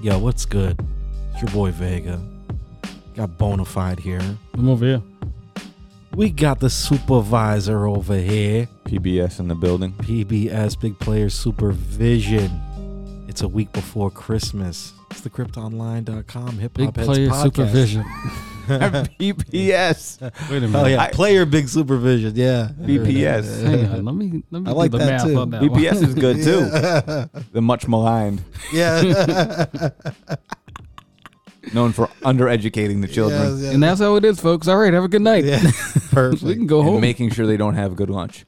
Yo, what's good? It's your boy Vega. Got bona fide here. I'm over here. We got the supervisor over here. PBS in the building. PBS Big Player Supervision. It's a week before Christmas. It's the cryptonline.com hip Big hop heads player podcast. supervision. PBS. Wait a minute. Oh yeah, I- player big supervision. Yeah, BPS. Hang on. Let me let me I do like the that math too. on that one. BPS is good too. the much maligned, yeah. known for undereducating the children And that's how it is, folks. All right, have a good night. yeah. We can Perfect. go and home. making sure they don't have good lunch.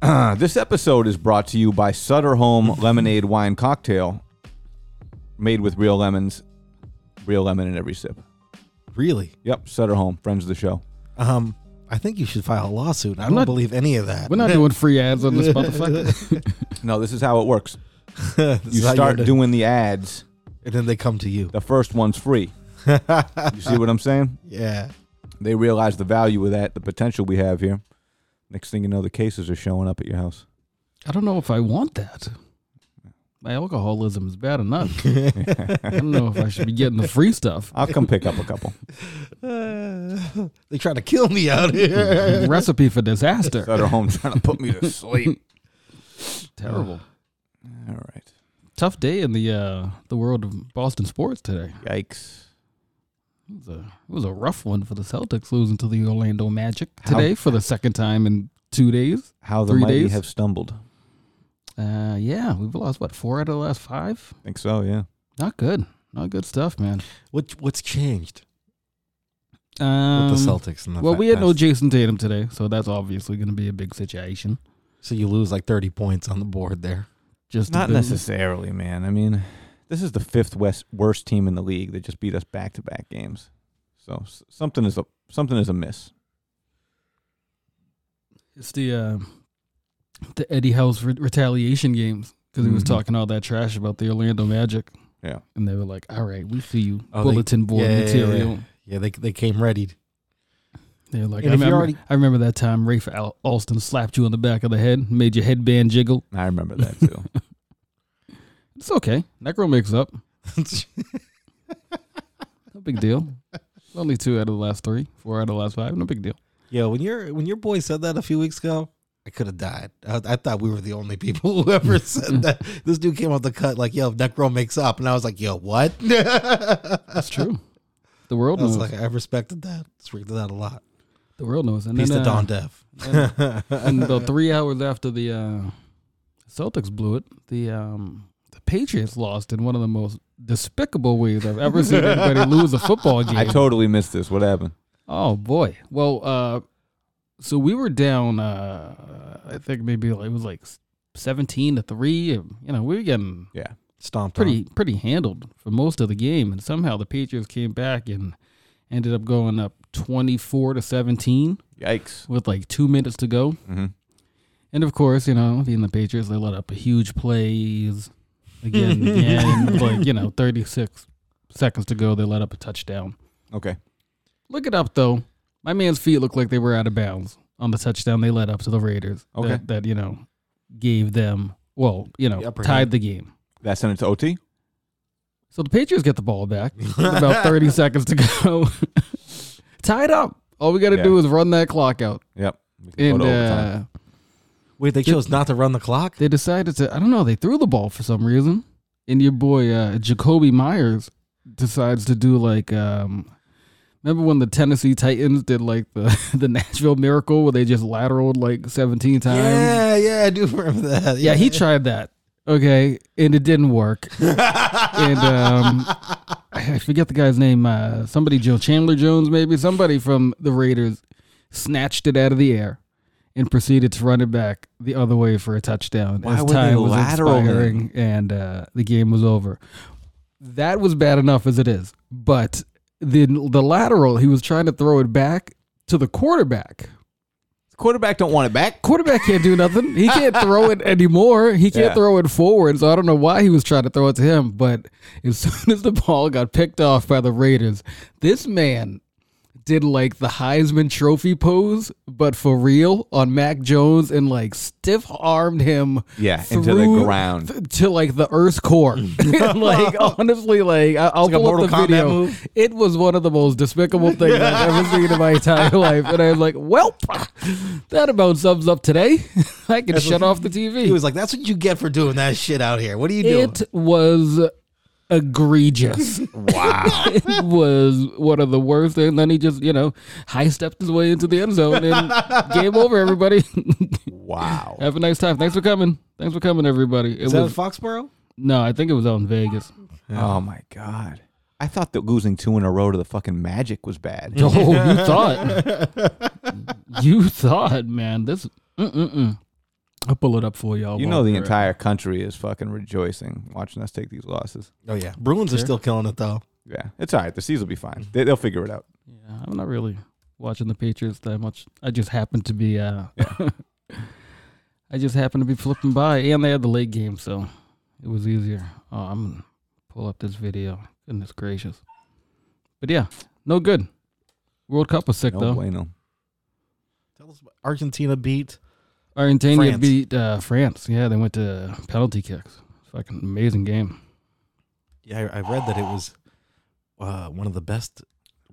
Hmm. Uh, this episode is brought to you by Sutter Home Lemonade Wine Cocktail, made with real lemons, real lemon in every sip. Really. Yep, Sutter Home, friends of the show. Um, I think you should file a lawsuit. I I'm don't not- believe any of that. We're not doing free ads on this motherfucker. No, this is how it works. This You is how start do- doing the ads. and then they come to you. The first one's free. You see what I'm saying? Yeah. They realize the value of that, the potential we have here. Next thing you know, the cases are showing up at your house. I don't know if I want that. My alcoholism is bad enough. I don't know if I should be getting the free stuff. I'll come pick up a couple. Uh, they trying to kill me out here. Recipe for disaster. Sutter Home trying to put me to sleep. Terrible. All right. Tough day in the uh, the world of Boston sports today. Yikes. It was, a, it was a rough one for the Celtics losing to the Orlando Magic today for the second time in two days. How the Three mighty days? have stumbled. Uh, yeah, we've lost what four out of the last five. I think so, yeah. Not good. Not good stuff, man. what what's changed Um, with the Celtics? And the Well, fa- we had no past- Jason Tatum today, so that's obviously going to be a big situation. so you lose like thirty points on the board there. Just a Not bit- necessarily, man. I mean, this is the fifth west, worst team in the league that just beat us back to back games. So s- something is a something is amiss. It's the uh, the Eddie House re- retaliation games because he was Mhm. Mm-hmm. talking all that trash about the Orlando Magic. Yeah. and they were like, "All right, we see you, Oh, they- bulletin board yeah, yeah, yeah, yeah. material." Yeah, they they came ready. They're like, I And if you're remember, already- I remember that time Rafe Al- Alston slapped you on the back of the head, made your headband jiggle. I remember that too. It's okay. Necro makes up. No big deal. Only two out of the last three, four out of the last five. No big deal. Yo, when your when your boy said that a few weeks ago, I could have died. I, I thought we were the only people who ever said that. This dude came off the cut like, "Yo, Necro makes up," and I was like, "Yo, what?" I That's true. The world knows. was like, I respected that. Respected that a lot. the world knows. And Peace then, to uh, Don Dev. and about three hours after the uh, Celtics blew it, the um, the Patriots lost in one of the most despicable ways I've ever seen anybody lose a football game. I totally missed this. What happened? oh boy. Well, uh, so we were down. Uh, I think maybe it was like seventeen to three. and, You know, we were getting Yeah. Stomped. on. pretty pretty handled for most of the game, and somehow the Patriots came back and ended up going up twenty four to seventeen Yikes. with like two minutes to go. hmm And of course, you know, being the Patriots, they let up a huge plays again and again. like, you know, 36 seconds to go, they let up a touchdown. Okay. Look it up, though. My man's feet looked like they were out of bounds on the touchdown they let up to the Raiders. Okay. That, that, you know, gave them, well, you know, The upper tied hand. the game. That sent it to OT? So the Patriots get the ball back with about 30 seconds to go. Tied up. All we got to Yeah. do is run that clock out. Yep. We can go And to overtime. uh, Wait, they chose not to run the clock. they decided to I don't know, they threw the ball for some reason. And your boy uh Jacoby Myers decides to do like um remember when the Tennessee Titans did like the the Nashville Miracle where they just lateraled like 17 times? Yeah, yeah, I do remember that. Yeah, he tried that. Okay, and it didn't work. and um I I forget the guy's name, uh somebody Joe Chandler Jones maybe, somebody from the Raiders snatched it out of the air. And proceeded to run it back the other way for a touchdown Why as were they time was lateral then? expiring and uh, the game was over. That was bad enough as it is, but the the lateral he was trying to throw it back to the quarterback. Quarterback don't want it back. Quarterback can't do nothing. He can't throw it anymore. He can't Yeah. throw it forward. So I don't know why he was trying to throw it to him. But as soon as the ball got picked off by the Raiders, this man did like the Heisman Trophy pose, but for real on Mac Jones and like stiff armed him. Yeah, into the through- ground. th- to like the Earth's core. And, like honestly, like I- I'll a pull Mortal up the Kombat video. move. It was one of the most despicable things I've ever seen in my entire life, and I'm like, well, that about sums up today. I can shut off the TV. He was like, "That's what you get for doing that shit out here. What are you doing?" It was egregious. wow. It was one of the worst. And then he just, you know, high stepped his way into the end zone and game over, everybody. Wow. Have a nice time. Thanks for coming. Thanks for coming, everybody. It Is that was Foxborough? no, I think it was out in Vegas. Oh my god. I thought that losing two in a row to the fucking Magic was bad. Oh, you thought. you thought, man. This mm-mm-mm. I'll pull it up for y'all. You while know the we're- entire country is fucking rejoicing watching us take these losses. Oh yeah, Bruins are still killing it though. Yeah, it's all right. The season will be fine. They, they'll figure it out. Yeah, I'm not really watching the Patriots that much. I just happened to be uh I just happened to be flipping by and they had the late game, so it was easier. Oh, I'm gonna pull up this video. Goodness gracious. But yeah, no good. World Cup was sick No though. bueno. Tell us about Argentina beat. Argentina France. beat uh, France. Yeah, they went to penalty kicks. Fucking amazing game. Yeah, I, I read that it was uh, one of the best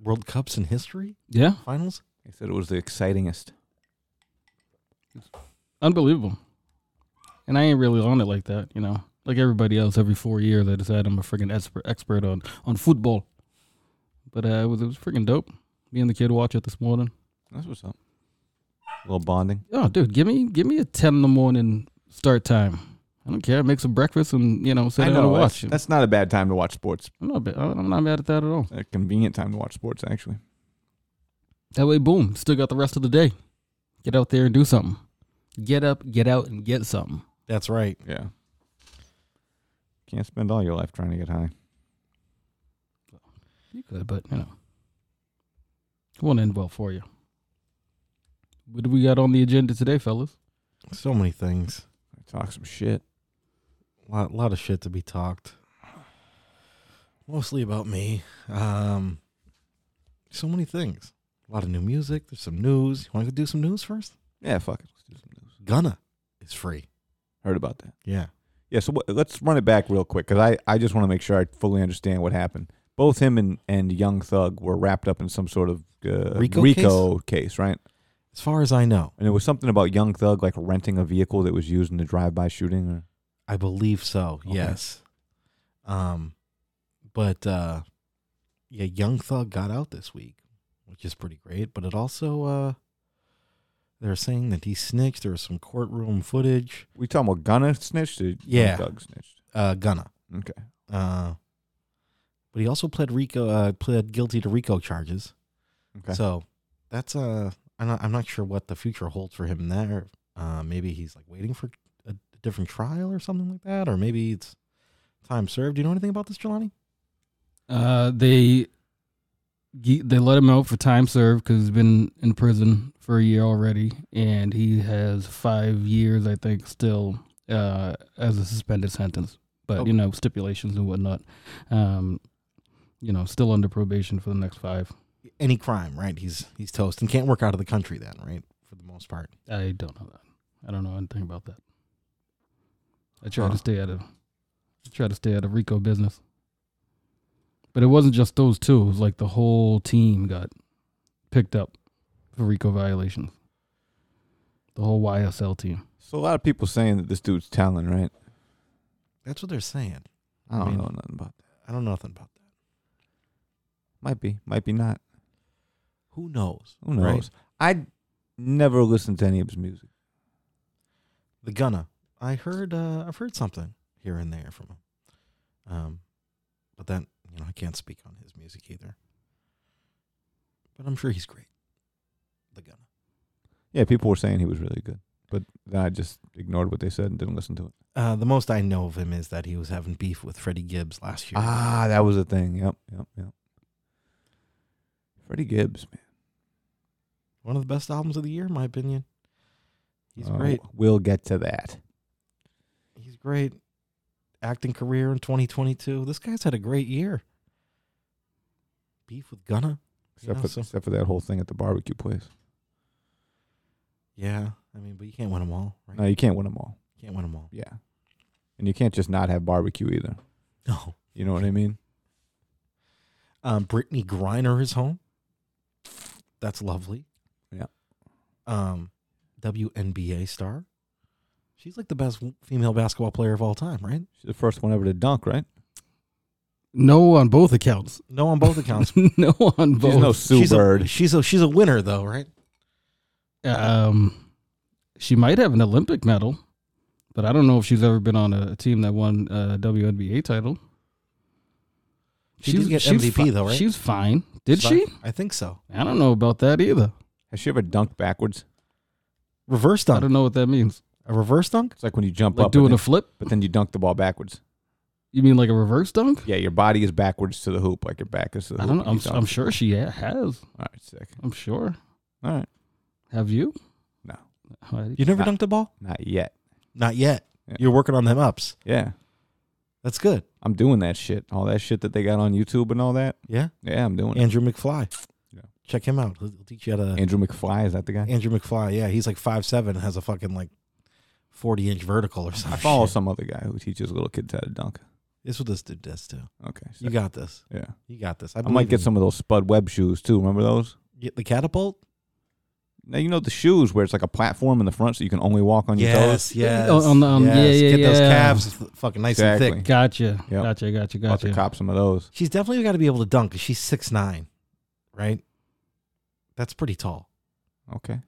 World Cups in history. Yeah, Finals. They said it was the excitingest. unbelievable. And I ain't really on it like that, you know. Like everybody else, every four years I decide I'm a friggin' expert expert on on football. But uh, it was it was friggin' dope. Me and the kid watch it this morning. That's what's up. A little bonding. Oh, dude, give me give me a ten in the morning start time. I don't care. Make some breakfast and you know sit down and that's, watch. that's not a bad time to watch sports. I'm not ba- I'm not mad at that at all. A convenient time to watch sports, actually. That way, boom, still got the rest of the day. Get out there and do something. Get up, get out, and get something. That's right. Yeah. Can't spend all your life trying to get high. You could, but you know, it won't end well for you. What do we got on the agenda today, fellas? So many things. Talk some shit. A lot, lot of shit to be talked. Mostly about me. Um, so many things. A lot of new music. There's some news. You want to do some news first? Yeah, fuck it. Let's do some news. Gunna is free. Heard about that. Yeah. Yeah, so what, let's run it back real quick because I, I just want to make sure I fully understand what happened. Both him and, and Young Thug were wrapped up in some sort of uh, Rico Oh. case, right? As far as I know, And it was something about Young Thug like renting a vehicle that was used in the drive-by shooting. Or I believe so. Okay. Yes. Um, but uh, yeah, Young Thug got out this week, which is pretty great. But it also, uh, they're saying that he snitched. There was some courtroom footage. we talking about Gunna snitched? Or Young Yeah. Thug snitched. Uh, Gunna. Okay, Uh, but he also pled RICO, uh, pled guilty to RICO charges. okay. So that's uh, I'm not, I'm not sure what the future holds for him there. Uh, maybe he's like waiting for a different trial or something like that, or maybe it's time served. Do you know anything about this, Jelani? Uh, they ge- they let him out for time served because he's been in prison for a year already, and he has five years, I think, still uh, as a suspended sentence. But Oh. you know, stipulations and whatnot. Um, you know, still under probation for the next five. Any crime, right? He's he's toast and can't work out of the country then, right? For the most part. I don't know that. I don't know anything about that. I try Huh. to stay out of I try to stay out of Rico business. But it wasn't just those two, it was like the whole team got picked up for Rico violations. The whole YSL team. So a lot of people saying that this dude's talent, right? That's what they're saying. I don't mean- know nothing about that. I don't know nothing about that. Might be, might be not. Who knows? Who right? knows? I never listened to any of his music. The Gunna. I heard uh, I've heard something here and there from him. Um but that you know, I can't speak on his music either. But I'm sure he's great. The Gunna. Yeah, people were saying he was really good, but then I just ignored what they said and didn't listen to it. Uh, the most I know of him is that he was having beef with Freddie Gibbs last year. Ah, that was a thing. Yep, yep, yep. Freddie Gibbs, man. One of the best albums of the year, in my opinion. He's Uh, great. We'll get to that. He's great. Acting career in 2022. This guy's had a great year. Beef with Gunna. Except, know, for, so- except for that whole thing at the barbecue place. Yeah, I mean, but you can't win them all, right? No, you can't win them all. You can't win them all. Yeah. And you can't just not have barbecue either. No. You know what I mean? Um, Brittany Griner is home. That's lovely. Yeah. Um, WNBA star. She's like the best female basketball player of all time, right? She's the first one ever to dunk, right? No on both accounts. No, on both accounts. no on She's no both. Sue she's Bird. a she's a she's a winner though, right? um, she might have an Olympic medal, but I don't know if she's ever been on a team that won uh, a WNBA title. She did get MVP though, right? She's fine. Did So- she? I think so. I don't know about that either. Has she ever dunked backwards? Reverse I dunk. don't know what that means. A reverse dunk? It's like when you jump Like up, doing and a then, flip? but then you dunk the ball backwards. You mean like a reverse dunk? Yeah, your body is backwards to the hoop, like your back is to the I hoop. don't know. and I'm, you dunk. I'm sure she ha- has. All right, sick. I'm sure. All right, Have you? No. I- You never Not- dunked the ball? not yet. Not yet. Yeah. You're working on them ups. Yeah, That's good. I'm doing that shit. All that shit that they got on YouTube and all that. Yeah. Yeah, I'm doing Andrew McFly. Yeah. Check him out. He'll he'll teach you how to it. Andrew McFly is that the guy? Andrew McFly. Yeah, he's like five seven and has a fucking like forty inch vertical or something. I follow some other guy who teaches little kids how to dunk. This what this dude does too. Okay, You sick. got this. yeah. You got this. I might believe get in some of those Spud Webb shoes too. Remember those? you. Get the catapult. Now you know the shoes where it's like a platform in the front, so you can only walk on your toes. Yes, yes, On- on the- on- yeah, yes. yeah, Get those yeah. calves th- fucking nice and Exactly. thick. Gotcha. Yep. Gotcha. Gotcha. About to Gotcha. cop some of those. She's definitely got to be able to dunk. 'cause She's six nine, right? That's pretty tall. Okay.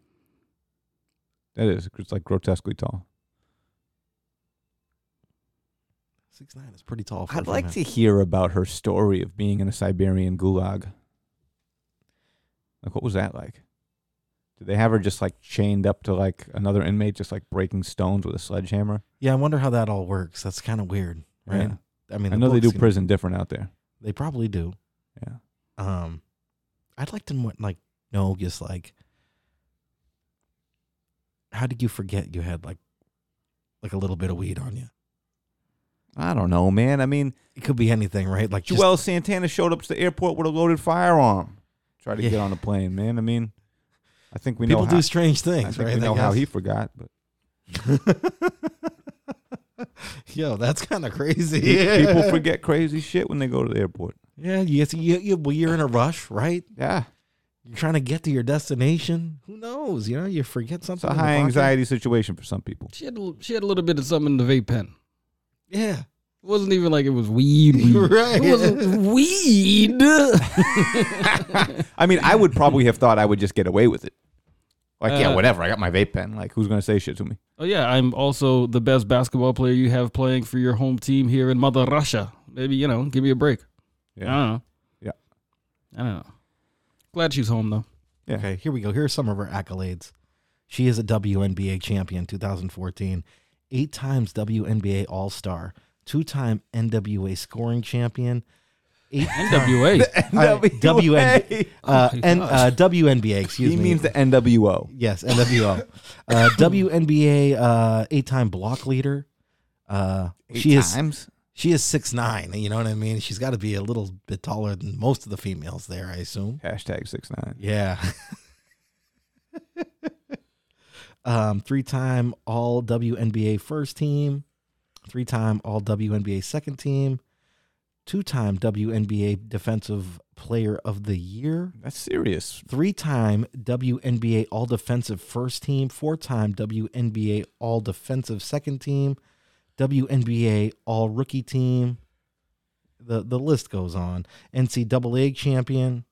That is. It's like grotesquely tall. Six nine is pretty tall. For a I'd like female. to hear about her story of being in a Siberian gulag. Like, what was that like? Did they have her just like chained up to like another inmate, just like breaking stones with a sledgehammer? Yeah, I wonder how that all works. That's kind of weird, right? Yeah. I mean, I the know they do books, you prison different out there. They probably do. Yeah. um i'd like to know, like know just like how did you forget you had like like a little bit of weed on you I don't know, man. I mean, it could be anything right like just, Joel Santana showed up to the airport with a loaded firearm. Tried to Yeah. get on a plane, man. I mean, I think we people know do how, strange I things think right we I know how he guess. forgot, but yo that's kind of crazy people forget crazy shit when they go to the airport. yeah you, you, you, well, you're in a rush right Yeah. you're trying to get to your destination who knows you know you forget It's something a in the high pocket. anxiety situation for some people. She had, a l- she had a little bit of something in the vape pen. yeah It wasn't even like it was weed. weed. Right. It wasn't weed. I mean, I would probably have thought I would just get away with it. Like, yeah, Uh, whatever. I got my vape pen. Like, who's gonna say shit to me? oh yeah, I'm also the best basketball player you have playing for your home team here in Mother Russia. Maybe you know, give me a break. I Yeah. don't know. Yeah. I don't know. Glad she's home though. Yeah. Okay, here we go. Here are some of her accolades. She is a WNBA champion 2014, eight times WNBA All Star, two time NWA scoring champion, eight NWA. uh, WNBA, uh, Oh my and, uh, WNBA, excuse He me. means the NWO. yes, NWO. uh, WNBA uh, eight time block leader. Uh, she is times. she is six nine. You know what I mean? She's got to be a little bit taller than most of the females there, I assume. Hashtag six nine. Yeah. um, three time all WNBA first team, three time all WNBA second team, two time WNBA defensive player of the year, That's serious. three time WNBA all defensive first team, four time WNBA all defensive second team, WNBA all rookie team. The, the list goes on. NCAA champion,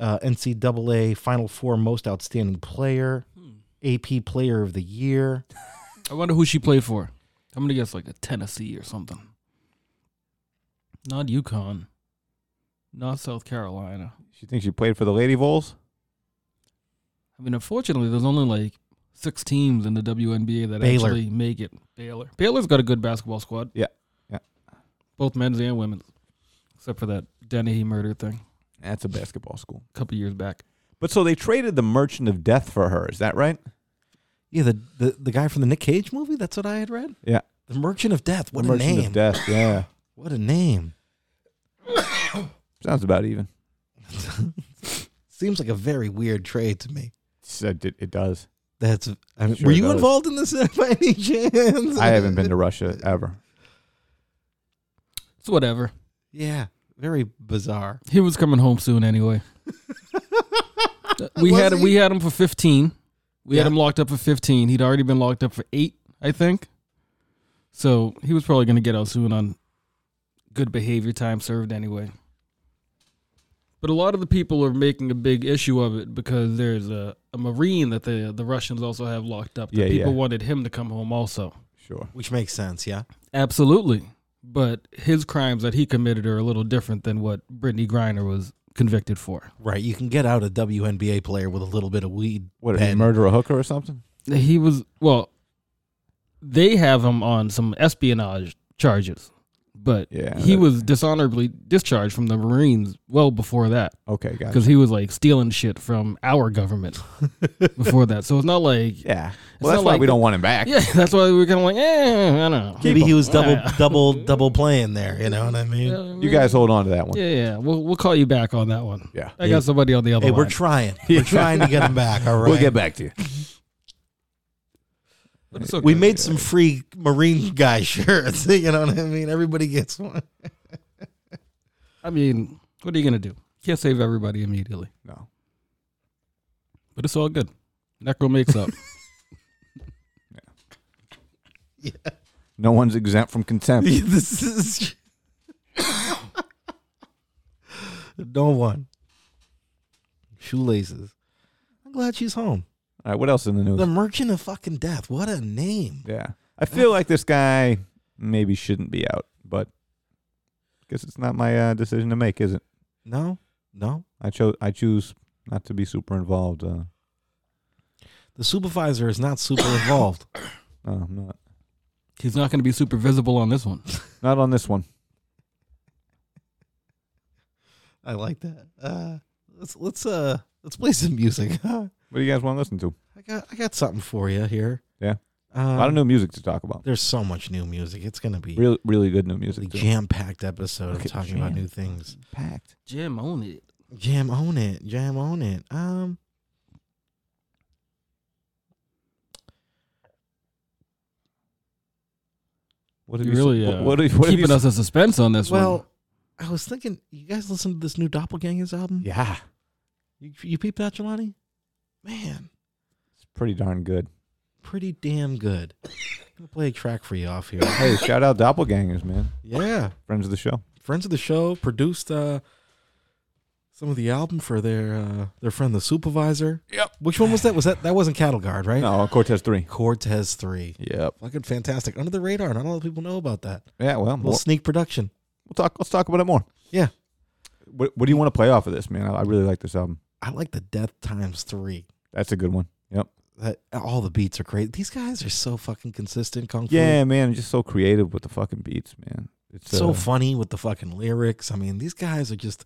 uh, NCAA Final Four most outstanding player, Hmm. AP player of the year. I wonder who she played for. I'm gonna guess like a Tennessee or something. Not Yukon. Not South Carolina. She thinks she played for the Lady Vols. I mean, unfortunately, there's only like six teams in the WNBA that Baylor. actually make it. Baylor. Baylor's got a good basketball squad. Yeah, yeah. Both men's and women's, except for that Dennehy murder thing That's a basketball school. a couple years back. But so they traded the Merchant of Death for her. Is that right? Yeah, the, the, the guy from the Nick Cage movie. That's what I had read. Yeah. The Merchant of Death. What the a Merchant name. of Death. Yeah. What a name. Sounds about even. Seems like a very weird trade to me. It's- It, it- it does. That's. I mean, Sure were you does. involved in this by any chance? I haven't been to Russia ever. It's whatever. Yeah, very bizarre. He was coming home soon anyway. we Was had he? Uh, we had him for 15. We had Yeah. him locked up for 15. He'd already been locked up for 8, I think. So, he was probably going to get out soon on good behavior time served anyway. But a lot of the people are making a big issue of it because there's a, a Marine that the the Russians also have locked up. that Yeah, people yeah. wanted him to come home also. Sure. Which makes sense. Yeah. Absolutely. But his crimes that he committed are a little different than what Brittany Griner was convicted for. Right. You can get out a WNBA player with a little bit of weed. What did he pen. murder a hooker or something? He was, well, they have him on some espionage charges, but Yeah, he that- was dishonorably discharged from the Marines well before that Okay, guys. because he was like stealing shit from our government before that. So it's not like, yeah. not Well, that's why like we the- don't want him back. yeah, that's why we were kind of like, eh, I don't know. Maybe he was double, Yeah. double, double playing there. You know what I mean? You guys hold on to that one. Yeah, yeah. We'll, we'll call you back on that one. Yeah. I got somebody on the other Hey, we're line. trying. We're trying to get him back. All right. We'll get back to you. But it's okay. We made some free Marine guy shirts. You know what I mean? Everybody gets one. I mean, what are you gonna do? Can't save everybody immediately, No. but it's all good. Necro makes up. No one's exempt from contempt. this is no one. Shoelaces. I'm glad she's home. All right, what else in the news? The Merchant of Fucking Death. What a name. Yeah. I feel like this guy maybe shouldn't be out, but guess it's not my uh, decision to make, is it? No, no. I chose I choose not to be super involved. Uh, The supervisor is not super involved. no, Oh, I'm not He's not gonna be super visible on this one. not on this one. I like that. Uh, let's let's uh let's play some music. I What do you guys want to listen to? got I got something for you here. Yeah. Um, a lot of new music to talk about. There's so much new music. It's gonna be Really, really good new really music. Too. jam-packed episode Okay, of talking about jam. new things. Packed. Jim own it. Jam on it. Jam on it. Um What You really s- uh, what, have- what have you keeping s- us in suspense on this one. well, I was thinking you guys listen to this new Doppelgangers album? Yeah, You you peeped out Jelani? Man, it's pretty darn good. pretty damn good. I'm gonna play a track for you off here. Hey, shout out Doppelgangers, man. Yeah. Friends of the show. friends of the show produced uh some of the album for their uh their friend the supervisor Yep. which one was that was that that wasn't cattle guard right No, Cortez three. cortez 3 Yep. fucking fantastic under the radar not a lot of people know about that Yeah. Well, little we'll, sneak production we'll talk. Let's talk about it more. yeah What, what do you want to play off of this, man? I, I really like this album. i like the death times three That's a good one. Yep. that all the beats are great these guys are so fucking consistent kung fu Yeah, man, just so creative with the fucking beats, man. It's so uh, funny with the fucking lyrics i mean these guys are just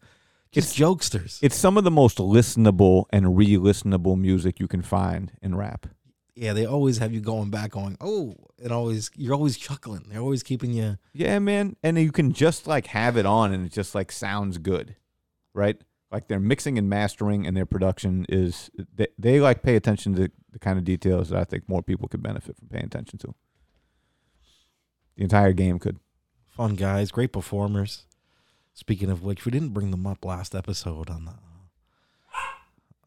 just jokesters It's some of the most listenable and re-listenable music you can find in rap. yeah they always have you going back going oh and always you're always chuckling they're always keeping you Yeah, man, and you can just like have it on, and it just like sounds good, right? Like their mixing and mastering and their production is they, they like pay attention to the kind of details that I think more people could benefit from paying attention to. The entire game could. fun guys, great performers. Speaking of which, we didn't bring them up last episode on the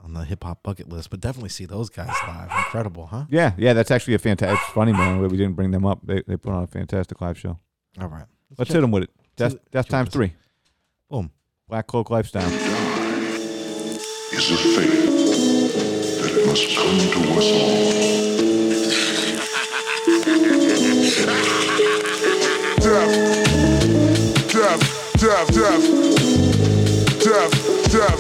on the hip hop bucket list, but definitely see those guys live. Incredible, huh? Yeah, yeah, that's actually a fantastic. It's funny, man. We we didn't bring them up. They they put on a fantastic live show. All right, Let's hit them with it. Death, Two- death two time minutes. three. boom. Black Cloak Lifestyle. is a fate that must come to us all. death, death, death, death, death, death, death,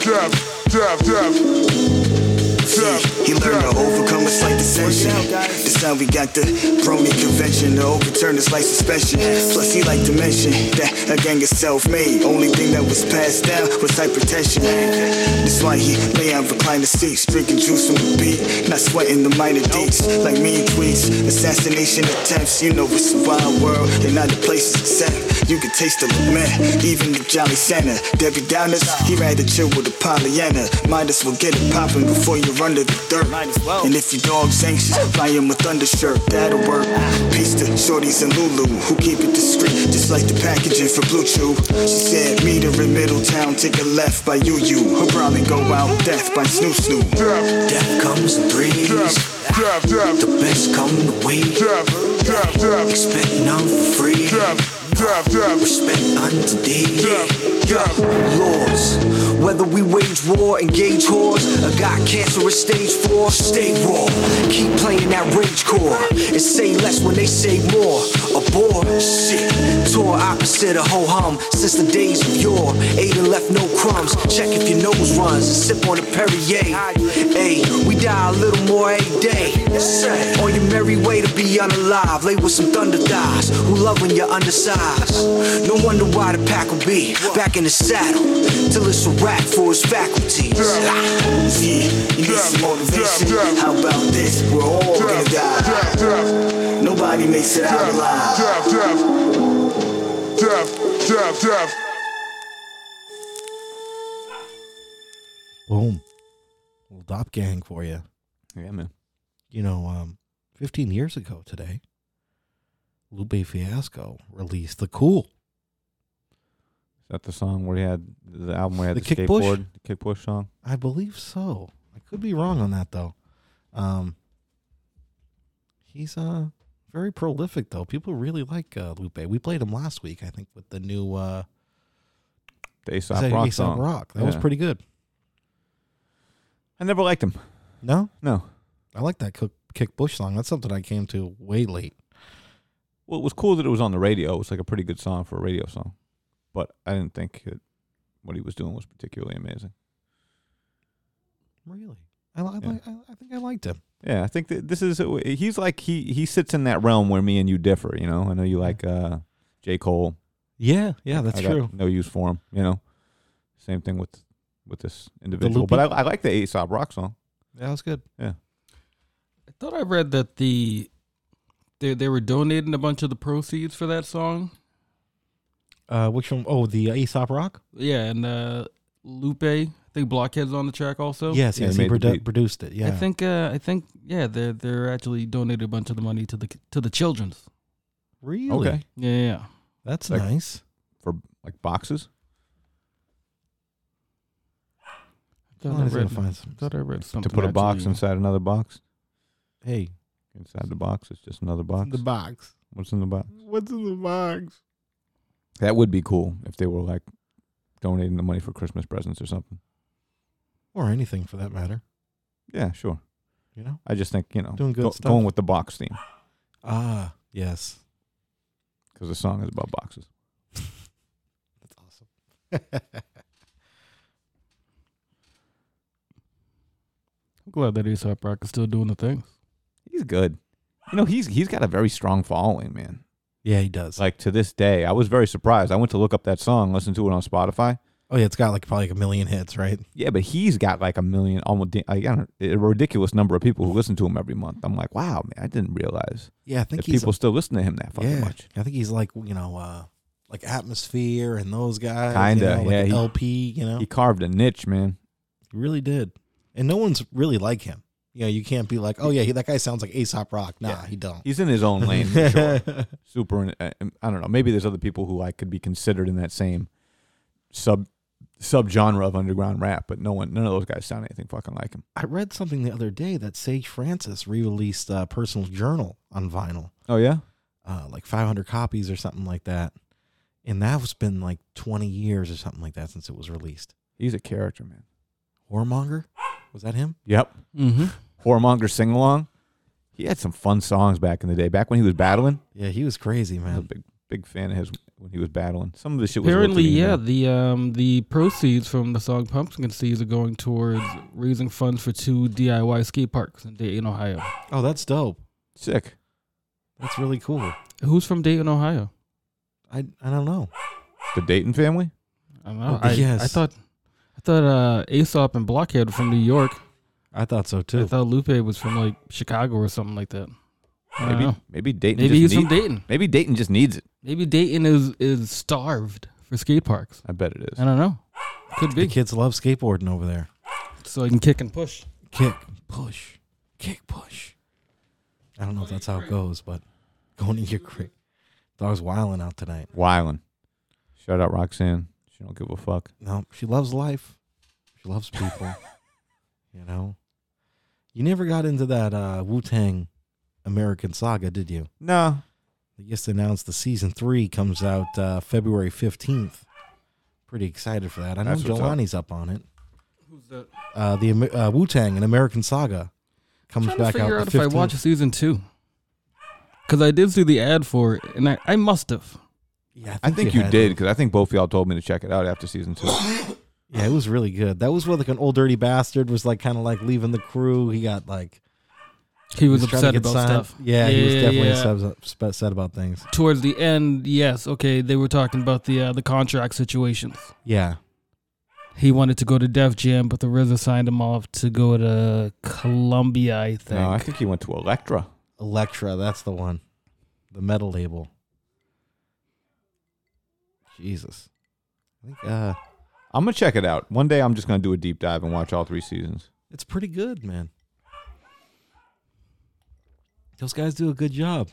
death, death, death, death. He learned to overcome a slight dissension. This time we got the Bromy convention to overturn this life suspension. Plus, he liked to mention that a gang is self made. Only thing that was passed down was type protection. That's why he lay on recliner seats, drinking juice from the beat. Not sweating the minor deets, like mean tweets, assassination attempts. You know, it's a wild world, and not a place is safe. You can taste the lament, even the Jolly Santa. Debbie Downers, he rather chill with a Pollyanna. Might as well get it poppin' before you're under the dirt. And if your dog's anxious, buy him a thunder shirt, that'll work. Peace to Shorties and Lulu, who keep it discreet, just like the packaging for Blue Chew. She said, meet her in Middletown, take a left by UU. Her probably go out death by Snoo Snoo. Death comes the breeze. The best come the weed. Expect none for free. Respect unto thee. Lords, whether we wage war, engage whores, or got cancerous stage four, stay raw. Keep playing that rage core and say less when they say more. Abhor shit, tour opposite a ho hum since the days of yore. Aiden left no crumbs. Check if your nose runs and sip on a Perrier. Hey, we die a little more every day. Say, On your merry way to be unalive, lay with some thunder thighs who love when you're undersized. No wonder why the pack will be back in the saddle till it's a wrap for his faculties. Ah, Yeah, you need some motivation. How about this? We're all gonna die. Nobody makes it out alive. Boom. Little Dop Gang for you. Yeah, man. You know, um, 15 years ago today, Lupe Fiasco released The Cool. Is that the song where he had the album where he had The the, Kick Push? skateboard, the kick push song? I believe so. I could be wrong on that though. Um, he's uh very prolific though. People really like uh, Lupe. We played him last week, I think, with the new uh, The Aesop Zay- Rock Aesop song. Rock. That was Yeah. pretty good. I never liked him. No, No. I like that Cook- Kick Bush song. That's something I came to way late. Well, it was cool that it was on the radio. It was like a pretty good song for a radio song, but I didn't think that what he was doing was particularly amazing. Really, I, li- I, Yeah. like I, I think I liked him. Yeah, I think that this is he's like he he sits in that realm where me and you differ. You know, I know you like uh, J Cole. Yeah, yeah, I got No use for him. You know, same thing with with this individual. loopy- But I, I like the Aesop Rock song. That was good. I thought I read that the they they were donating a bunch of the proceeds for that song. Uh, which one? Oh, the Aesop Rock. Yeah, and uh, Lupe, I think Blockhead's on the track also. Yes, Yeah, yes, he he made the produ- beat. produced it. Yeah, I think uh, I think yeah, they're they're actually donated a bunch of the money to the to the children's. really. Okay. Yeah, yeah. that's Like- nice. for like boxes. I thought I Lonnie's gonna read, find some- thought I read something to put a box actually. inside another box. Hey, Inside the box, it's just another box. box. What's in the box? What's in the box? That would be cool if they were like donating the money for Christmas presents or something. Or anything for that matter. Yeah, sure. You know. I just think you know Doing good stuff. going with the box theme Ah, yes. because the song is about boxes. That's awesome. I'm glad that Aesop Rock is still doing the things. He's good. You know he's he's got a very strong following, man. Yeah, he does. Like to this day, I was very surprised. I went to look up that song, listen to it on Spotify. oh yeah, it's got like probably like a million hits, right? Yeah, but he's got like a million, almost like, I don't, a ridiculous number of people who listen to him every month. I'm like, wow, man, I didn't realize Yeah, I think that he's people still listen to him that fucking yeah, much. I think he's like you know, uh like Atmosphere and those guys. you Kinda, know, like yeah, an he- LP, you know, He he carved a niche, man. really did. And no one's really like him. You know, you can't be like, oh yeah, he, that guy sounds like Aesop Rock. Nah, he don't. He's in his own lane, for sure. Super. in- uh, I don't know. Maybe there's other people who like could be considered in that same sub sub genre of underground rap, but no one, none of those guys sound anything fucking like him. I read something the other day that Sage Francis re-released uh, Personal Journal on vinyl. Oh yeah, uh, like 500 copies or something like that. And that was been like 20 years or something like that since it was released. he's a character, man. Warmonger? Was that him? Yep. Mm-hmm. Whoremonger sing along. He had some fun songs back in the day. Back when he was battling, Yeah, he was crazy, I was a man. big big fan of his when he was battling. Some of the shit was a little Apparently, too yeah, mean. the um the proceeds from the song Pumpkin Seeds are going towards raising funds for two DIY skate parks in Dayton, Ohio. Oh, that's dope. sick. That's really cool. Who's from Dayton, Ohio? I I don't know. The Dayton family. I don't know. Oh, I, yes. I thought I thought uh Aesop and Blockhead were from New York. I thought so I too. thought Lupe was from like Chicago or something like that. I don't Maybe know. maybe Dayton. Maybe he's just from need- Dayton. Maybe Dayton just needs it. Maybe Dayton is is starved for skate parks. I bet it is. I don't know. Could The be. kids love skateboarding over there. So I can kick and push. Kick, push, kick, push. I don't know if that's how it goes, but going to your creek. Dog's wilding out tonight. Wylan. Shout out Roxanne. She don't give a fuck. No, she loves life. She loves people. you know? You never got into that uh, Wu Tang American saga, did you? No. They just announced the season three comes out uh, February 15th. Pretty excited for that. I know That's what's up. Jelani's up. on it. Who's that? Uh, the Am- uh, Wu Tang, an American saga, comes trying back to figure out, out, the if I 15th. watch season two. Because I did see the ad for it, and I, I must have. Yeah, I think you had- did because I think both of y'all told me to check it out after season two. Yeah, it was really good. That was where like an old dirty bastard was like kind of like leaving the crew. He got like He was, trying to upset get about signed. stuff. Yeah, he was definitely yeah. upset- upset about things. Towards the end, yes, okay, they were talking about the uh, the contract situations. Yeah, He wanted to go to Def Jam, but the RZA signed him off to go to Columbia, I think. No, Oh, I think he went to Electra. Electra, that's the one, the metal label. Jesus, I think uh, I'm gonna check it out. One day I'm just gonna do a deep dive and watch all three seasons. it's pretty good, man. Those guys do a good job.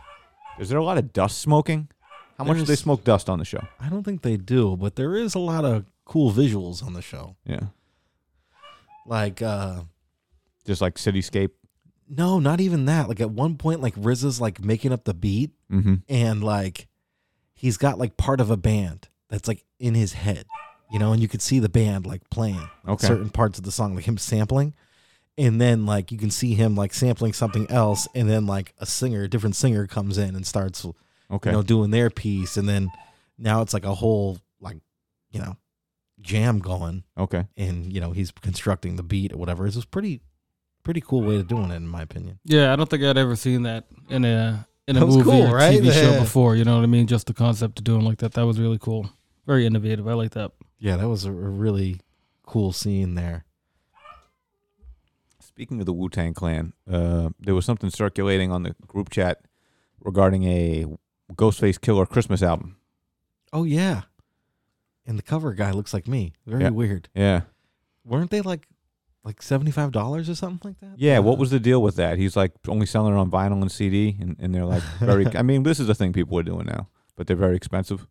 Is there a lot of dust smoking? How much do they There's- smoke dust on the show? I don't think they do, but there is a lot of cool visuals on the show. Yeah. Like, uh, Just like cityscape. no, not even that. Like at one point, like RZA's like making up the beat, Mm-hmm. and like he's got like part of a band that's like in his head, you know, and you could see the band like playing like, Okay. certain parts of the song, like him sampling. And then like you can see him like sampling something else, and then like a singer, a different singer comes in and starts Okay. you know, doing their piece, and then now it's like a whole like, you know, jam going, okay. and you know he's constructing the beat or whatever. It's was pretty, pretty cool way of doing it, in my opinion. Yeah, I don't think I'd ever seen that in a in a That was movie cool, or right? TV show Yeah. before. You know what I mean? Just the concept of doing like that. That was really cool. Very innovative. I like that. Yeah, that was a, a really cool scene there. Speaking of the Wu Tang Clan, uh, there was something circulating on the group chat regarding a Ghostface Killer Christmas album. Oh yeah, and the cover guy looks like me. Very Yeah. weird. Yeah. Weren't they like, like seventy five dollars or something like that? Yeah, Uh, what was the deal with that? He's like only selling it on vinyl and CD, and, and they're like very. I mean, this is the thing people are doing now, but they're very expensive.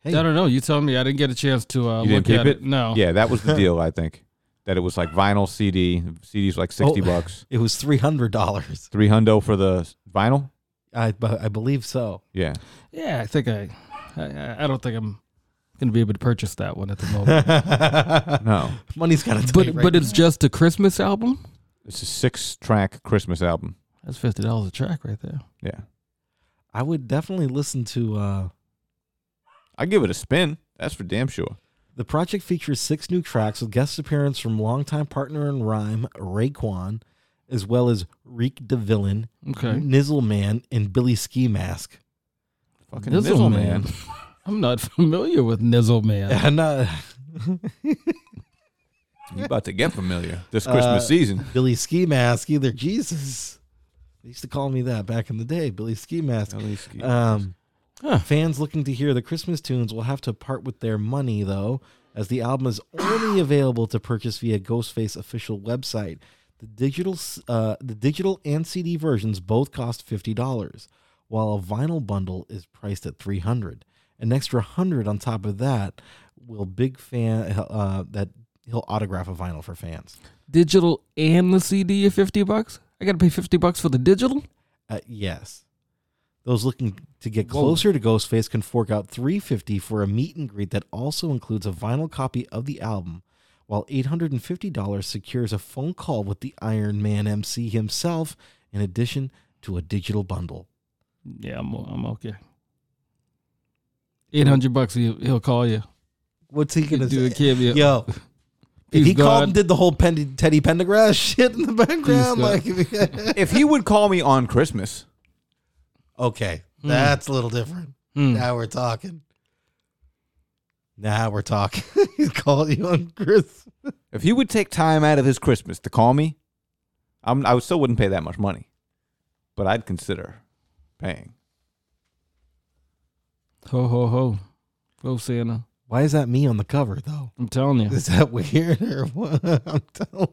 Hey, I don't know. You tell me. I didn't get a chance to uh, You didn't look at keep it. No. Yeah, that was the deal. I think that it was like vinyl CD. CD's like sixty Oh. bucks, it was three hundred dollars. three hundo for the s- vinyl. I bu- I believe so. Yeah, Yeah, I think I, I. I don't think I'm gonna be able to purchase that one at the moment. no, no, money's got to. but but it's just a Christmas album. it's a six-track Christmas album. That's fifty dollars a track right there. Yeah, I would definitely listen to. uh I give it a spin. That's for damn sure. The project features six new tracks with guest appearance from longtime partner in rhyme Raekwon, as well as Reek the Villain, Okay. Nizzle Man, and Billy Ski Mask. Fucking Nizzle Nizzle Man. I'm not familiar with Nizzle Man. And, uh, you about to get familiar this Uh, Christmas season. Billy Ski Mask, either Jesus. They used to call me that back in the day, Billy Ski Mask. Um, Huh. Fans looking to hear the Christmas tunes will have to part with their money, though, as the album is only available to purchase via Ghostface official website. The digital, s- uh, the digital and CD versions both cost fifty dollars, while a vinyl bundle is priced at three hundred. An extra hundred on top of that will big fan uh, that he'll autograph a vinyl for fans. Digital and the CD at fifty bucks. I gotta pay fifty bucks for the digital. Uh, yes. Those looking to get closer to Ghostface can fork out 350 for a meet and greet that also includes a vinyl copy of the album, while $850 secures a phone call with the Iron Man MC himself in addition to a digital bundle. Yeah, I'm I'm okay. Eight hundred bucks, he, he'll call you. What's he going to do a do? cameo. Yo. If He's he called and God. did the whole Pendy, Teddy Pendergrass shit in the background, like, He's If he would call me on Christmas, okay, that's a little different. Hmm. Now we're talking. Now we're talking. He's called you on Christmas. If he would take time out of his Christmas to call me, I'm, I would- still wouldn't pay that much money, but I'd consider paying. Ho ho ho. Go Santa. Why is that me on the cover though? I'm telling you. Is that weird or what? I'm telling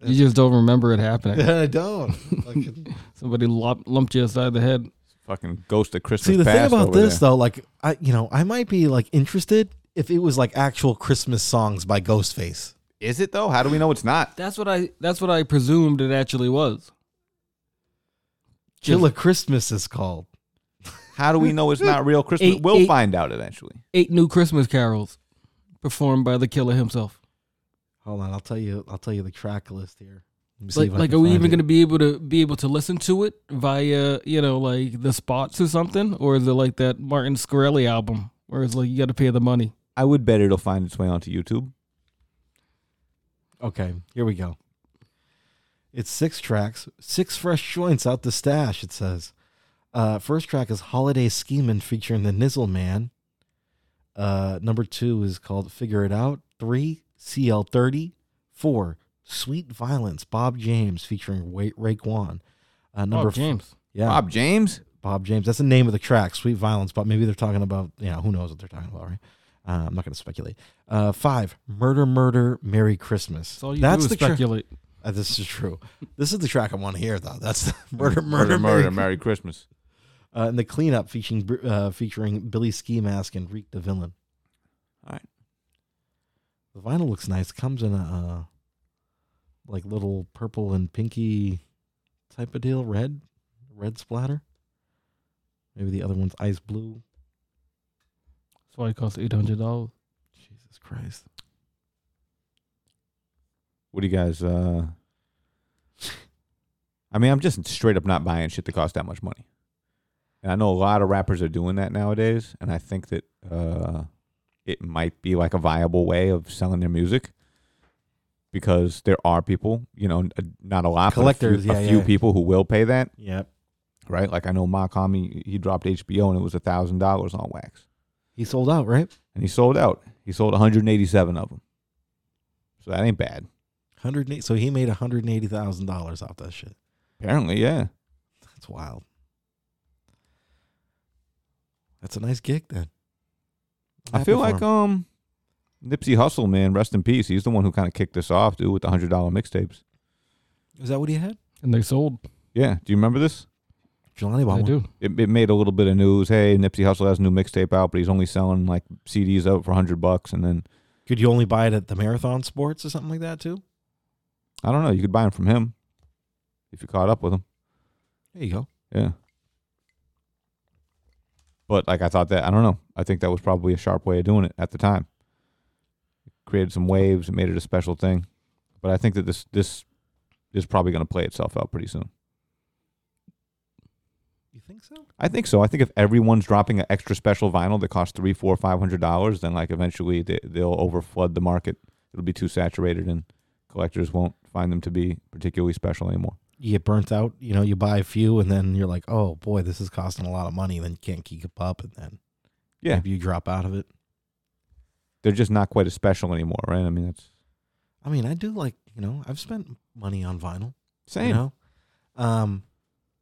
You just don't remember it happening. I don't. Fucking- Somebody lump, lumped you aside the head. Fucking ghost of Christmas. See the thing past about over this there. though, like I you know, I might be like interested if it was like actual Christmas songs by Ghostface. is it though? How do we know it's not? That's what I that's what I presumed it actually was. Chilla Christmas is called. How do we know it's not real Christmas? Eight- we'll eight- find out eventually. Eight new Christmas carols performed by the killer himself. Hold on, I'll tell you I'll tell you the track list here. Let me see Like, if I like can are we find even it. going to be able to be able to listen to it via, you know, like the spots or something or is it like that Martin Scorsese album where it's like you got to pay the money? I would bet it'll find its way onto YouTube. Okay, here we go. It's six tracks, six fresh joints out the stash, it says. Uh, first track is Holiday Schemin' featuring the Nizzle Man. Uh, number two is called Figure It Out. Three, CL30. Four, Sweet Violence, Bob James featuring Wait Raekwon. Uh, number Bob James. F- yeah, Bob. Bob James. James. That's the name of the track, Sweet Violence. But maybe they're talking about, you know, who knows what they're talking about, right? Uh, I'm not going to speculate. Uh, five, Murder, Murder, Merry Christmas. That's all you That's do is the track. speculate. Uh, this is true. This is the track I want to hear, though. That's the murder, murder, murder, Merry Christmas. Uh, and the cleanup featuring Br- uh, featuring Billy Ski Mask and Reek the Villain. All right. The vinyl looks nice. Comes in a uh, like little purple and pinky type of deal. Red, red splatter. Maybe the other one's ice blue. That's why it costs $800. Jesus Christ. What do you guys? uh I mean, I'm just straight up not buying shit that costs that much money. And I know a lot of rappers are doing that nowadays, and I think that uh it might be like a viable way of selling their music because there are people, you know, n- not a lot, but Collectors, a few, a yeah, yeah, few yeah. people who will pay that, Yep. right? Like I know Makami, he dropped HBO and it was a thousand dollars on wax. He sold out, Oh, right? and he sold out. He sold 187 of them. So that ain't bad. Hundred eight. So he made hundred eighty thousand dollars off that shit. Apparently, yeah. That's wild. That's a nice gig then. I feel like um Nipsey Hussle, man, rest in peace. He's the one who kind of kicked this off, dude, with the hundred dollar mixtapes. is that what he had? And they sold. Yeah, do you remember this? Jelani I bought one. do. It, it made a little bit of news. Hey, Nipsey Hussle has a new mixtape out, but he's only selling like CDs out for hundred bucks, and then Could you only buy it at the Marathon Sports or something like that too? I don't know. You could buy them from him if you caught up with him. There you go. Yeah. But like I thought that I don't know. I think that was probably a sharp way of doing it at the time. created some waves, it made it a special thing. But I think that this this is probably going to play itself out pretty soon. You think so? I think so. I think if everyone's dropping an extra special vinyl that costs three, four, five hundred dollars, then like eventually they, they'll overflood the market. It'll be too saturated, and collectors won't find them to be particularly special anymore. You get burnt out. You know, you buy a few, and then you're like, "Oh boy, this is costing a lot of money." Then you can't keep up, and then Yeah. maybe you drop out of it. They're just not quite as special anymore, right? I mean, that's I mean, I do like you know, I've spent money on vinyl. same. You know, um,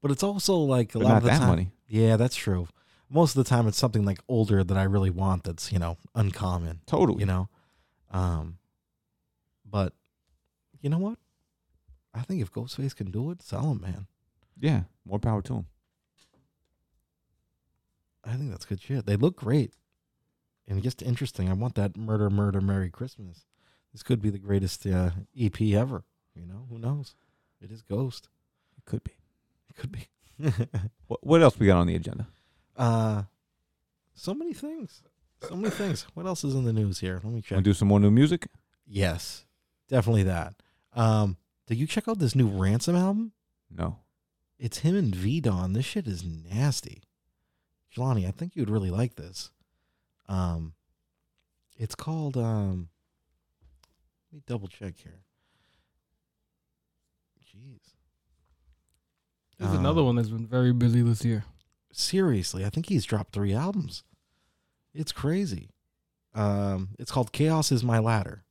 but it's also like a But lot not of the that time. money. Yeah, that's true. Most of the time, it's something like older that I really want. That's you know uncommon. Totally. You know, um, but you know what? I think if Ghostface can do it, sell him, man. Yeah, more power to him. I think that's good shit. They look great, and just interesting. I want that murder, murder, Merry Christmas. This could be the greatest uh, EP ever. You know, who knows? It is Ghost. It could be. It could be. What, what else we got on the agenda? Uh, so many things. So many things. What else is in the news here? Let me check. Want to do some more new music? yes, definitely that. Um, did you check out this new Ransom album? No. It's him and V Don. This shit is nasty. Jelani, I think you'd really like this. Um, it's called. Um, let me double check here. Jeez, There's Uh, another one that's been very busy this year. seriously, I think he's dropped three albums. It's crazy. Um, it's called Chaos is My Ladder.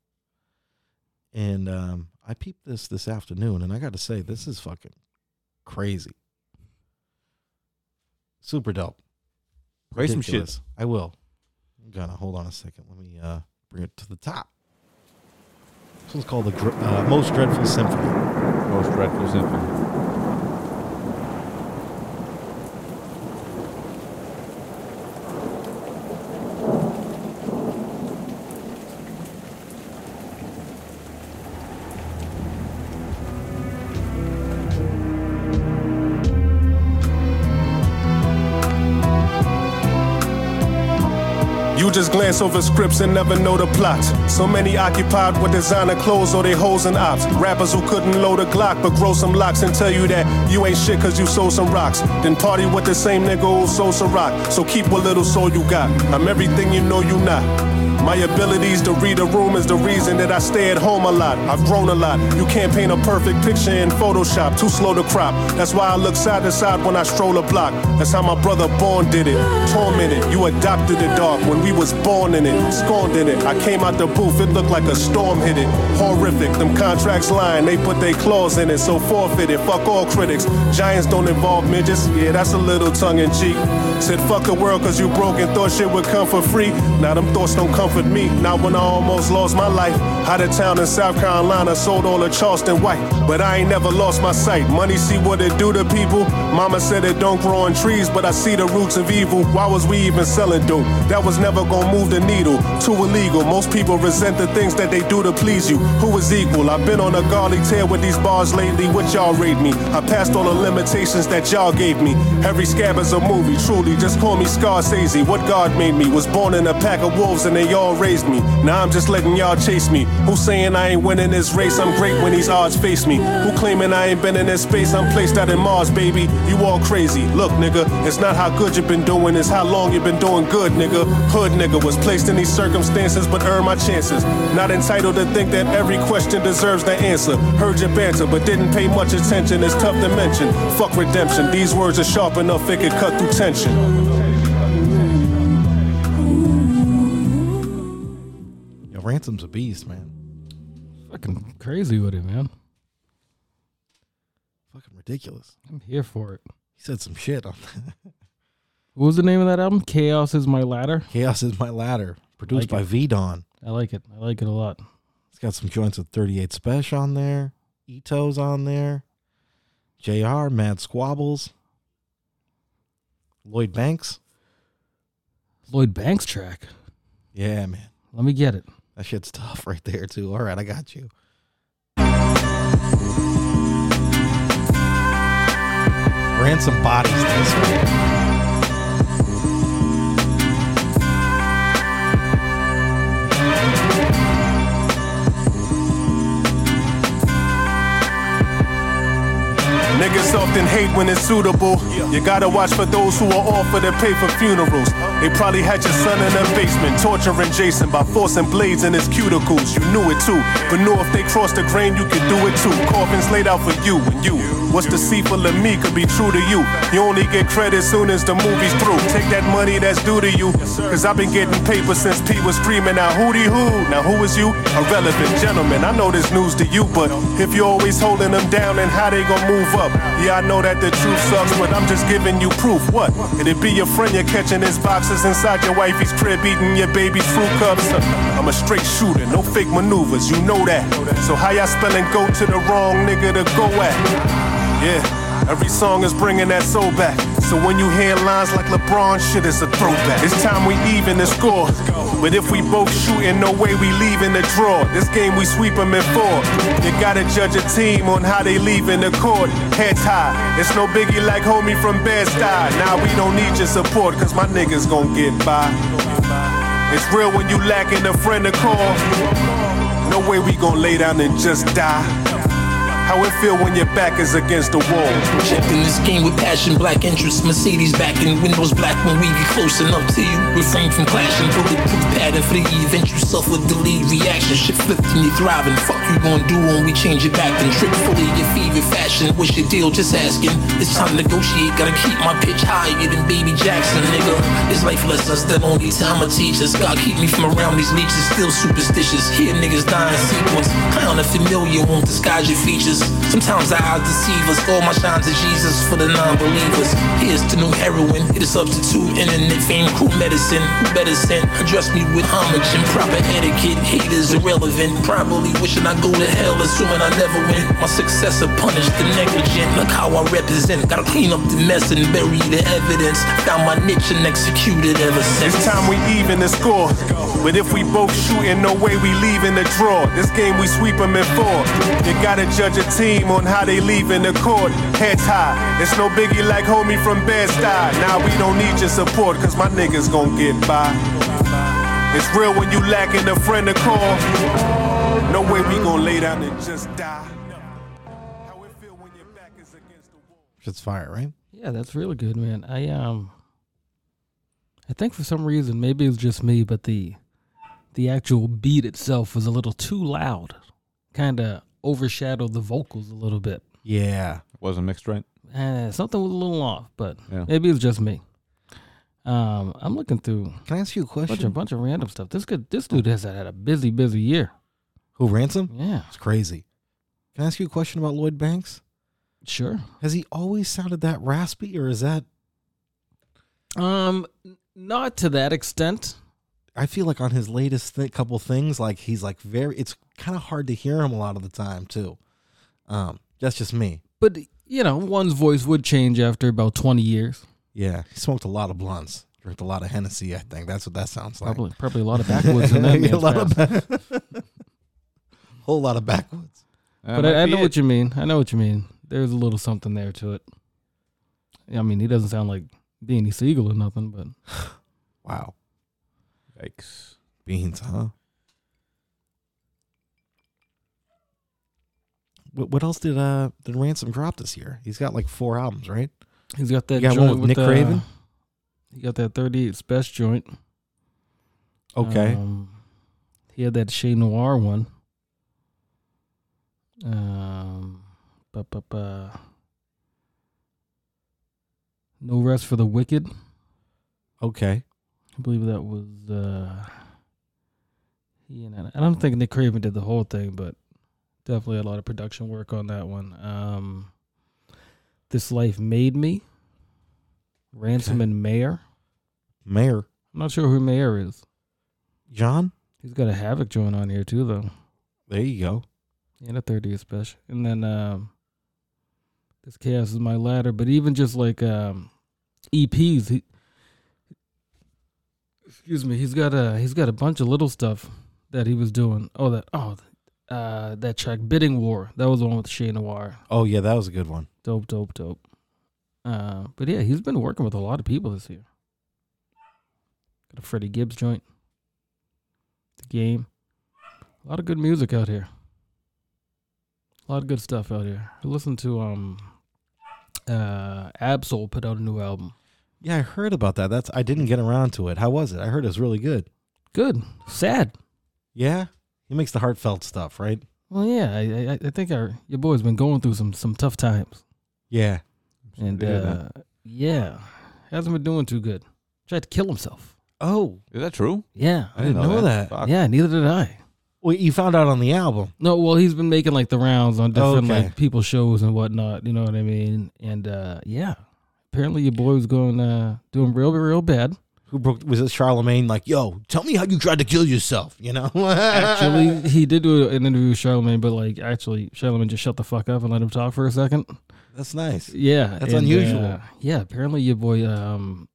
And um, I peeped this this afternoon, and I got to say, this is fucking crazy. Super dope. Play some shit. Ridiculous. I will. I'm gonna hold on a second. Let me uh, bring it to the top. This one's called the Dr- uh, Most Dreadful Symphony. Most dreadful symphony. You just glance over scripts and never know the plot. So many occupied with designer clothes or they hoes and ops. Rappers who couldn't load a Glock but grow some locks and tell you that you ain't shit cause you sold some rocks. Then party with the same nigga who sold some rock. So keep what little soul you got. I'm everything you know you not. My abilities to read a room is the reason that I stay at home a lot. I've grown a lot. You can't paint a perfect picture in Photoshop, too slow to crop. That's why I look side to side when I stroll a block. That's how my brother Born did it. Tormented, you adopted the dark when we was born in it, scorned in it. I came out the booth, it looked like a storm hit it. Horrific, them contracts lying, they put their claws in it, so forfeit it. Fuck all critics. Giants don't involve midgets, yeah, that's a little tongue in cheek. Said fuck the world cause you broke and thought shit would come for free. Now them thoughts don't comfort me, not when I almost lost my life. Out of town in South Carolina, sold all of Charleston White. But I ain't never lost my sight. Money see what it do to people. Mama said it don't grow on trees, but I see the roots of evil. Why was we even selling dope? That was never gonna move the needle. Too illegal. Most people resent the things that they do to please you. Who is equal? I've been on a garlic tear with these bars lately. What y'all rate me? I passed all the limitations that y'all gave me. Every scab is a movie, truly. Just call me Scorsese. What God made me was born in a pack of wolves and they y'all raised me. Now I'm just letting y'all chase me. Who saying I ain't winning this race? I'm great when these odds face me. Who claiming I ain't been in this space? I'm placed out in Mars, baby. You all crazy. Look, nigga, it's not how good you've been doing, it's how long you've been doing good, nigga. Hood nigga was placed in these circumstances, but earned my chances. Not entitled to think that every question deserves the answer. Heard your banter, but didn't pay much attention. It's tough to mention. Fuck redemption. These words are sharp enough, it could cut through tension. Yo, Ransom's a beast, man. Fucking crazy with it, man. Fucking ridiculous. I'm here for it. He said some shit on What was the name of that album? Chaos is my ladder. Chaos is My Ladder, produced Like by V Don. I like it. I like it a lot. It's got some joints with 38 Special on there, Ito's on there, JR, Mad Squabbles, Lloyd Banks. Lloyd Banks track. Yeah, man. Let me get it. That shit's tough right there, too. All right, I got you. Ransom bodies this way. Niggas often hate when it's suitable. You gotta watch for those who are offered to pay for funerals. They probably had your son in their basement, torturing Jason by forcing blades in his cuticles. You knew it too, but knew if they crossed the grain, you could do it too. Coffins laid out for you and you. What's deceitful in me could be true to you. You only get credit soon as the movie's through. Take that money that's due to you. Cause I've been getting paper since P was screaming out hooty hoo. Now who is you? Irrelevant gentlemen. I know this news to you, but if you're always holding them down, then how they gonna move up? Yeah, I know that the truth sucks, but I'm just giving you proof. What? It'd be your friend you're catching his boxes inside your wifey's crib, eating your baby's fruit cups. I'm a straight shooter, no fake maneuvers, you know that. So how y'all spelling go to the wrong nigga to go at? Yeah, every song is bringing that soul back. So when you hear lines like LeBron, shit is a throwback. It's time we even the score. But if we both shooting, no way we leaving the draw. This game we sweep 'em in four. You gotta judge a team on how they leaving the court. Heads high, it's no biggie like homie from Bed Stuy. Now we don't need your support, cause my niggas gon' get by. It's real when you lacking a friend to call. No way we gon' lay down and just die. How it feel when your back is against the wall. Projecting this game with passion, black interest, Mercedes back in windows black when we get close enough to you. Refrain from clashing, bulletproof pattern for the event you suffer delayed reaction. Shit flipped and you thriving. Fuck you gonna do when we change it back then. Trick fully your favorite fashion. What's your deal? Just asking. It's time to negotiate. Gotta keep my pitch higher than Baby Jackson, nigga. This life lessons that only time I teach us. God keep me from around these leeches. Still superstitious. Hear niggas dying sequence. Clown a familiar won't disguise your features. believers. Sometimes our eyes deceive us. All my shines to Jesus for the non-believers. Here's to new heroin. It is substitute internet fame. Cool medicine. Who better sent? Address me with homage and proper etiquette. Haters irrelevant. Probably wishing I go to hell, assuming I never win. My successor punished the negligent. Look how I represent. Gotta clean up the mess and bury the evidence. Found my niche and executed ever since. It's time we even the score. But if we both shooting, no way we leaving the draw. This game we sweep 'em in four. You gotta judge a team on how they leaving the court. Heads high. It's no biggie like homie from Bed Stuy. Now we don't need your support, cause my niggas gon' get by. It's real when you lacking a friend to call. No way we gon' lay down and just die. How it feel when your back is against the wall. Shit's fire, right? Yeah, that's really good, man. I um, I think for some reason, maybe it's just me, but the the actual beat itself was a little too loud, kind of overshadowed the vocals a little bit. Yeah. Wasn't mixed right. Eh, something was a little off, but Yeah. maybe it's just me. Um, I'm looking through Can I ask you a a bunch of question? bunch of random stuff. This good. This dude has had a busy, busy year. Who ransom? Yeah, It's crazy. Can I ask you a question about Lloyd Banks? sure. Has he always sounded that raspy, or is that? Um, n- not to that extent. I feel like on his latest th- couple things, like he's like very. It's kind of hard to hear him a lot of the time too. Um, that's just me. but you know, one's voice would change after about twenty years. Yeah, he smoked a lot of blunts, drank a lot of Hennessy. I think that's what that sounds like. Probably, probably a lot of backwoods in that. a man's lot of past. ba- whole lot of backwoods. That But might I, I be know it. what you mean. I know what you mean. There's a little something there to it. I mean, he doesn't sound like Beanie Siegel or nothing, but Wow, Yikes. beans, huh? What, what else did uh did Ransom drop this year? He's got like four albums, right? he's got that. You got one joint with Nick the- Craven? He got that 38 Spec joint. Um, he had that Chez Noir one. Um, ba, ba, ba. No Rest for the Wicked. uh, okay. I believe that was uh you know I don't think Nick Craven did the whole thing, but definitely a lot of production work on that one. Um This Life Made Me. Ransom Okay. and Mayor. Mayor I'm not sure who Mayor is. John, He's got a Havoc joint on here too though. there you go. And a 30th special. And then um This Chaos is My Ladder. But even just like um EPs, he excuse me, he's got a he's got a bunch of little stuff that he was doing. Oh that oh uh that track Bidding War. That was the one with Shane Noir. Oh yeah, that was a good one. Dope, dope, dope. Uh but yeah, he's been working with a lot of people this year. Got a Freddie Gibbs joint. The game. A lot of good music out here. A lot of good stuff out here. I listened to um uh Absol put out a new album. Yeah, I heard about that. That's I didn't get around to it. How was it? I heard it was really good. Good. Sad. Yeah, he makes the heartfelt stuff, right? Well, Oh, yeah, I, I, I think our your boy's been going through some some tough times, Yeah, and to hear that. uh, yeah, hasn't been doing too good. Tried to kill himself. Oh, Is that true? Yeah, I didn't know that. Fuck. yeah. Neither did I. well, you found out on the album. No, well, he's been making like the rounds on different Okay. like people shows and whatnot. You know what I mean? And uh, yeah, apparently your boy was going uh, doing real real bad. Who broke? Was it Charlemagne? Like, yo, tell me how you tried to kill yourself. You know? Actually, he did do an interview with Charlemagne, but like actually, Charlemagne just shut the fuck up and let him talk for a second. that's nice. Yeah, That's unusual. uh, yeah, apparently your boy, um,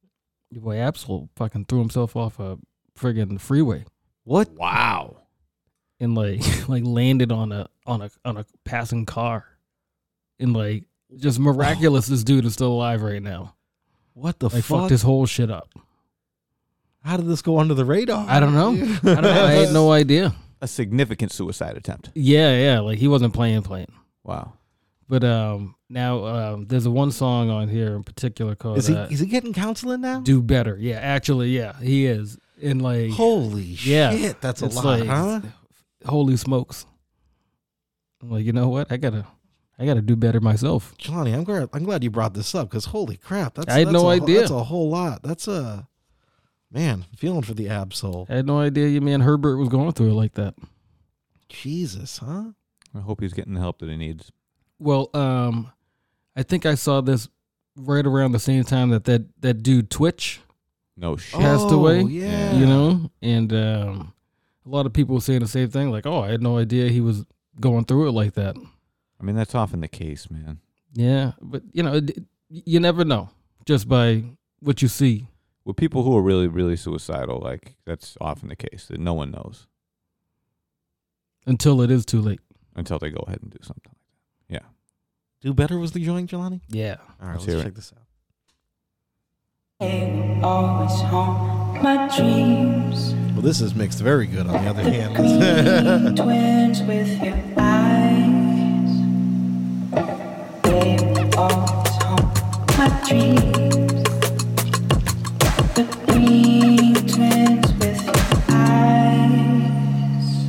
your boy Absol fucking threw himself off a friggin' freeway What? Wow. and like like landed on a on a on a passing car, and like just miraculous this dude is still alive right now. What the Like fuck? fucked his whole shit up. how did this go under the radar? I don't know. I don't know. I had no idea. A significant suicide attempt. Yeah, yeah. Like he wasn't playing playing. Wow. But um, now um, there's a one song on here in particular called Is he? uh, Is he getting counseling now? "Do Better." Yeah, actually, yeah, he is. And like, Holy Yeah. shit! That's a It's lot, like- huh? holy smokes I'm like you know what i gotta i gotta do better myself Johnny, I'm glad I'm glad you brought this up because holy crap, that's I had that's no a, idea. That's a whole lot. That's a man I'm feeling for the Absol. i had no idea your man herbert was going through it like that Jesus, huh? I hope he's getting the help that he needs. Well, um, I think I saw this right around the same time that that, that dude Twitch No shit. passed Oh, away. yeah. You know, and um, a lot of people were saying the same thing. Like, oh, I had no idea he was going through it like that. I mean, that's often the case, man. Yeah, but you know, it, you never know just by what you see. With people who are really, really suicidal, like that's often the case that no one knows until it is too late. until they go ahead and do something. Do better was the joint, Jelani. Yeah. All right, Let's let's, hear it. check this out. always haunt my dreams. Well, this is mixed very good. On the other hand, Twins with your eyes. They always haunt my dreams. The green twins with your eyes.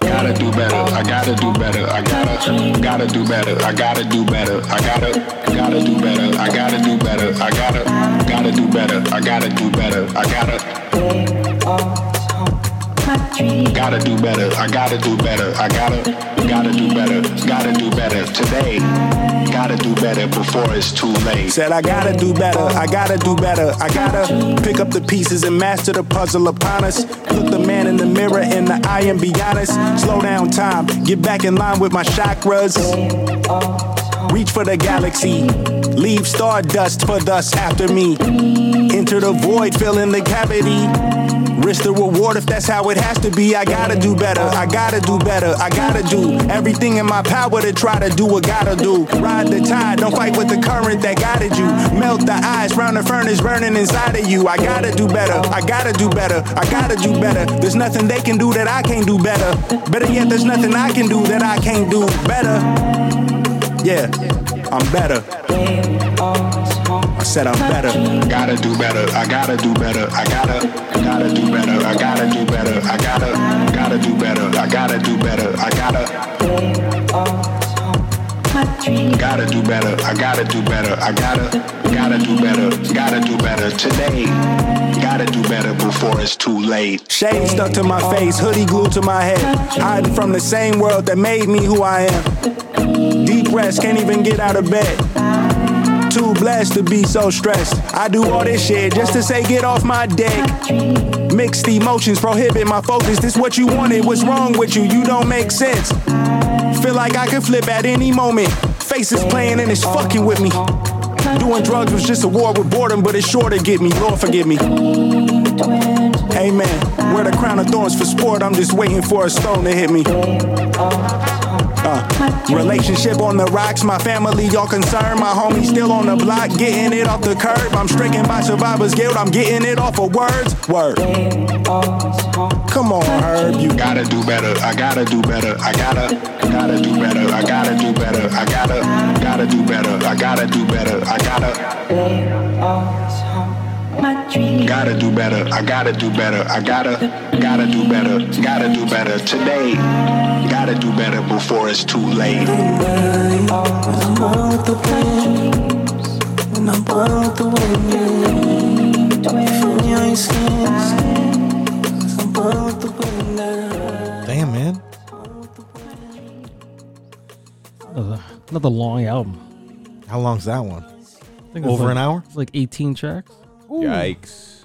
Gotta do better. I gotta do better. I gotta, gotta do better. I gotta do better. I gotta, gotta do better. I gotta do better. I gotta, gotta do better. I gotta do better. I gotta, They always haunt my dreams. gotta do better. I gotta do better. I gotta, gotta do better. Gotta do better today. Gotta do better before it's too late. Said I gotta do better, I gotta do better, I gotta pick up the pieces and master the puzzle upon us. Look the man in the mirror in the eye and be honest. Slow down time, get back in line with my chakras. Reach for the galaxy, leave stardust for dust after me. Enter the void, fill in the cavity. Risk the reward if that's how it has to be. I gotta do better, I gotta do better, I gotta do everything in my power to try to do what gotta do. Ride the tide, don't fight with the current that guided you. Melt the ice round the furnace burning inside of you. I gotta do better, I gotta do better, I gotta do better. There's nothing they can do that I can't do better. Better yet, there's nothing I can do that I can't do better. Yeah, I'm better. They always I haunt said I'm my better. dreams. Gotta do better. I gotta do better. I gotta, gotta do better. I gotta do better. I gotta, gotta do better. I gotta do better. I gotta, They always haunt my dreams. gotta do better. I gotta do better. I gotta, gotta do better. Gotta do better today. Gotta do better before it's too late. Shade stuck to my face, hoodie glued to my head. Hiding from the same world that made me who I am. Deep rest, can't even get out of bed. Too blessed to be so stressed. I do all this shit just to say, get off my dick. Mixed emotions prohibit my focus. This what you wanted, what's wrong with you? You don't make sense. Feel like I could flip at any moment. Faces playing and it's fucking with me. Doing drugs was just a war with boredom, but it's sure to get me. Lord forgive me. Amen. Wear the crown of thorns for sport. I'm just waiting for a stone to hit me. Uh, relationship on the rocks. My family, y'all concerned. My homie still on the block, getting it off the curb. I'm stricken by survivor's guilt. I'm getting it off of words. Word. Come on, Herb. You Gotta do better. I gotta do better. I gotta, gotta do better. I gotta do better. I gotta, gotta do better. I gotta do better. I gotta. They always haunt my dreams. Gotta do better. I gotta do better. I gotta, gotta do better. Gotta do better today. Gotta do better before it's too late. damn man, Another, another long album. how long's that one? I think it's Over like- an hour? It's like 18 tracks. Yikes!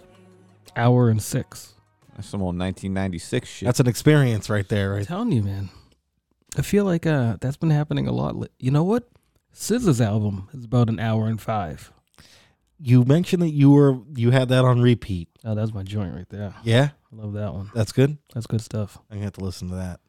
Hour and six. That's some old 1996 shit. That's an experience right there, I'm right? telling you, man. I feel like uh, that's been happening a lot. Li- You know what? Scissor's album is about an hour and five. You mentioned that you were you had that on repeat. Oh, that's my joint right there. Yeah, I love that one. that's good. That's good stuff. I'm gonna have to listen to that.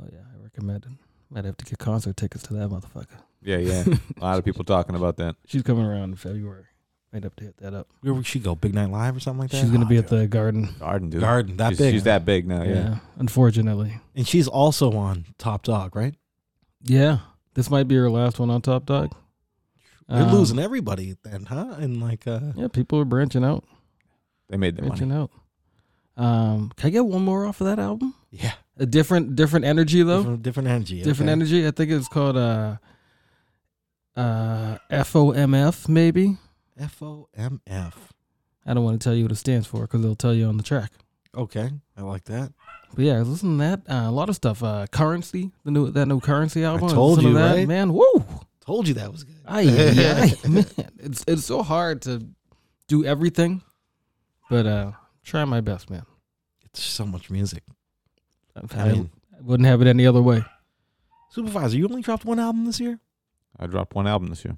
Oh, yeah. I recommend it. Might have to get concert tickets to that motherfucker. yeah, yeah. a lot of people talking about that. She's coming around in February. Might have to hit that up. Where would she go? Big Night Live or something like that. She's going to Oh, be at dude. the garden. Garden dude. Garden that she's, big. She's that big now. Yeah. yeah. Unfortunately. and she's also on Top Dog, right? Yeah. This might be her last one on Top Dog. They're Um, losing everybody then, huh? And like, uh, Yeah, people are branching out. They made their money. Branching out. Um, can I get one more off of that album? yeah, A different different energy though. Different, different, different energy. okay. energy. I think it's called uh uh FOMF maybe. F O M F. I don't want to tell you what it stands for because they'll tell you on the track. Okay, I like that. But yeah, I was listening to that. Uh, a lot of stuff. Uh, currency, the new that new currency album. was told listening you, to that, right? man. Woo! Told you that was good. Aye, aye, aye, man. It's it's so hard to do everything, but uh, try my best, man. It's so much music. I, I mean, wouldn't have it any other way. Supervisor, you only dropped one album this year, I dropped one album this year.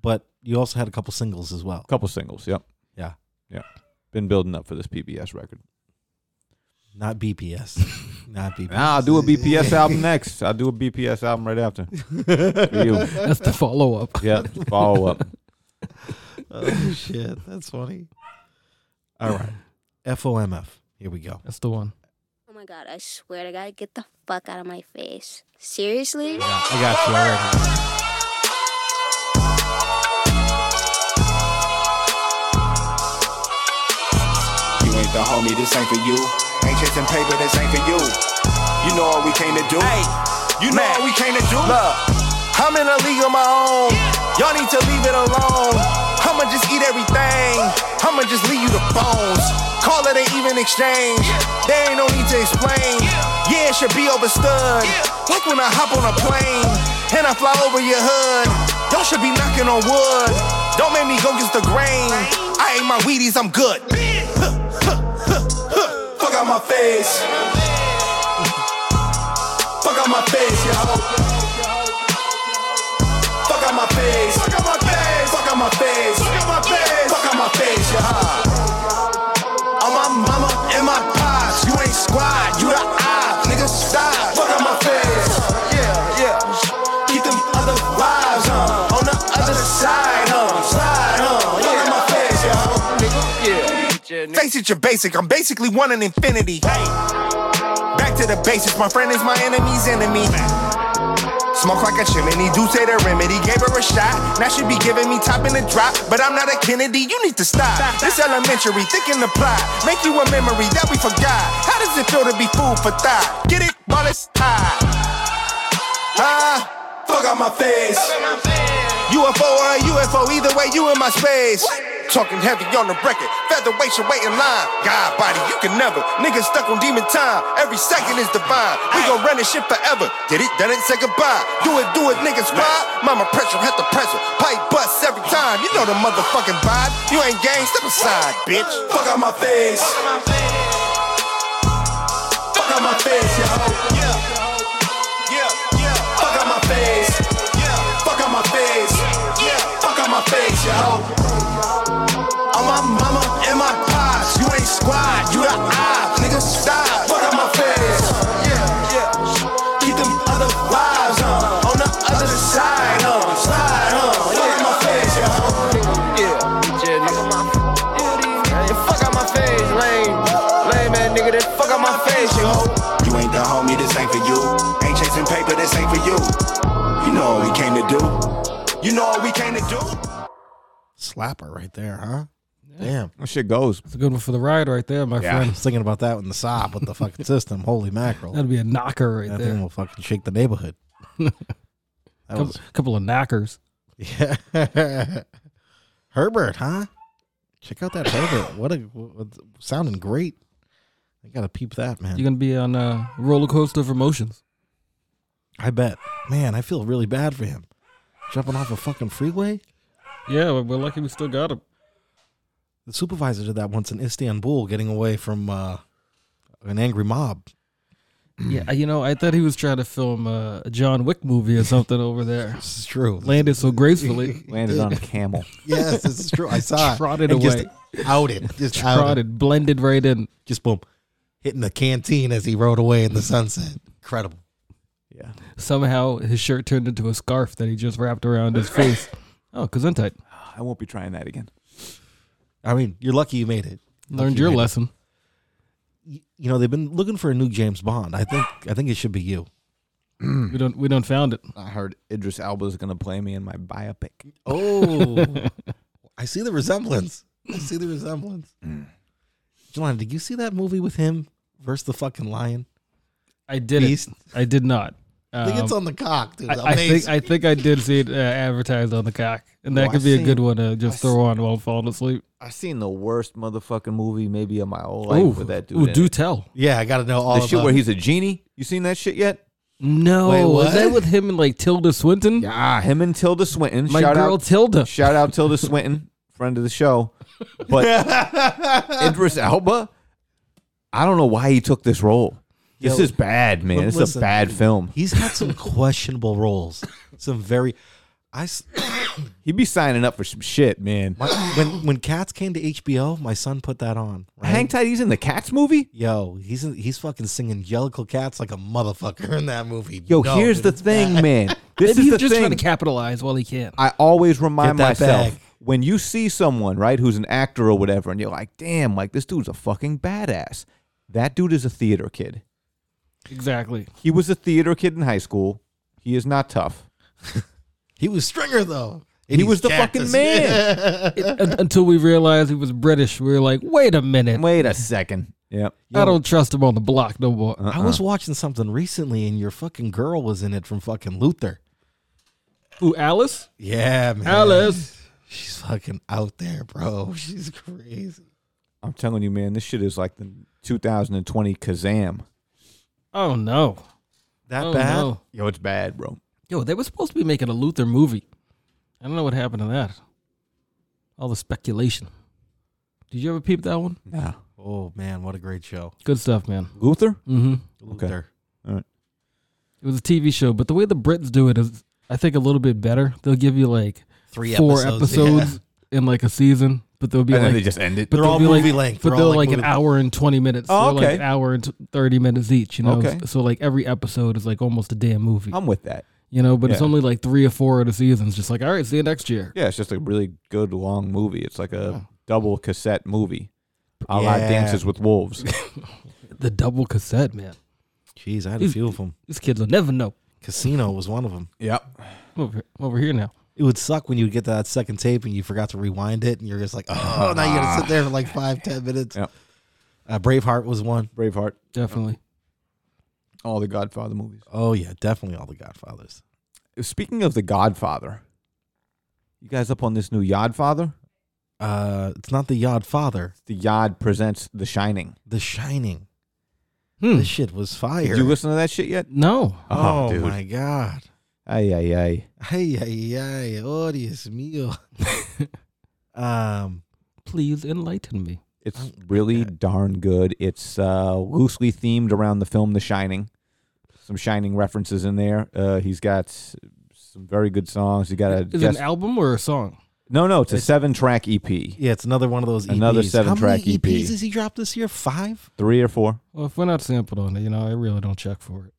but you also had a couple singles as well. A couple singles. Yep. Yeah. Yep. Been building up for this PBS record. Not BPS. Not BPS. Nah, I'll do a BPS album next. I'll do a BPS album right after. For you. That's the follow up. Yeah. Follow up. Oh shit, that's funny. All right, FOMF. Here we go. That's the one. Oh my god, I swear to God, get the fuck out of my face. Seriously? I got you. I recognize it. You ain't the homie, this ain't for you. Ain't chasing paper, this ain't for you. You know what we came to do. you know what we came to do. Look, I'm in a league of my own. Y'all need to leave it alone. I'ma just eat everything. I'ma just leave you the bones. Call it an even exchange. There ain't no need to explain. Yeah, it should be overstood. Like when I hop on a plane and I fly over your hood. Y'all should be knocking on wood. Don't make me go against the grain. I ate my Wheaties, I'm good. Fuck out my face. Fuck out my face, yo. Fuck out my face. Fuck out my face. Fuck out my face. Fuck out my face. Fuck out my face, yo. On my mama and my pops. You ain't squad, you the eye. Nigga, stop. Fuck out my face. Yeah, yeah. Keep them other vibes, huh? On the other side, huh? Slide, huh? Fuck out my face, yo. Face it, you're basic. I'm basically one in infinity. Back to the basics. My friend is my enemy's enemy. Smoke like a chimney, do say the remedy. Gave her a shot. Now she be giving me top in the drop. But I'm not a Kennedy, you need to stop. This elementary, thicken the plot. Make you a memory that we forgot. How does it feel to be food for thought? Get it while it's hot. Ah, fuck out my face. UFO or a UFO, either way, you in my space. Talking heavy on the record, featherweight should wait in line. God body, you can never. Niggas stuck on demon time, every second is divine. We gon' run this shit forever. Did it, done it, say goodbye. Do it, do it, niggas, why? Mama pressure, hit the pressure. Pipe bust every time, you know the motherfucking vibe. You ain't gang, step aside, bitch. Fuck out my face. Fuck out my face, yo. Fuck out my face. Fuck out my face. Fuck out my face, yo. On my mama and my pops. You ain't squad, you the eye. Nigga, stop. Fuck out my face. Yeah, yeah. Keep them other vibes on. On the other side, huh? Slide, huh? Fuck out my face, yo. Yeah, fuck out my face, lame. Lame ass nigga, that fuck out my face, yo. You ain't the homie, this ain't for you. Ain't chasing paper, this ain't for you. You know what we came to do. You know what we came to do. Slapper right there, huh? Damn. That shit goes. It's a good one for the ride right there, my I friend. was thinking about that in the sob with the fucking system. Holy mackerel. That'd be a knocker right that there. thing will fucking shake the neighborhood. that Couple, was couple of knockers. yeah. Herbert, huh? Check out that Herbert. What a what, sounding great. I gotta peep that man. You're gonna be on a roller coaster of emotions. I bet. Man, I feel really bad for him. Jumping off a fucking freeway. Yeah, we're lucky we still got him. The supervisor did that once in Istanbul, getting away from uh, an angry mob. Yeah, you know, I thought he was trying to film uh, a John Wick movie or something over there. This is true. Landed so gracefully. Landed on a camel. Yes, this is true. I saw it. Trotted And away. Just outed. Just outed. Prodded, blended right in. Just boom. Hitting the canteen as he rode away in the sunset. Incredible. Yeah. Somehow his shirt turned into a scarf that he just wrapped around his face. Oh, Gesundheit. I won't be trying that again. I mean, you're lucky you made it. Learned Lucky you your made it. lesson. Y- You know, they've been looking for a new James Bond. I think I think it should be you. We don't we don't found it. I heard Idris Alba is gonna play me in my biopic. Oh. I see the resemblance. I see the resemblance. Jelani, did you see that movie with him versus the fucking lion? I did Beast. it. I did not. I think it's Um, on the cock, dude. I, I think Amazing. I think I did see it uh, advertised on the cock, and that Oh, could I be a see. good one to just I throw on while falling asleep. I've seen the worst motherfucking movie maybe of my whole life Ooh, with that dude. ooh, in do it. tell. yeah, I got to know all the shit about where it. he's a genie. You seen that shit yet? No, Wait, was that what? with him and like Tilda Swinton? Yeah, him and Tilda Swinton. My shout girl out, Tilda. shout out Tilda Swinton, friend of the show. But Idris Elba, I don't know why he took this role. This Yo, is bad, man. But This is a listen, bad film. He's had some questionable roles. Some very. I s- He'd be signing up for some shit, man. my, when when Cats came to HBO, my son put that on. Right? Hang tight, he's in the Cats movie. Yo, he's he's fucking singing "Jellicle Cats" like a motherfucker in that movie. Yo, No, here's dude, the it's thing, bad. man. This Maybe is he's the just thing. trying to capitalize while he can. I always remind Get that myself bag. when you see someone, right, who's an actor or whatever, and you're like, damn, like this dude's a fucking badass. That dude is a theater kid. Exactly. He was a theater kid in high school. He is not tough. He was Stringer though. He was the fucking man. Un- until we realized he was British, we were like, "Wait a minute, Wait a second. Yep. Uh-uh. I don't trust him on the block no more." I was watching something recently, and your fucking girl was in it from fucking Luther. Who, Alice? Yeah, man. Alice. she's fucking out there, bro. She's crazy. I'm telling you, man, this shit is like the 2020 Kazam. Oh no. That Oh, bad? no. Yo, it's bad, bro. Yo, they were supposed to be making a Luther movie. I don't know what happened to that. All the speculation. Did you ever peep that one? Nah. Oh man, what a great show, Good stuff, man. Luther? Mm-hmm. Luther. It was a TV show, but the way the Brits do it is, I think, a little bit better. They'll give you like Three four episodes, episodes, yeah. in like a season, but they'll be and then they like, just end it. but They're they'll all be like- movie length. but They're they're all, like, like, an movie- hour and twenty minutes. Oh, They're like okay. an hour and t- thirty minutes each. You know, Okay. so like every episode is like almost a damn movie. I'm with that. you know, but it's yeah. only like three or four of the seasons. Just like, all right, see you next year. Yeah, it's just a really good long movie. It's like a double cassette movie. A la Yeah. Dances with Wolves. The double cassette, man. Jeez, I had a few of them. These kids will never know. Casino was one of them. yep. I'm over, I'm over here now. It would suck when you get to that second tape and you forgot to rewind it, and you're just like, oh, now you got to sit there for like five, ten minutes. Yep. Uh, Braveheart was one. Braveheart. Definitely. All the Godfather movies. Oh yeah, definitely all the Godfathers. Speaking of the Godfather, you guys up on this new Yodfather? Uh, it's not the Yodfather, The Yod presents The Shining. The Shining. Hmm. This shit was fire. Did you listen to that shit yet? No. oh my god. Ay, ay, ay. Ay ay ay. Oh Dios mío. um, Please enlighten me. It's really darn good. It's uh, loosely themed around the film The Shining. Some Shining references in there. Uh, he's got s- some very good songs. He got a Is it an guest- album or a song? no, no. It's a seven-track EP, yeah, it's another one of those. EPs. Another How seven-track E many E EP. EPs has he dropped this year? Five. three or four. Well, if we're not sampled on it, you know, I really don't check for it.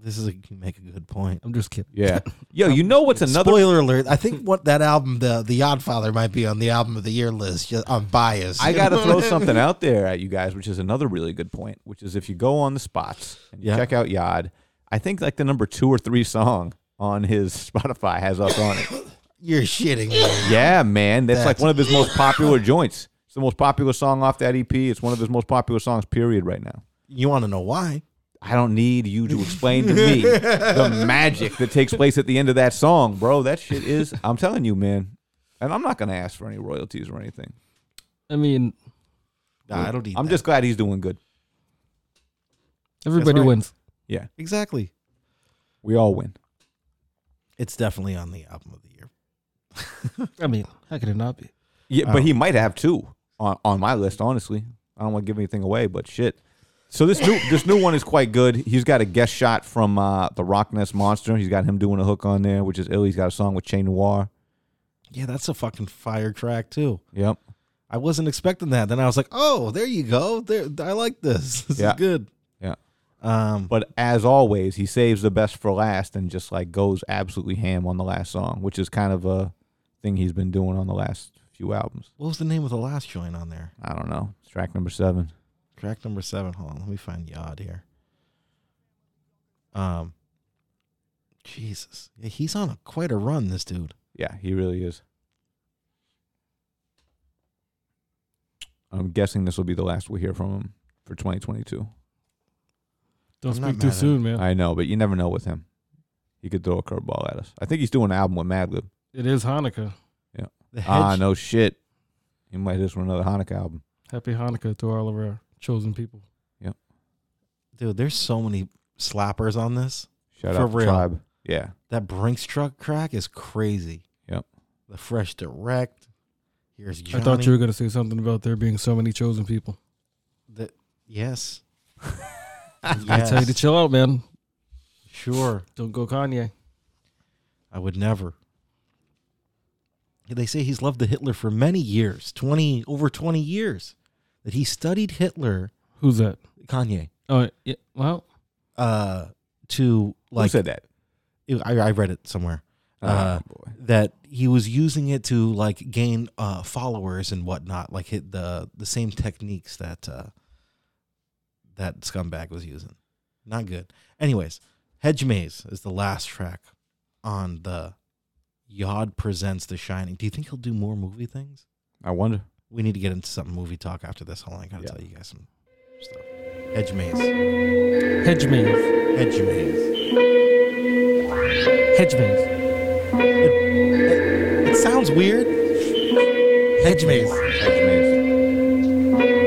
This is a, you make a good point. I'm just kidding. Yeah. Yo, you know what's another? Spoiler alert! I think what that album, the the Godfather, might be on the album of the year list. Just, um, I'm biased. I You got to know throw what I mean? something out there at you guys, which is another really good point, which is if you go on the spots and you Yeah. check out Yod, I think like the number two or three song on his Spotify has us on it. You're shitting me. yeah, man. That's, like That's- one of his most popular joints. It's the most popular song off that EP. It's one of his most popular songs, period, right now. You want to know why? I don't need you to explain to me the magic that takes place at the end of that song, bro. That shit is, I'm telling you, man. And I'm not going to ask for any royalties or anything. I mean, Nah, I don't need. I'm that. just glad he's doing good. everybody right. wins. Yeah. exactly. We all win. It's definitely on the album of the year. I mean, how could it not be? Yeah, but he Um, might have two on, on my list. Honestly, I don't want to give anything away, but shit. So this new this new one is quite good. He's got a guest shot from uh, the Rockness Monster. He's got him doing a hook on there, which is ill. He's got a song with Chain Noir. Yeah, that's a fucking fire track too. Yep. I wasn't expecting that. Then I was like, oh, there you go. There, I like this. This Yeah. is good. Yeah. Um, But as always, he saves the best for last and just like goes absolutely ham on the last song, which is kind of a thing he's been doing on the last few albums. what was the name of the last joint on there? I don't know. It's track number seven. Track number seven. Hold on, let me find Yod here. Um, Jesus, yeah, he's on a, quite a run. This dude. Yeah, he really is. I'm guessing this will be the last we hear from him for 2022. Don't I'm not speak too mad at soon, man. I know, but you never know with him. he could throw a curveball at us. I think he's doing an album with Madlib. It is Hanukkah. The Ah, hedge- no shit. He might just run another Hanukkah album. Happy Hanukkah to all of our chosen people. Dude, there's so many slappers on this. Shout For out to real. Tribe. Yeah. That Brinks truck crack is crazy. Yep. The Fresh Direct. Here's Johnny. I thought you were going to say something about there being so many chosen people. The, yes. I tell you to Yes. chill out, man. Sure. Don't go Kanye. I would never. They say he's loved the Hitler for many years, 20 over 20 years. That he studied Hitler, Who's that? Kanye, Oh, yeah, well, uh to Who like said that? it- I, I read it somewhere. Oh, Uh, boy. that he was using it to like gain uh, followers and whatnot, like hit the the same techniques that uh, that scumbag was using. Not good. Anyways, Hedge Maze is the last track on the Yod presents The Shining. Do you think he'll do more movie things? I wonder. We need to get into some movie talk after this. Hold on, I gotta Yeah. tell you guys some stuff. Hedge Maze, hedge maze. Hedge Maze. Hedge maze. It sounds weird. Hedge Maze. Hedge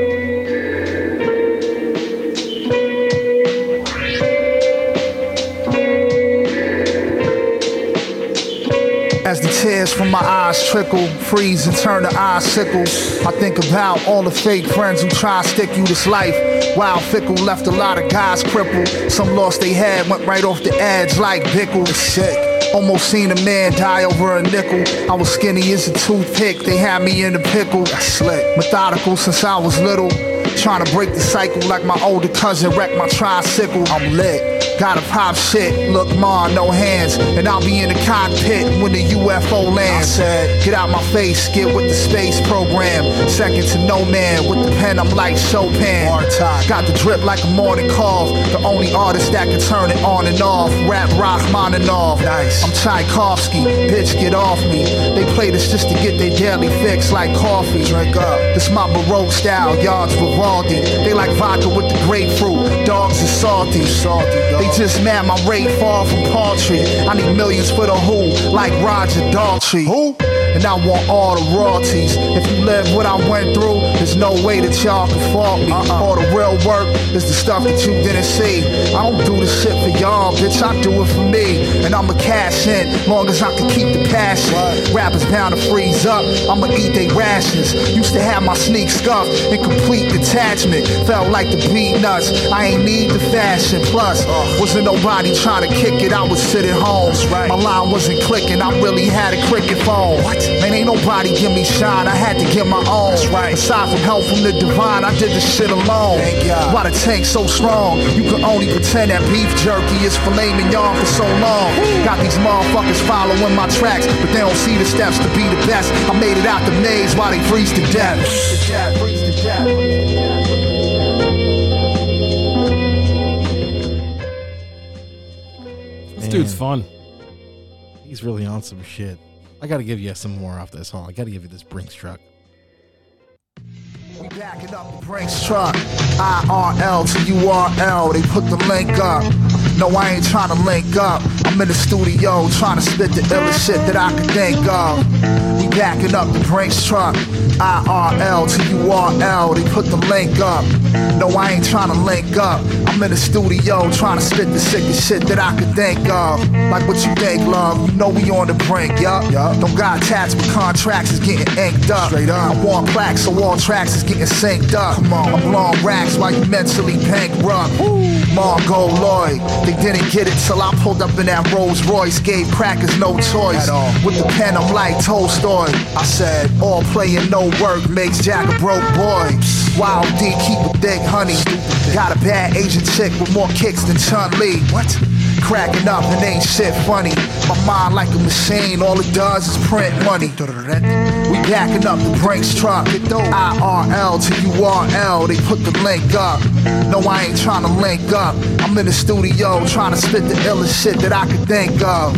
As the tears from my eyes trickle, freeze and turn to icicles. I think about all the fake friends who try to stick you this life. Wild fickle left a lot of guys crippled. Some lost they had, went right off the edge like Bickle. Sick. Almost seen a man die over a nickel. I was skinny as a toothpick, they had me in a pickle. Slick. Methodical since I was little. Trying to break the cycle like my older cousin wrecked my tricycle. I'm lit. Gotta pop shit, look ma, no hands, and I'll be in the cockpit when the UFO lands. Said, get out my face, get with the space program. Second to no man, with the pen I'm like Chopin. Got the drip like a morning cough. The only artist that can turn it on and off. Rap Rachmaninoff. Nice. I'm Tchaikovsky, bitch get off me. They play this just to get their daily fix like coffee. Drink up. This my baroque style, yards Vivaldi. They like vodka with the grapefruit. Dogs are salty. salty They just mad my rate far from paltry. I need millions for the who, like Roger Daltrey. Who? And I want all the royalties. If you live what I went through, there's no way that y'all can fault me. All the real work is the stuff that you didn't see. I don't do this shit for y'all, bitch. I do it for me. And I'ma cash in, long as I can keep the passion. Rappers bound to freeze up. I'ma eat they rations. Used to have my sneak scuffed in complete detachment. Felt like the beat nuts. I ain't need the fashion. Plus, wasn't nobody trying to kick it. I was sitting home. My line wasn't clicking. I really had a cricket phone. Man, ain't nobody give me shine. I had to get my own. Aside from help from the divine, I did this shit alone. Why the tank so strong? You can only pretend that beef jerky is filet mignon for so long. Got these motherfuckers following my tracks, but they don't see the steps to be the best. I made it out the maze while they freeze to death. This dude's Man. fun. He's really on some shit. I gotta give you some more off this. Hold on, I gotta give you this Brinks truck. We backing up the Brinks truck. IRL to URL, they put the link up. No, I ain't trying to link up. I'm in the studio trying to spit the illest shit that I can think of. We backing up the Brinks truck. IRL to URL, they put the link up. No, I ain't trying to link up. I'm in the studio trying to spit the sickest shit that I could think of. Like what you think, love. You know we on the brink, yup. Don't got tats, but contracts is getting inked up. Straight up. I want plaques, so all tracks is getting synced up. Come on, I'm long racks while you mentally bankrupt. Margot Lloyd, they didn't get it till I pulled up in that Rolls Royce. Gave crackers no choice. With the pen, I'm like Tolstoy. I said, all play and no work makes Jack a broke boy. Wild D, keep a thick honey. Got a bad Asian chick with more kicks than Chun Lee. What? Cracking up and ain't shit funny. My mind like a machine, all it does is print money. We backing up the Brinks truck. IRL to URL, they put the link up. No, I ain't trying to link up. I'm in the studio trying to spit the illest shit that I could think of.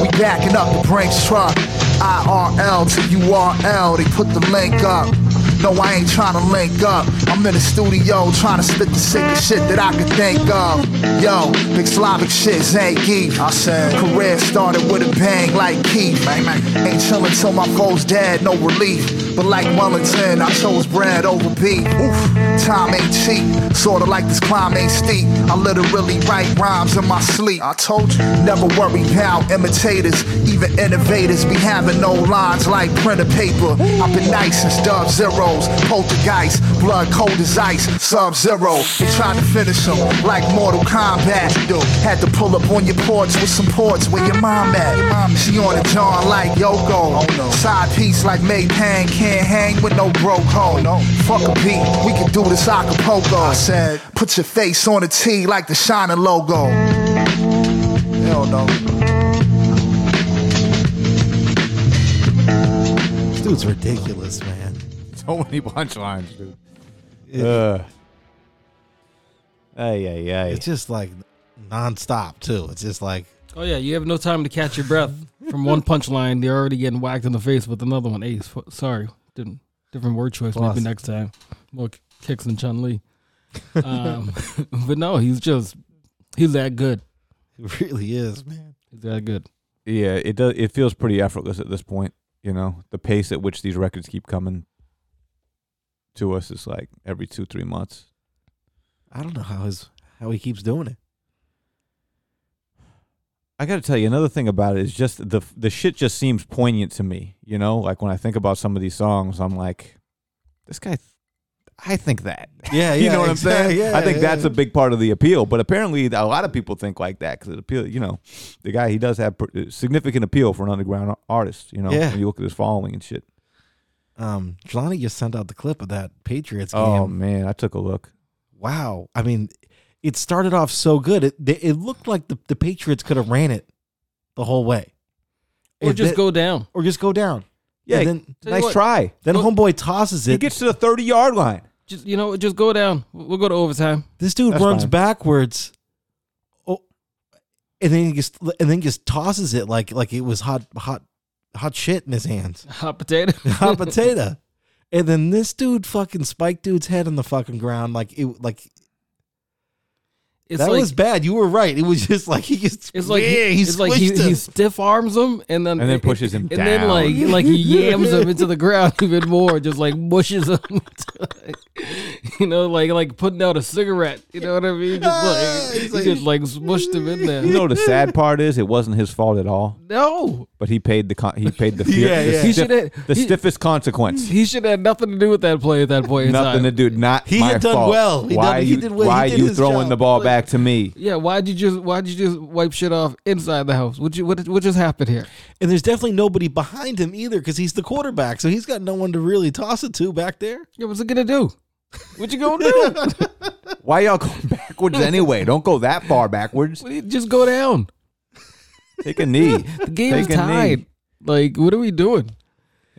We backing up the Brinks truck. IRL to URL, they put the link up. No, I ain't trying to link up. I'm in the studio trying to spit the sickest shit that I could think of. Yo, big Slavic shit, Zangief. I said, career started with a bang like Keith. Ain't chillin' till my foe's dead, no relief. But like Wellington, I chose bread over beef. Oof, time ain't cheap. Sorta like this climb ain't steep. I literally write rhymes in my sleep. I told you, never worry about imitators. Even innovators be having no lines like printer paper. I've been nice since dub zeros, poltergeist, blood cold as ice, sub zero. They tried to finish him like Mortal Kombat. Yo, had to pull up on your porch with some ports where your mom at. She on a John like Yoko. Side piece like May Pang, can't hang with no broke hoe. Fuck a beat, we can do this acapulco. I said, put your face on a T like the shining logo. Hell no. This dude's ridiculous, man. So many punchlines, dude. Ugh. Ay, ay, ay. It's just like nonstop too. It's just like Oh yeah, you have no time to catch your breath from one punchline. They're already getting whacked in the face with another one. Ace, f- sorry, didn't different word choice. Plus. Maybe next time, more k- kicks and Chun Li. Um, but no, he's just he's that good. it really is, man. He's that good. Yeah, it does. It feels pretty effortless at this point. You know, the pace at which these records keep coming to us is like every two, three months. I don't know how his how he keeps doing it. I got to tell you another thing about it is just the the shit just seems poignant to me. You know, like when I think about some of these songs, I'm like, this guy, I think that. Yeah, you yeah, know what I'm exact- saying? yeah, I think that's yeah. a big part of the appeal. But apparently, a lot of people think like that because it appeal. You know, the guy he does have pr- uh, significant appeal for an underground ar- artist. You know, Yeah. when you look at his following and shit. Um, Jelani just sent out the clip of that Patriots game. Oh man, I took a look. wow. I mean, it started off so good. It they- it looked like the, the Patriots could have ran it the whole way, Or If just that- go down. or just go down. Yeah, And then Tell you nice what, try. then homeboy tosses He it. gets to the 30 yard line. Just you know, just go down. We'll go to overtime. this dude That's runs fine. backwards. Oh, and then he just and then just tosses it like like it was hot hot hot shit in his hands, Hot potato. hot potato. And then this dude fucking spiked dude's head in the fucking ground like it like It's that like, was bad. You were right. It was just like he just It's like yeah, he, he it's like squished he, him. he stiff arms him and then And then pushes him and then down. like like he yams him into the ground even more, just like mushes him, you know, like like putting out a cigarette. You know what I mean? Ah, Just like, he just like smushed him in there. You know the sad part is it wasn't his fault at all, No, but he paid the con- he paid the fear, Yeah, the, yeah. He stiff- should've- the he- stiffest consequence. he should have nothing to do with that play at that point. in Nothing time. to do. Not He my had done fault. well. He why done- you, he did well. He Why did you his throwing job. the ball back to me? Yeah, why'd you just why'd you just wipe shit off inside the house? What you what what just happened here? And there's definitely nobody behind him either because he's the quarterback. So he's got no one to really toss it to back there. Yeah, what's it gonna do? What you gonna do? Why y'all going backwards anyway? Don't go that far backwards. What do you- just go down. Take a knee. The Game's tied. Like, what are we doing?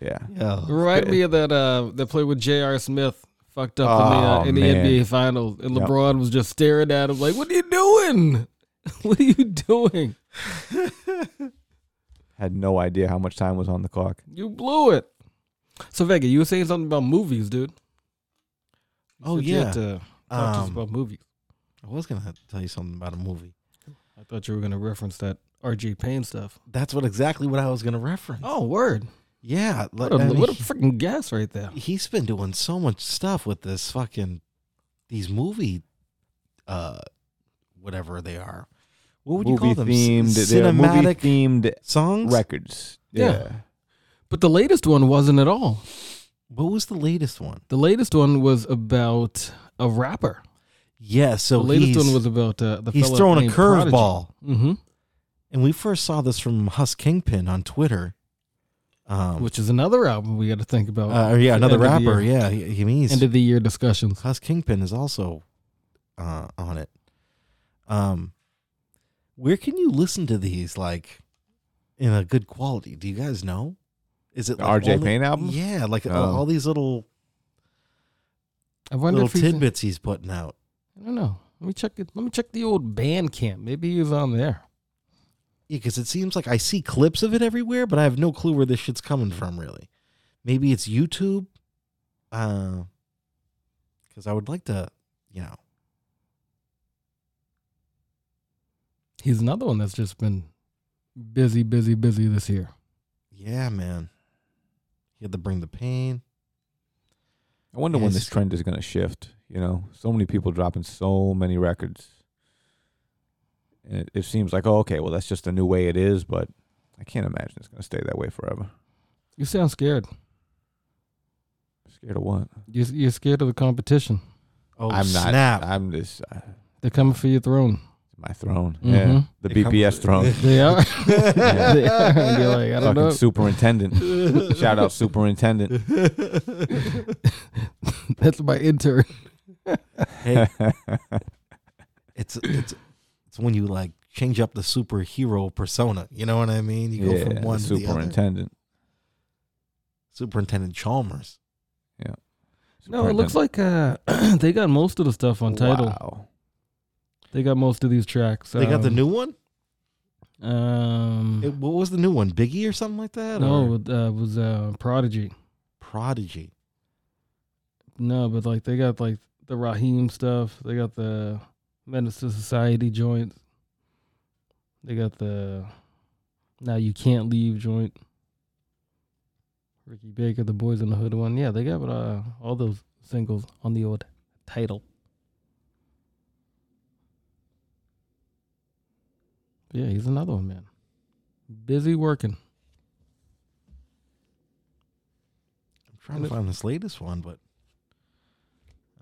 Yeah. Yeah. Remind me of that uh that play with J.R. Smith fucked up Oh, in the uh, in man. the NBA finals and Yep. LeBron was just staring at him like, What are you doing? what are you doing? Had no idea how much time was on the clock. You blew it. So Vega, you were saying something about movies, dude. You Oh, said you had yeah. to talk to us Um, about movies. I was going to tell you something about a movie. I thought you were gonna reference that R.J. Payne stuff. That's what exactly what I was going to reference. Oh, word! Yeah. like, What a, I mean, what a freaking guess right there. he- he's been doing so much stuff with this fucking, these movie, uh, whatever they are. What would you call them? C- Themed, Cinematic themed songs? records. Yeah. But the latest one wasn't at all. What was the latest one? The latest one was about a rapper. Yeah. So the latest he's, one was about uh, the he's fella throwing a named curveball. Prodigy. Mm-hmm. And we first saw this from Hus Kingpin on Twitter. Mhm. Um, which is another album we got to think about. uh, yeah, another End of the rapper. year- Yeah, he, he means End of the year discussions. Hus Kingpin is also uh, on it. Um, where can you listen to these like in a good quality? Do you guys know? Is it The like, R.J. only- Payne album? Yeah, like all, Oh. all these little I wonder little if he's- tidbits he's putting out. I don't know. Let me check it. Let me check the old Bandcamp. Maybe he was on there. because it seems like I see clips of it everywhere, but I have no clue where this shit's coming from. Really, maybe it's YouTube. because I would like to, you know, He's another one that's just been busy, busy, busy this year. yeah, man. He had to bring the pain. I wonder when Yes. this trend is going to shift. You know, so many people dropping so many records. And it, it seems like, oh, okay, well, that's just the new way it is, but I can't imagine it's going to stay that way forever. You sound scared. Scared of what? You're, you're scared of the competition. Oh, I'm not. snap. I'm just uh, They're coming for your throne. my throne. Yeah, Mhm. the They come- BPS throne. They are. They are. You're like, I don't Fucking know. superintendent. Shout out superintendent. That's my intern. Hey, it's it's it's when you like change up the superhero persona. You know what I mean? You go yeah, from the one to the other. superintendent. Superintendent Chalmers. No, it looks like uh, they got most of the stuff on title. Wow. They got most of these tracks. they got the um, new one. Um, It- what was the new one? Biggie or something like that? no, or it uh, was uh, Prodigy. Prodigy. No, but like they got like the Raheem stuff. They got the Menace to Society joint. They got the Now You Can't Leave joint. Ricky Baker, the Boys in the Hood one. Yeah, they got uh, all those singles on the old title. Yeah, he's another one, man. Busy working. I'm trying to find this latest one, but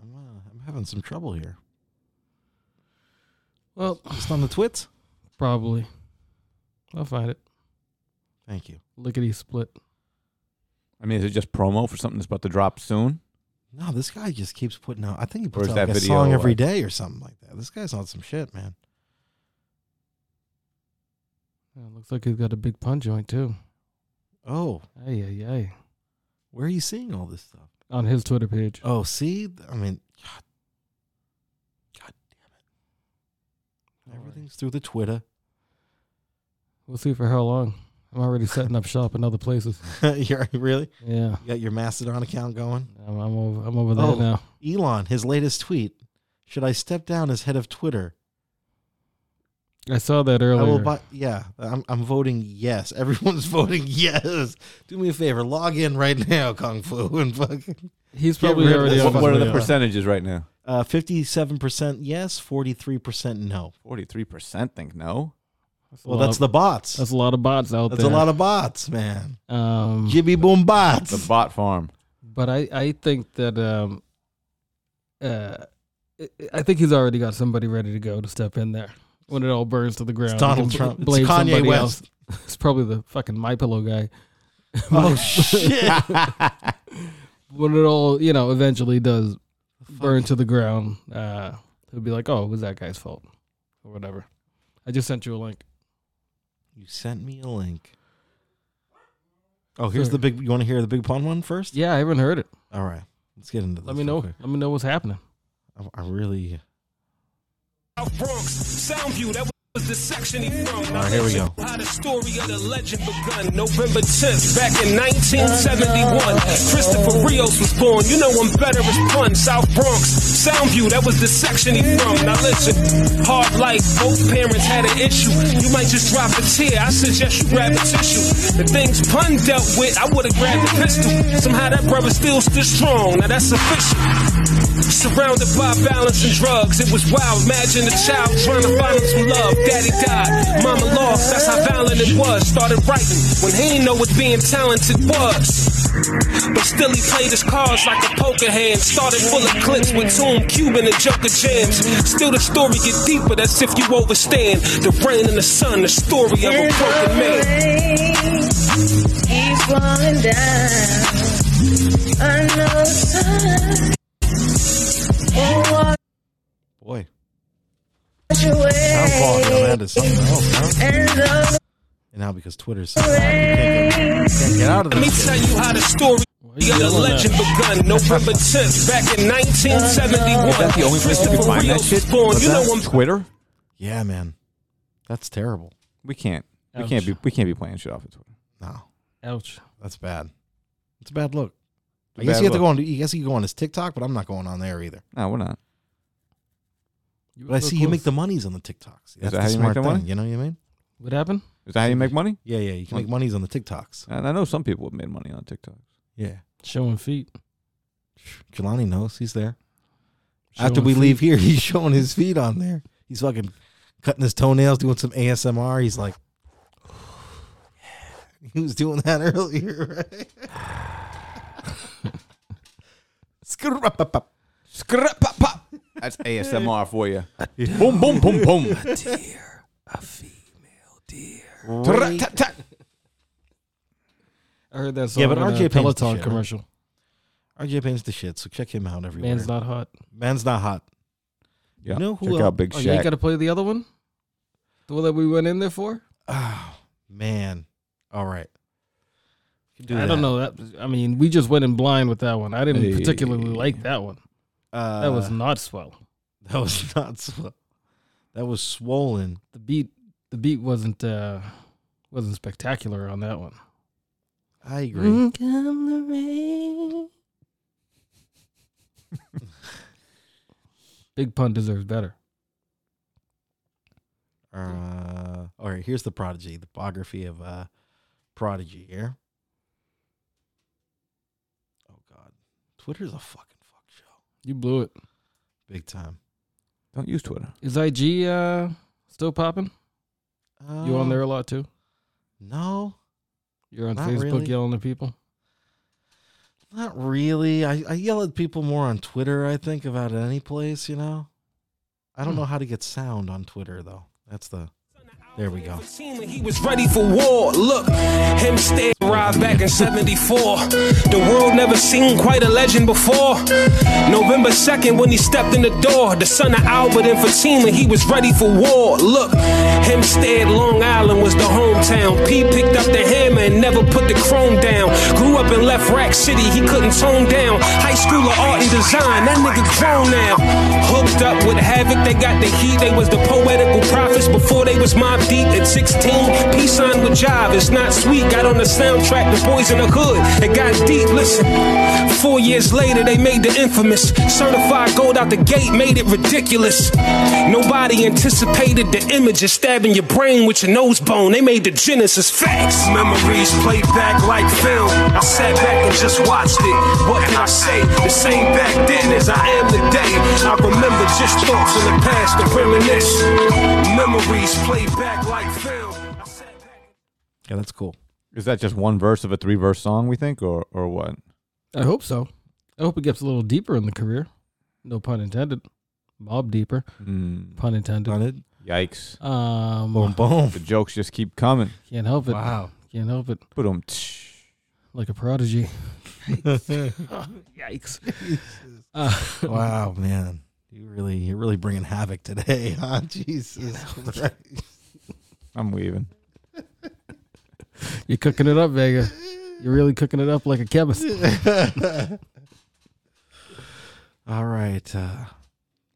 I'm uh, I'm having some trouble here. Well, Just on the twits. probably. I'll find it. Thank you. Lickety split. I mean, is it just promo for something that's about to drop soon? No, this guy just keeps putting out. I think he Or is puts out that like a video, song every like- day or something like that. This guy's on some shit, man. Yeah, it looks like he's got a big pun joint too. Oh, Ay ay ay. where are you seeing all this stuff? On his Twitter page. Oh, see, Th- I mean, God, God damn it! Everything's through the Twitter. We'll see for how long. I'm already setting up shop in other places. You're really Yeah, you got your Mastodon account going. I'm, I'm over. I'm over there Oh. now. Elon, his latest tweet: Should I step down as head of Twitter? I saw that earlier. I will buy. Yeah, I'm, I'm voting yes. Everyone's voting yes. Do me a favor, log in right now, Kung Fu, and fucking he's Get probably rid of already this on. fucking What are his way the Yeah. out. percentages right now? uh, 57% yes, 43% no. Forty-three percent think no. That's a Well, lot that's of- the bots. That's That's, a lot of bots out a there. lot of bots, man. of. Um, Jibby boom bots. The bot farm. but I I think that um, uh, I- I think he's already got somebody ready to go to step in there when it all burns to the ground. it's he Donald can Trump. It's blame Kanye somebody West. else. It's probably the fucking my pillow guy. Oh shit! when it all you know eventually does burn to the ground uh it'll be like oh it was that guy's fault or whatever i just sent you a link you sent me a link. Oh, here's Sorry. the big. You want to hear the big pun one first? yeah i haven't heard it All right, let's get into this. let me real know quick. let me know what's happening I, I really. South Bronx, Soundview, that was the section he from. All right, here we go. How the story of the legend begun. November 10th, back in 1971. Christopher Rios was born. You know I'm better as fun. South Bronx, Soundview, that was the section he from. Now listen, hard life, both parents had an issue. You might just drop a tear. I suggest you grab a tissue. The things pun dealt with, I would have grabbed a pistol. Somehow that brother still stood strong. Now that's official. Surrounded by violence and drugs, it was wild. Imagine a child trying to find some love. Daddy died, mama lost. That's how violent it was. Started writing when he didn't know what being talented was. But still, he played his cards like a poker hand. Started full of clips with Tomb Cuban and Joker jams. Still, the story get deeper. That's if you overstand the rain and the sun. The story of a broken man. Keep falling down. I know time will wash Boy, sound quality on away. that is something else. Huh? And the And now because Twitter's so loud, you can't get, you can't get out of Let me this. tell you how the story of the legend begun November 10th, back in 1971. Is that the only place you can find that shit? Born. Was You know that I'm Twitter? Yeah, man, that's terrible. We can't. We can't be. We can't be playing shit off of Twitter. No, ouch that's bad. It's a bad look. I guess Bad you have to look. go on. You guess you go on his TikTok, but I'm not going on there either. No, we're not. But I see you make the monies on the TikToks. that That's the how you make smart the thing. money? You know what I mean? What happened? Is that how you make money? Yeah, yeah. You can make monies on the TikToks. And I know some people have made money on TikTok. Yeah. Showing feet. Jelani knows he's there. Showing After we feet. leave here, he's showing his feet on there. He's fucking cutting his toenails, doing some ASMR. He's like, he was doing that earlier, right? Skrup-up-up. Skrup-up-up. That's ASMR for you. boom, boom, boom, boom. A deer, a female Ray- deer. I heard that song. Yeah, but in a RJ Payne's the Peloton shit, commercial. Right? RJ Payne's the shit, so check him out everywhere. Man's not hot. Man's not hot. Yeah, You know who check el- out Big Oh, you ain't Shaq. got to play the other one. The one that we went in there for. Ah, Man. All right. Can do I that. don't know. That I mean, we just went in blind with that one. I didn't particularly like that one. Uh, that was not swell. That was not swell. That was swollen. The beat, the beat wasn't uh wasn't spectacular on that one. I agree. Mm, Come the rain. Big pun deserves better. Uh, all right, here's the prodigy, the biography of uh, prodigy. Here. Oh God, Twitter's a fucking fuck show, You blew it. big time. Don't use Twitter. Is IG uh still popping? you on Uh, there a lot too? No, You're on not Facebook really. yelling at people. not really. I, I yell at people more on Twitter. I think about any place, you know. I Hmm. don't know how to get sound on Twitter though. That's the. There we go. He was ready for war. Look, Hempstead arrived back in 74. The world never seen quite a legend before. November 2nd, when he stepped in the door, the son of Albert and Fatima, he was ready for war. Look, Hempstead, Long Island was the hometown. P picked up the hammer and never put the chrome down. Grew up in Left Rack City, he couldn't tone down. High School of Art and Design, that nigga grown now. Hooked up with Havoc, they got the heat. They was the poetical prophets before they was Mob Deep at 16. Peace signed with Jive, it's not sweet. Got on the soundtrack, The Boys in the Hood. It got deep, listen. Four years later, they made the infamous. Certified gold out the gate made it ridiculous. Nobody anticipated the images stabbing your brain with your nose bone. They made the Genesis facts. Memories played back like film. I sat back and just watched it. What can I say? The same back then as I am today. I remember just thoughts in the past to reminisce. Memories played back like film. Yeah, that's cool. Is that just one verse of a three verse song, we think, or, or what? I hope so. I hope it gets a little deeper in the career. No pun intended. Mob deeper. Mm. Pun intended. Yikes. Um, Boom, boom. The jokes just keep coming. Can't help it. Wow. Can't help it. Put them. Like a prodigy. Yikes. Uh, Wow, man, you really you're really bringing havoc today, huh? Jesus Christ. I'm weaving. You're cooking it up, Vega. You're really cooking it up like a chemist. All right. Uh,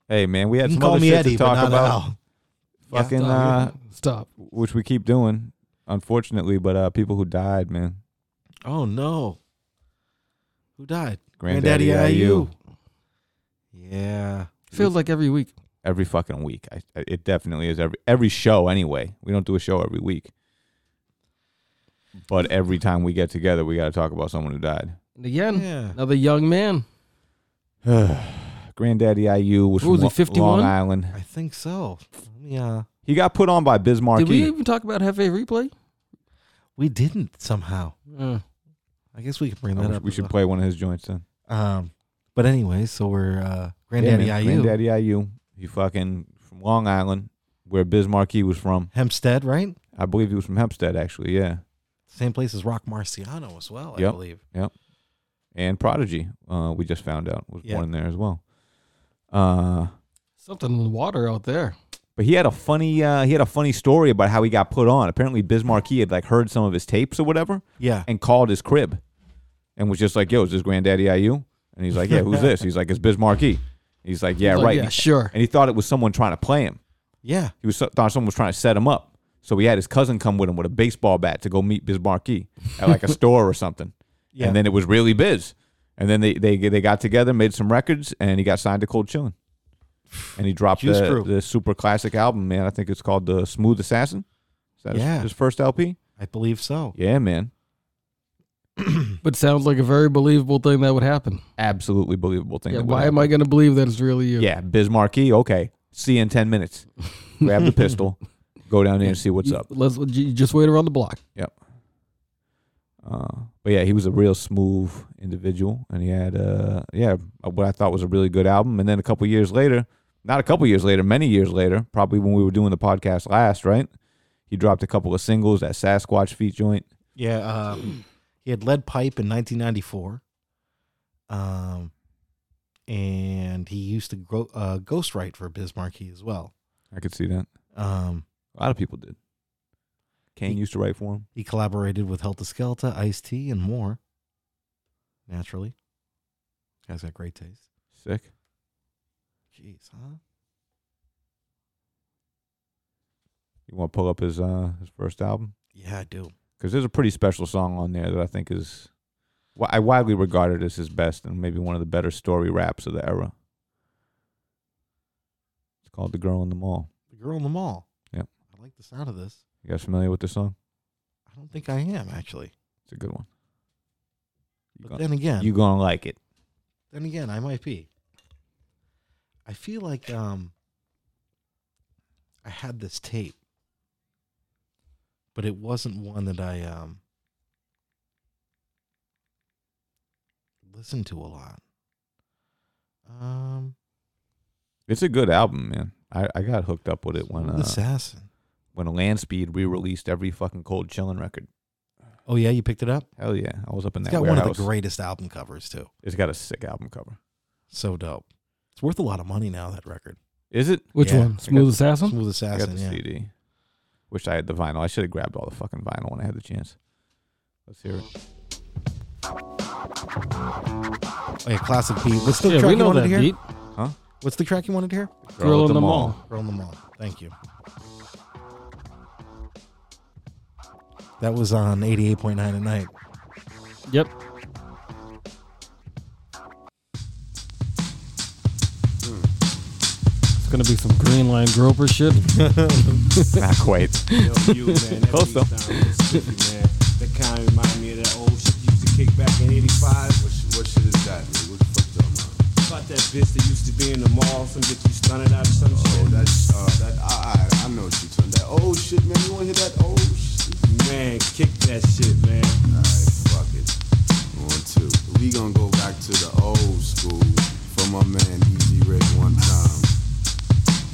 Hey, man, we had You some can call other me shit Eddie, to but talk not about. Al. Yeah, Fucking, uh, stop. Stop. which we keep doing, unfortunately, but uh, people who died, man. oh no, who died? Granddaddy, IU. Yeah. Feels like every week. Every fucking week. I, I- it definitely is every every show anyway. We don't do a show every week. But every time we get together, we got to talk about someone who died. And again, Yeah. another young man. Granddaddy IU was What was from he, 51? Long Island. I think so. Let me, uh, He got put on by Bismarck. Did we even talk about Hefe replay? we didn't somehow. Uh, I guess we can bring I that wish up. we as should well. play one of his joints then. Um, but anyway, so we're uh, Granddaddy Yeah, man. IU, Granddaddy IU. He fucking from Long Island, where Bismarck he was from. Hempstead, right? I believe he was from Hempstead, actually. Yeah. Same place as Rock Marciano as well, Oh, I Yep. believe. Yep. And Prodigy, uh, we just found out was Yeah. born there as well. Uh, something in the water out there. but he had a funny uh, he had a funny story about how he got put on. Apparently, Bismarck he had like heard some of his tapes or whatever, Yeah. and called his crib, and was just like, "Yo, is this Granddaddy IU?" And he's like, "Yeah, who's this?" He's like, "It's Bismarck." E." He's like, "Yeah, He's like, right." "Yeah, And he- sure. And he thought it was someone trying to play him. Yeah. He was thought someone was trying to set him up. So he had his cousin come with him with a E baseball bat to go meet Biz Marquee at like a store or something. Yeah. And then it was really Biz. And then they they they got together, made some records, and he got signed to Cold Chillin'. And he dropped Juice the, Crew. the super classic album, man. I think it's called the Smooth Assassin. Is that his- Yeah. his first LP? I believe so. Yeah, man. But sounds like a very believable thing that would happen. Absolutely believable thing. Yeah, that would why happen. am I going to believe that it's really you? Yeah, Bismarcky. Okay, see you in ten minutes. Grab the pistol, go down there and see what's You- up. Let's you just wait around the block. Yep. Uh, but yeah, he was a real smooth individual, and he had uh, yeah, what I thought was a really good album. And then a couple years later, not a couple years later, many years later, probably when we were doing the podcast last, right? He dropped a couple of singles, that Sasquatch feat joint. Yeah, um, he had lead pipe in 1994, um, and he used to go, uh, ghostwrite for Bismarcky as well. I could see that. Um, A lot of people did. Kane used to write for him. He collaborated with Helter Skelter, Ice T, and more. Naturally, guy's got great taste. Sick. Jeez, huh? You want to pull up his uh his first album? Yeah, I do. because there's a pretty special song on there that I think is wi- I widely regarded as his best and maybe one of the better story raps of the era. It's called "The Girl in the Mall." The girl in the mall. Yep. I like the sound of this. You guys familiar with this song? I don't think I am actually. It's a good one. But then again, you gonna like it. Then again, I might be. I feel like um I had this tape, but it wasn't one that I um listened to a lot. Um It's a good album, man. I, I got hooked up with it when uh, Assassin. when Land Speed re-released every fucking Cold Chillin' record. Oh yeah, you picked it up? Hell yeah, I was up in It's that got one of warehouse. the greatest album covers too. it's got a sick album cover. So dope. It's worth a lot of money now, that record. Is it? Which Yeah. one? Smooth Assassin? Smooth I got Assassin, the yeah. CD. Wish I had the vinyl. I should have grabbed all the fucking vinyl when I had the chance. Let's hear it. Oh, yeah, classic beat. What's the Yeah, we track you know wanted that to hear? beat. Huh? What's the track you wanted to hear? Girl Girl at at the the Mall. Mall. Girl in the Mall. Thank you. That was on 88.9 at night. Yep. It's gonna be some Green Line Groper shit. Not quite. Close though. That kind of remind me of that old shit you used to kick back in '85. What, shit- what shit is that? Man? What the fuck talking about? About that bitch that used to be in the mall. Some bitch you stunted out of some shit. Oh, that's uh, that I, I I know what you talking. That old shit, man. You want to hear that old shit? Man, kick that shit, man. All right, fuck it. One, two. We gonna go back to the old school for my man E Easy Rick one time.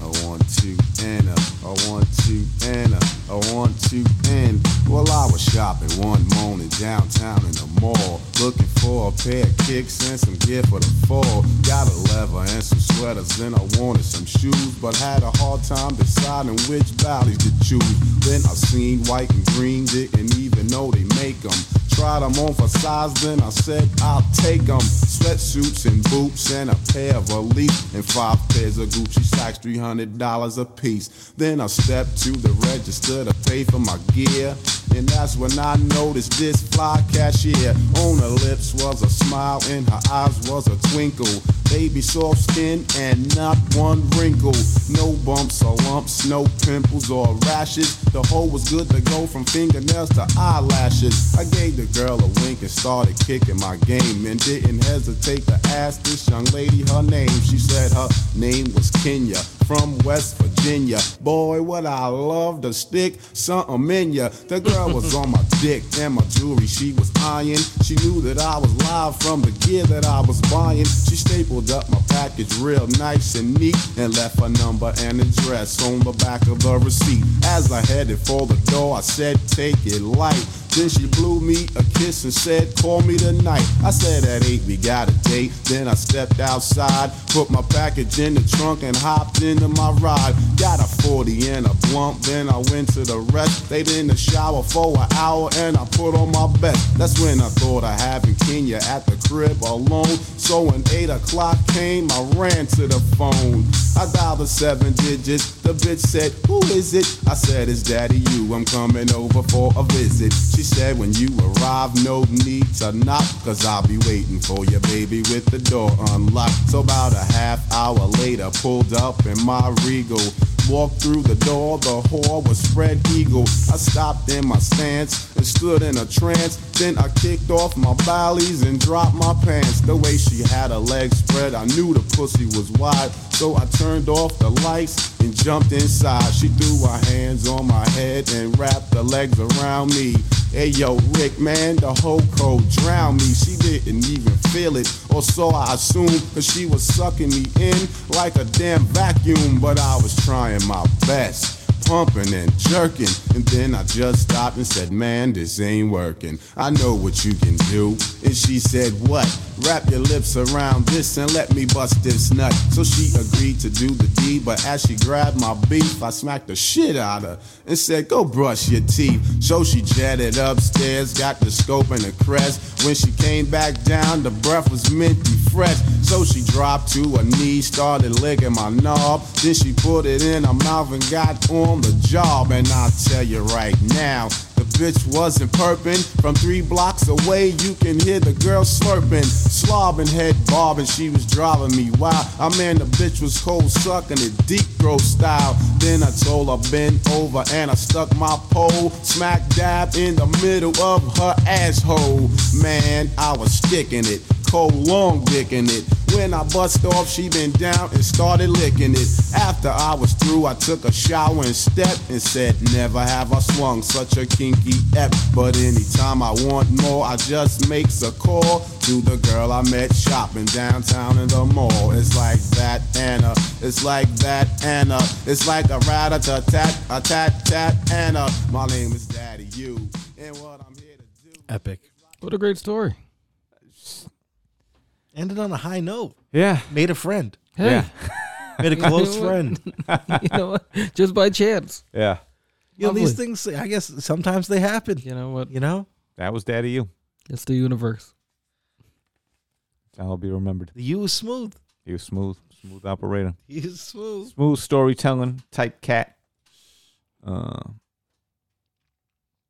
I want to and a, I want to and a, I want to and. Well, I was shopping one morning downtown in the mall, looking for a pair of kicks and some gear for the fall. Got a leather and some sweaters, then I wanted some shoes, but had a hard time deciding which bodies to choose. Then I seen white and green, didn't even know they make 'em. Tried 'em on for size, then I said I'll take 'em. Sweatsuits and boots and a pair of elite and five pairs of Gucci socks, three hundred dollars a piece. Then I stepped to the register to pay for my gear, and that's when I noticed this fly cashier. On her lips was a smile, in her eyes was a twinkle. Baby soft skin and not one wrinkle. No bumps or lumps, no pimples or rashes. The hole was good to go from fingernails to eyelashes. I gave the girl a wink and started kicking my game and didn't hesitate to ask this young lady her name. She said her name was Kenya from West Virginia. Boy, what I love to stick something in ya. The girl was on my dick and my jewelry she was eyeing. She knew that I was live from the gear that I was buying. She stapled up my package real nice and neat and left her number and address on the back of the receipt. As I headed for the door, I said, take it light. Then she blew me a kiss and said, call me tonight. I said, at eight, we got a date. Then I stepped outside, put my package in the trunk and hopped into my ride. Got a 40 and a blunt, then I went to the rest. Stayed in the shower for an hour and I put on my best. That's when I thought I having Kenya at the crib alone. So when eight o'clock came, I ran to the phone. I dialed the seven digits. The bitch said, Who is it? I said, It's Daddy You. I'm coming over for a visit. She She said, when you arrive, no need to knock, cause I'll be waiting for your baby with the door unlocked. So about a half hour later, pulled up in my regal. Walked through the door, the whore was spread eagle. I stopped in my stance and stood in a trance. Then I kicked off my ballys and dropped my pants. The way she had her legs spread, I knew the pussy was wide. So I turned off the lights and jumped inside. She threw her hands on my head and wrapped her legs around me. Hey yo, Rick, man, the whole code drowned me. She didn't even feel it, or so I assumed, cause she was sucking me in like a damn vacuum. But I was trying my best pumping and jerking. And then I just stopped and said, Man, this ain't working. I know what you can do. And she said, What? Wrap your lips around this and let me bust this nut. So she agreed to do the deed, but as she grabbed my beef, I smacked the shit out of her and said, Go brush your teeth. So she jetted upstairs, got the scope and the crest. When she came back down, the breath was minty fresh. So she dropped to her knees, started licking my knob. Then she put it in her mouth and got on the job. And I'll tell you right now, the bitch wasn't perping. From three blocks away, you can hear the girl slurping, slobbing, head bobbing. She was driving me wild. I man, the bitch was cold sucking it deep throat style. Then I told her bend over and I stuck my pole smack dab in the middle of her asshole. Man, I was sticking it, cold long dicking it. When I bust off, she been down and started licking it. After I was through, I took a shower and stepped and said, Never have I swung such a kinky ep. But anytime I want more, I just makes a call to the girl I met shopping downtown in the mall. It's like that Anna, it's like that Anna, it's like a rat a tat a tat tat Anna. My name is Daddy You, and what I'm here to do. Epic. What a great story. Ended on a high note. Yeah. Made a friend. Hey. Made a close You know friend. what? you know what? Just by chance. Yeah. You know, these Lovely. things, I guess sometimes they happen. You know what? You know? That was Daddy You. It's the universe. I'll be remembered. The U was smooth. He was smooth, smooth operator. He was smooth. Smooth storytelling type cat. Uh,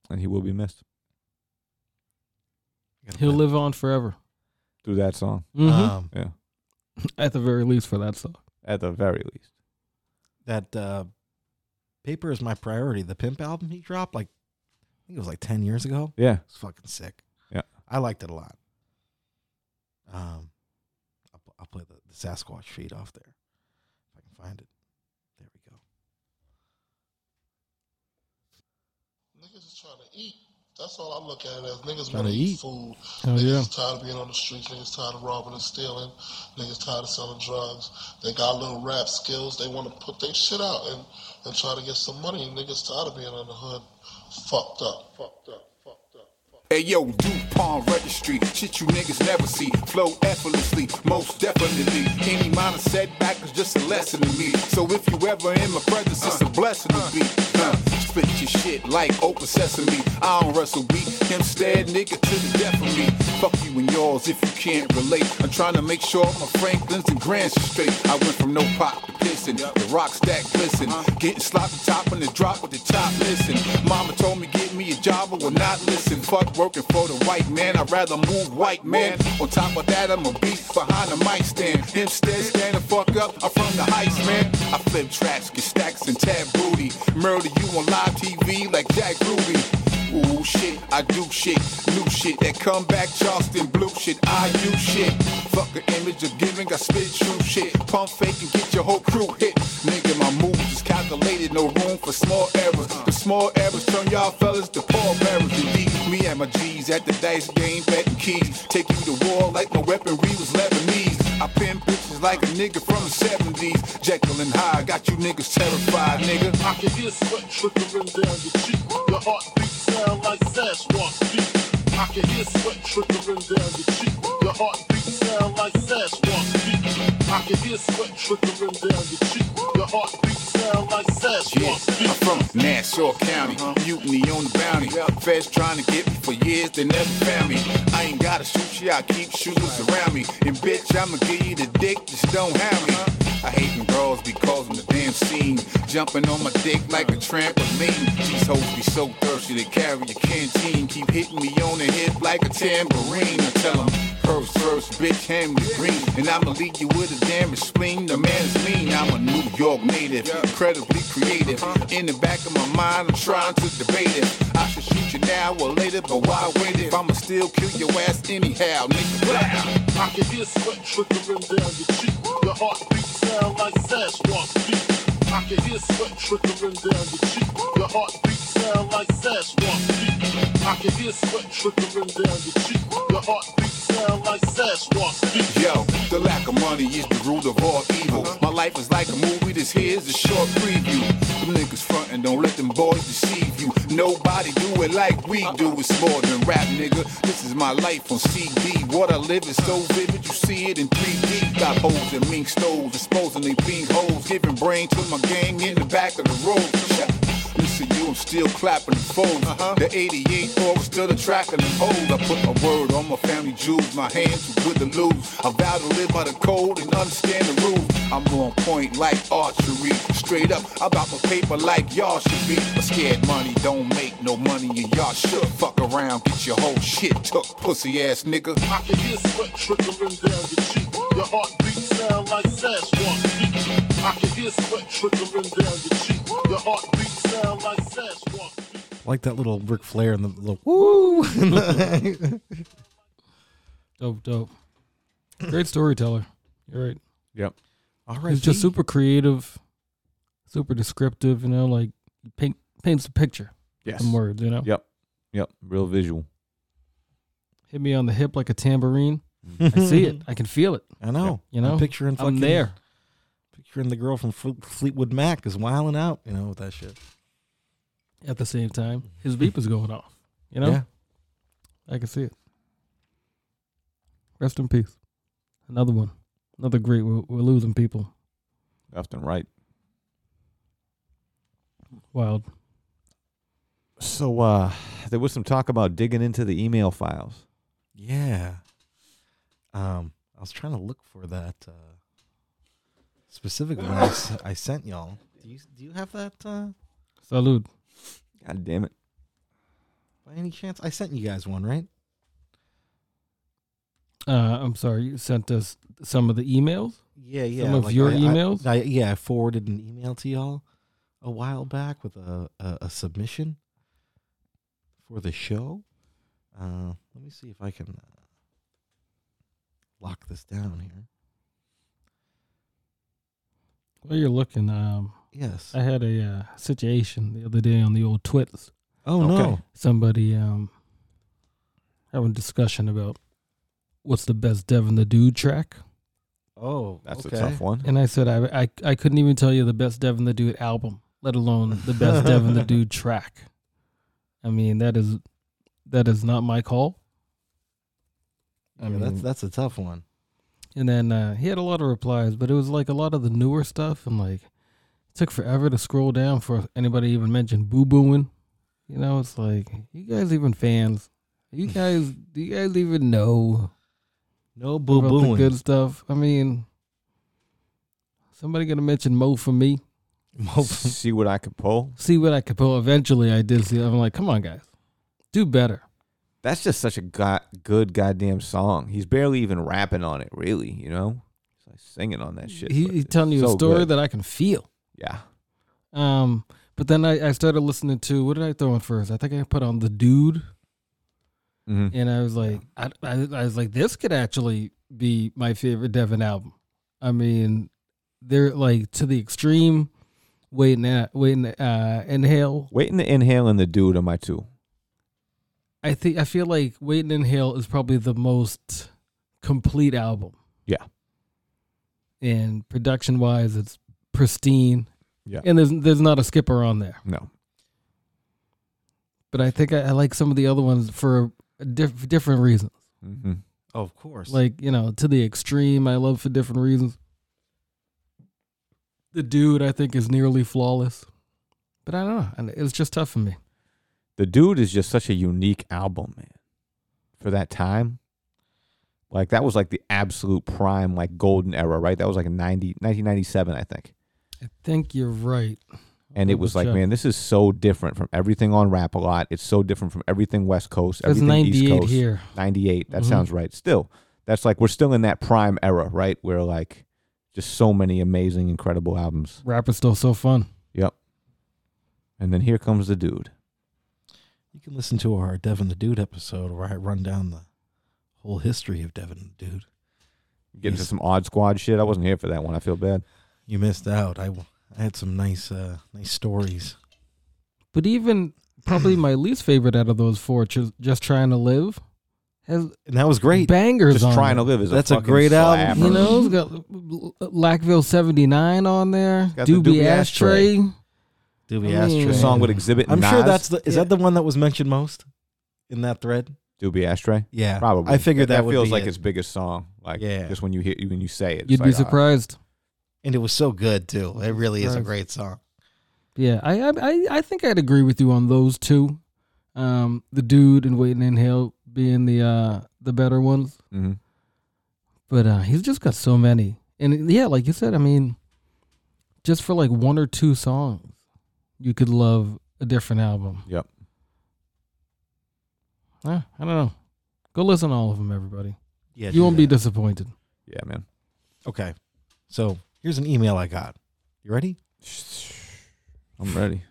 and he will be missed He'll live on forever. through that song. Mhm. Um, Yeah. At the very least, for that song. At the very least. That uh, Paper is My Priority, the Pimp album he dropped, like, I think it was like 10 years ago. Yeah. It's fucking sick. Yeah. I liked it a lot. Um, I'll, pl- I'll play the, the Sasquatch feed off there if I can find it. There we go. Niggas is trying to eat. That's all I look at it as. Niggas Trying want to to eat eat. food. Oh, niggas yeah. is tired of being on the streets. Niggas tired of robbing and stealing. Niggas tired of selling drugs. They got little rap skills. They want to put their shit out and, and try to get some money. Niggas tired of being in the hood. Fucked up. Fucked up. Hey yo, DuPont Registry, shit you niggas never see. Flow effortlessly, most definitely. Any minor setback is just a lesson to me. So if you ever in my presence, it's a blessing to be. Uh, spit your shit like open sesame. I don't wrestle weak, him stare nigga to the death of me. Fuck you and yours if you can't relate. I'm trying to make sure my Franklins and Grants are straight. I went from no pop to pissing, the rock stack glisten. Getting sloppy top and the drop with the top listen. Mama told me get me a job, I will not listen. Fuck working for the white man, I'd rather move white man. On top of that, I'm a beast behind the mic stand. Instead, stand the fuck up, I'm from the heist, man. I flip tracks, get stacks and tab booty. Murder you on live TV like Jack Ruby. Ooh shit, I do shit, new shit. That comeback Charleston blue shit, I use shit. Fuck an image of giving, I spit true shit. Pump fake and get your whole crew hit. Nigga, my moves is calculated, no room for small errors. The small errors turn y'all fellas to poor bearers. Indeed, me and my G's at the dice game, betting keys. Take you to war like my weaponry was Lebanese. I pin bitches like a nigga from the 70s. Jekyll and Hyde got you niggas terrified, nigga. I can hear sweat trickling down your cheek. Your heartbeat sound like Sasquatch beat. I can hear sweat trickling down your cheek. Your heartbeat sound like Sasquatch beat. I can hear sweat trickling down your cheek. Your heartbeat sound like Yeah, Sasquatch beat. I'm from Nassau County, mutiny on the bounty. Feds trying to get me for years, they never found me. I ain't gotta shoot you, I keep shooters around me. And bitch, I'ma give you the dick, just don't have me. I hate them girls be causing the damn scene. Jumping on my dick like a trampoline. These hoes be so thirsty they carry a canteen. Keep hitting me on the hip like a tambourine. I tell 'em, curse, curse, bitch, hand me green. And I'ma leave you with a damaged spleen. The man's mean, I'm a New York native. Incredibly creative. In the back of my mind, I'm trying to debate it. I should shoot you now or later, but why wait if I'ma still kill your ass anyhow, nigga? Blah. I can hear sweat trickling down your cheek. Your heartbeat sound like Sasquatch beat. I can hear sweat trickling down your cheek. Your heartbeat sound like Sasquatch beat. I can hear sweat trickling down your cheek. Your heartbeat sound like Sasquatch beat. Yo, the lack of money is the root of all evil. My life is like a movie, this here's a short preview. Them niggas frontin', don't let them boys deceive you. Nobody do it like we do, it's more than rap, nigga. This is my life on CD. What I live is so vivid, you see it in 3D. Got holes in mink stoves, exposing they pink holes. Giving brain to my gang in the back of the road. Listen, you, I'm still clapping the foes. The 88 or still the track of the old. I put my word on my family jewels, my hands too good to lose. I vow to live by the code and understand the rules. I'm on point like archery. Straight up, I about my paper like y'all should be. But scared money don't make no money, and y'all should fuck around, get your whole shit took, pussy ass nigga. I can hear sweat trickling down your cheek. Your heartbeat sound like Sasquatch beat. I can hear sweat trickling down your cheek. Your heartbeat sound like Sasquatch. like that little Ric Flair and the little woo. Dope, dope. Great storyteller. You're right. Yep. All He's just R.I.P.. super creative, super descriptive. You know, like paint, paints a picture. with Yes. Some words. You know. Yep. Yep. Real visual. Hit me on the hip like a tambourine. Mm-hmm. I see it. I can feel it. I know. You know. I'm picturing fucking I'm there. Picturing the girl from Fle- Fleetwood Mac is wilding out. You know with that shit. At the same time, his beep is going off. You know. Yeah. I can see it. Rest in peace. Another one. Another great. We're, we're losing people. Left and right. Wild. So uh there was some talk about digging into the email files. Yeah. Um, I was trying to look for that uh, specific one I, s- I sent y'all. Do you do you have that uh, Salud. God damn it. by any chance? I sent you guys one, right? Uh, I'm sorry. You sent us some of the emails. Yeah, yeah. Some of like, your I- I- emails. I, yeah, I forwarded an email to y'all a while back with a, a, a submission for the show. Uh, let me see if I can uh, lock this down here. Well, you're looking. Um, Yes. I had a uh, situation the other day on the old Twits. Oh, Okay. no. Somebody um having discussion about what's the best Devin the Dude track, Oh, that's okay. a tough one. and I said I I, I couldn't even tell you the best Devin the Dude album, let alone the best Devin the Dude track. I mean that is that is not my call. I Yeah, that's that's a tough one. And then uh, he had a lot of replies, but it was like a lot of the newer stuff, and like it took forever to scroll down for anybody to even mentioned boo booing. You know, it's like you guys even fans. You guys, do you guys even know? No about the boo-booing. Good stuff. I mean, somebody gonna mention Mo for me. See what I could pull. See what I could pull. Eventually, I did see. I'm like, come on, guys, do better. That's just such a go- good goddamn song. He's barely even rapping on it, really, you know? He's like singing on that shit. He, but he's it's telling you so a story good. that I can feel. Yeah. Um, but then I, I started listening to what did I throw in first? I think I put on the dude, Mhm. and I was like, I, I, I was like, this could actually be my favorite Devin album. I mean, they're like to the extreme. Waiting, uh, waiting, uh, inhale. Waiting to inhale and the dude on my two. I think I feel like waiting, inhale is probably the most complete album. Yeah. And production wise, it's pristine. Yeah. And there's there's not a skipper on there. No. But I think I, I like some of the other ones for a diff- different reasons. Mm-hmm. Oh, Of course. Like you know, to the extreme, I love for different reasons. The dude I think is nearly flawless, but I don't know. and It's just tough for me. The dude is just such a unique album, man. For that time. Like that was like the absolute prime, like golden era, right? That was like 90, 1997, I think. I think you're right. And it was like, check. man, this is so different from everything on Rap a Lot. It's so different from everything West Coast, That's everything East 98 Coast. here. 98. That Mhm. sounds right. Still, that's like we're still in that prime era, right? Where like just so many amazing, incredible albums. Rap is still so fun. Yep. And then here comes the dude. You can listen to our Devin the Dude episode where I run down the whole history of Devin the Dude. Getting to some odd squad shit. I wasn't here for that one. I feel bad. You missed out. I, w- I had some nice uh, nice stories. But even probably my least favorite out of those four, just, just trying to live, has and that was great. Bangers Just on Trying to it. Live is a That's a fucking great album. slapper. You know, it's got L- L- Lackville '79 on there. got the Doobie, Doobie Ashtray. Doobie I Ashtray. mean- The song with Exhibit and I'm sure Nas. that's the. Is that the one that was mentioned most in that thread? Doobie Ashtray. Yeah, probably. I figured that would feels be like it. its biggest song. Like, Yeah. just when you hear when you say it, it's You'd be like, ah, surprised. And it was so good too. It really is a Surprised. great song. Yeah, I, I I I think I'd agree with you on those two. Um, the dude and waiting in hell being the uh the better ones. Mhm. But uh, he's just got so many, and yeah, like you said, I mean, just for like one or two songs, you could love a different album. Yep. Yeah, I don't know. Go listen to all of them, everybody. Yeah, you do won't be disappointed. Yeah, man. Okay, so here's an email I got. You ready? I'm ready.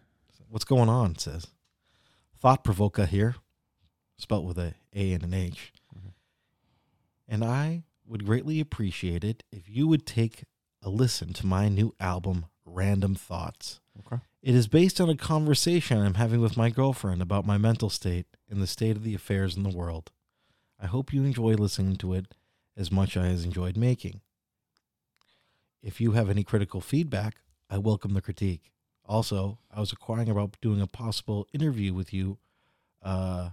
What's going on? It says, thought provoker here, spelt with a A and an H. Mm-hmm. And I would greatly appreciate it if you would take a listen to my new album, Random Thoughts. Okay. It is based on a conversation I'm having with my girlfriend about my mental state and the state of the affairs in the world. I hope you enjoy listening to it as much as I enjoyed making. If you have any critical feedback, I welcome the critique. Also, I was inquiring about doing a possible interview with you, uh,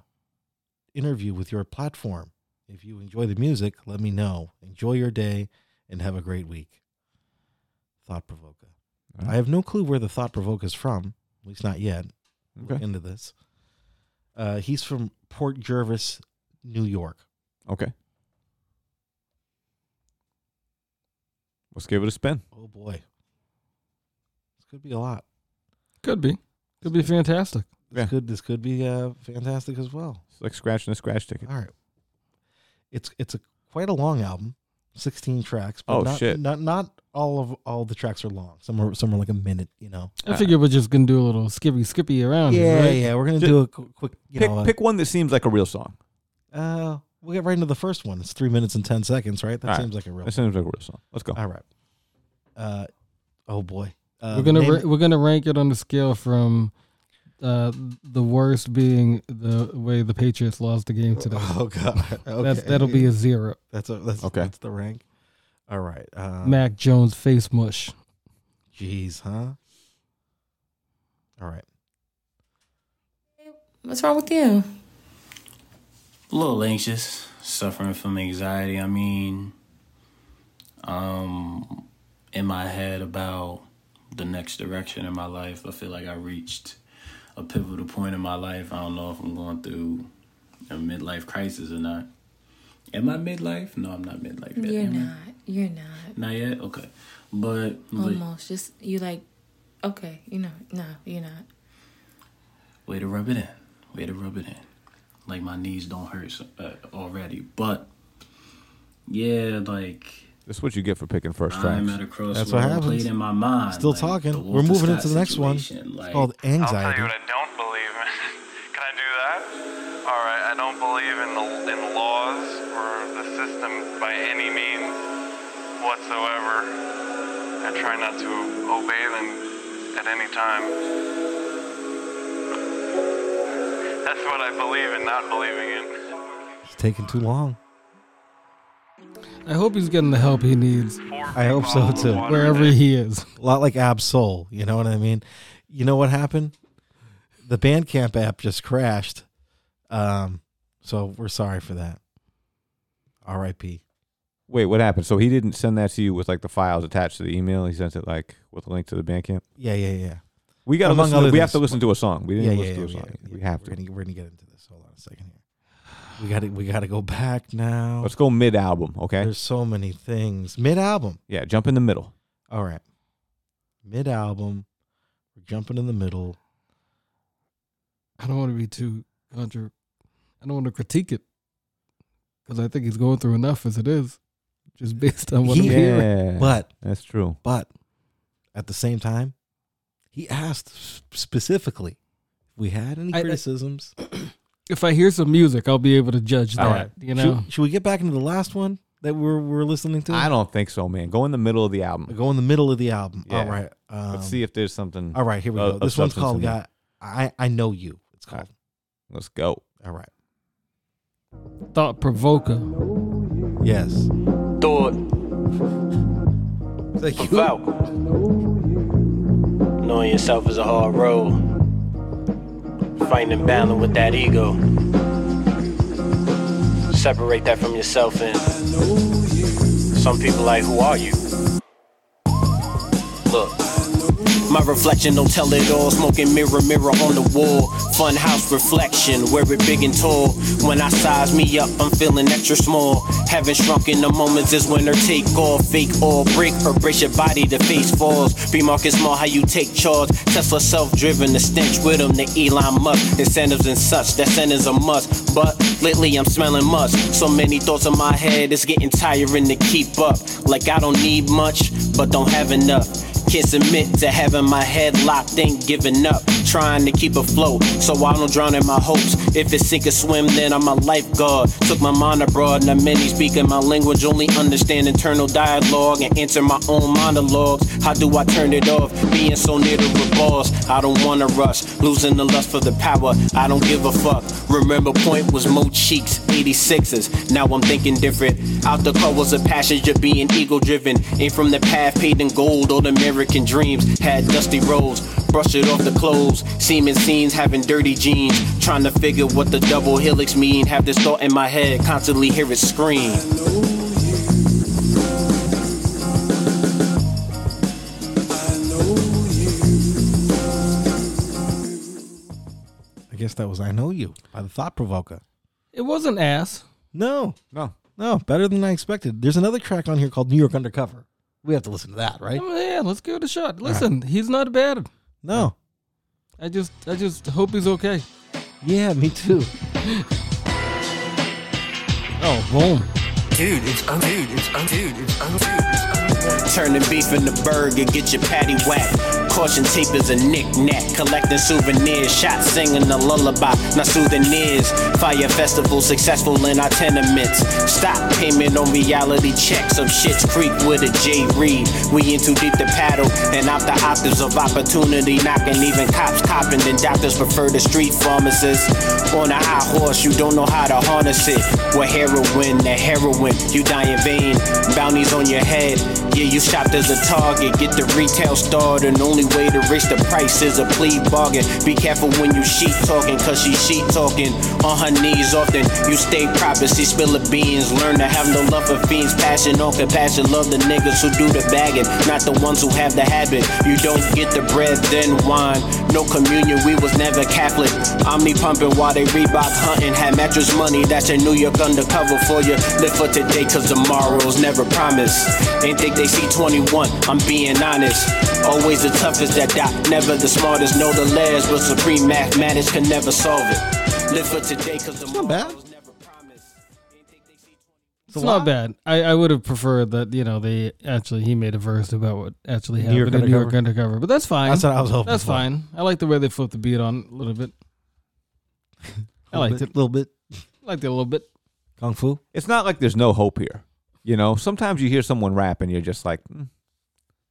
interview with your platform. If you enjoy the music, let me know. Enjoy your day and have a great week. Thought provoker. I have no clue where the thought provoker is from, at least not yet. We'll Okay. into this. Uh, he's from Port Jervis, New York. Okay. Let's give it a spin. Oh boy, this could be a lot. Could be, could be fantastic. This could this could be uh, fantastic as well. It's like scratching a scratch ticket. All right, it's it's a quite a long album, sixteen tracks. But Oh, not, shit. Not not all of all the tracks are long. Some are some are like a minute. You know. I figure we're just gonna do a little skippy skippy around. here, Uh, Yeah, right? yeah, we're gonna Just do a qu- quick. You pick know, uh, pick one that seems like a real song. Uh, we'll get right into the first one. It's three minutes and ten seconds, right? That All right. seems like a real. That seems like a real song. Let's go. All right. Uh, oh boy. Uh, we're gonna name- ra- we're gonna rank it on the scale from uh, the worst being the way the Patriots lost the game today. Oh god. That's, Okay. that'll be a zero. That's a, that's Okay. That's the rank. All right. Uh, Mac Jones face mush. Jeez, huh? All right. What's wrong with you? A little anxious, suffering from anxiety. I mean, um, in my head about the next direction in my life. I feel like I reached a pivotal point in my life. I don't know if I'm going through a midlife crisis or not. Am I midlife? No, I'm not midlife yet. You're am I? not. You're not. Not yet. Okay, but like, Almost. Just you like. Okay. You know. No. You're not. Way to rub it in. Way to rub it in. Like my knees don't hurt so- uh, already, but yeah, like That's what you get for picking first tracks. I'm at a crossroads. Played in my mind. Still like, talking. the We're Walter moving Scott into the next one. situation, It's like- called I'll tell you anxiety. what I don't believe in. Can I do that? All right, I don't believe in the in laws or the system by any means whatsoever. I try not to obey them at any time. That's what I believe in, not believing in. It's taking too long. I hope he's getting the help he needs. I hope so too. Wherever he is. A lot like Ab Soul. You know what I mean? You know what happened? The Bandcamp app just crashed. Um, so we're sorry for that. R.I.P. Wait, what happened? So he didn't send that to you with like the files attached to the email. He sent it like with a link to the Bandcamp. Yeah, yeah, yeah. We got to Among listen. To, other we have to things. listen to a song. We didn't Yeah, listen yeah, to a yeah, song. yeah, we yeah. have We're to. gonna, we're gonna get into this. Hold on a second here. We got to we got to go back now. Let's go mid album, okay? There's so many things. Mid album. Yeah, jump in the middle. All right. Mid album. We're jumping in the middle. I don't want to be too contra. I don't want to critique it because I think he's going through enough as it is, just based on what He- I'm hearing. But that's true. But at the same time, he asked s- specifically if we had any I- I- criticisms. if I hear some music, I'll be able to judge that. You Should- know, Should, we get back into the last one that we're we're listening to? I don't think so, man. Go in the middle of the album. Go in the middle of the album. Yeah. All right. um, Let's see if there's something. uh, All right, here we of- go. of This one's substance in called there. "God, I I know you." It's called. Let's go. All right. thought provoker. Yes. Thought. About. Knowing yourself is a hard road. Fighting and battling with that ego. Separate that from yourself and some people like, who are you? Look. My reflection don't tell it all. Smoking mirror, mirror on the wall. Fun house reflection, wear it big and tall. When I size me up, I'm feeling extra small. Haven't shrunk in the moments is when her take off. Fake or break or brace your body, the face falls. Be market small, how you take charge. Tesla self driven, the stench with him, the Elon Musk. Incentives and such, that send is a must. But lately I'm smelling musk. So many thoughts in my head, it's getting tiring to keep up. Like I don't need much, but don't have enough. Can't submit to having my head locked, ain't giving up. Trying to keep afloat, so I don't drown in my hopes. If it's sink or swim, then I'm a lifeguard. Took my mind abroad, not many speaking my language, only understand internal dialogue and answer my own monologues. How do I turn it off? Being so near to the boss, I don't wanna rush. Losing the lust for the power, I don't give a fuck. Remember, point was Mo Cheeks, 86ers. Now I'm thinking different. Out the car was a passenger being ego driven. Ain't from the path paid in gold, old American dreams. Had dusty roads, brush it off the clothes. Seeming scenes, having dirty jeans. Trying to figure what the double helix mean. Have this thought in my head, constantly hear it scream. I guess that was "I Know You" by the Thought Provoker. It wasn't ass. No, no, no. Better than I expected. There's another track on here called "New York Undercover." We have to listen to that, right? I mean, yeah, let's give it a shot. Listen, he's not bad. No. I just, I just hope he's okay. Yeah, me too. oh, boom. Dude, it's un- dude, it's un- dude, it's un- dude, it's un- Turn the beef into burger, get your patty whacked. Caution tape is a knick-knack, collecting souvenirs, shot singing a lullaby, not souvenirs. Fire festival successful in our tenements. Stop payment on reality checks of shit's creek with a J Reed. We in too deep to paddle and out the octaves of opportunity, knocking even cops copping. Then doctors prefer the street pharmacists. On a high horse, you don't know how to harness it. With heroin, the heroin, you die in vain. Bounties on your head, yeah, you shopped as a target. Get the retail started. and only way to reach the price is a plea bargain. Be careful when you sheet talking, cause she sheet talking. On her knees often, you stay proper, see spill the beans. Learn to have no love for fiends, passion or compassion. Love the niggas who do the bagging, not the ones who have the habit. You don't get the bread, then wine. No communion, we was never Catholic. Omni pumping while they Reebok hunting. Had mattress money, that's your New York undercover for you. Live for today, cause tomorrow's never promised. Ain't think they see 21, I'm being honest. Always the toughest that dot, never the smartest. Know the layers, but supreme mathematics can never solve it. Live for today, cause tomorrow's It's, not bad. I, I would have preferred that you know they actually he made a verse about what actually New York happened in New York Undercover. Undercover, but that's fine. That's what I was hoping That's for. fine. I like the way they flipped the beat on a little bit. I liked it. a little bit. Liked it a little bit. Kung Fu. It's not like there's no hope here. You know, sometimes you hear someone rap and you're just like, "Mm,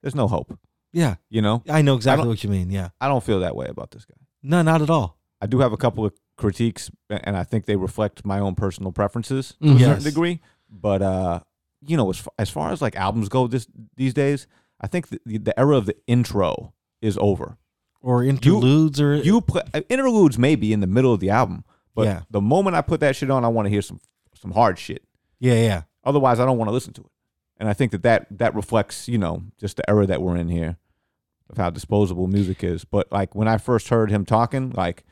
there's no hope. Yeah. You know? I know exactly don't- what you mean, yeah. I don't feel that way about this guy. No, not at all. I do have a couple of critiques, a- and I think they reflect my own personal preferences to Mhm. a certain Yes. degree. But uh, you know, as far, as far as like albums go, this these days, I think the, the, the era of the intro is over. Or interludes, or you play interludes maybe in the middle of the album, but Yeah. the moment I put that shit on, I want to hear some some hard shit. Yeah, yeah. Otherwise, I don't want to listen to it. And I think that, that that reflects, you know, just the era that we're in here of how disposable music is. But like when I first heard him talking, like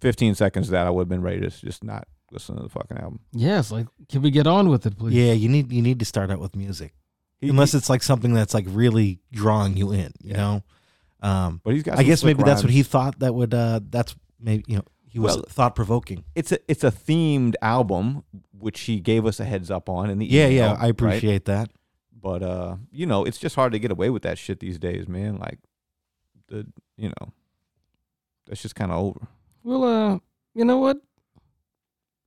15 seconds of that, I would have been ready to just not listening to the fucking album. Yes, like can we get on with it, please? Yeah, you need you need to start out with music, unless it's like something that's like really drawing you in. You know, um, But he's got I some guess slick maybe that's what rhymes. he thought that would. Uh, that's maybe you know he was Well, thought provoking. It's a it's a themed album, which he gave us a heads up on in the Yeah, yeah, email, I appreciate that. But uh, you know, it's just hard to get away with that shit these days, man. Like the you know, that's just kind of over. Well, uh, you know what?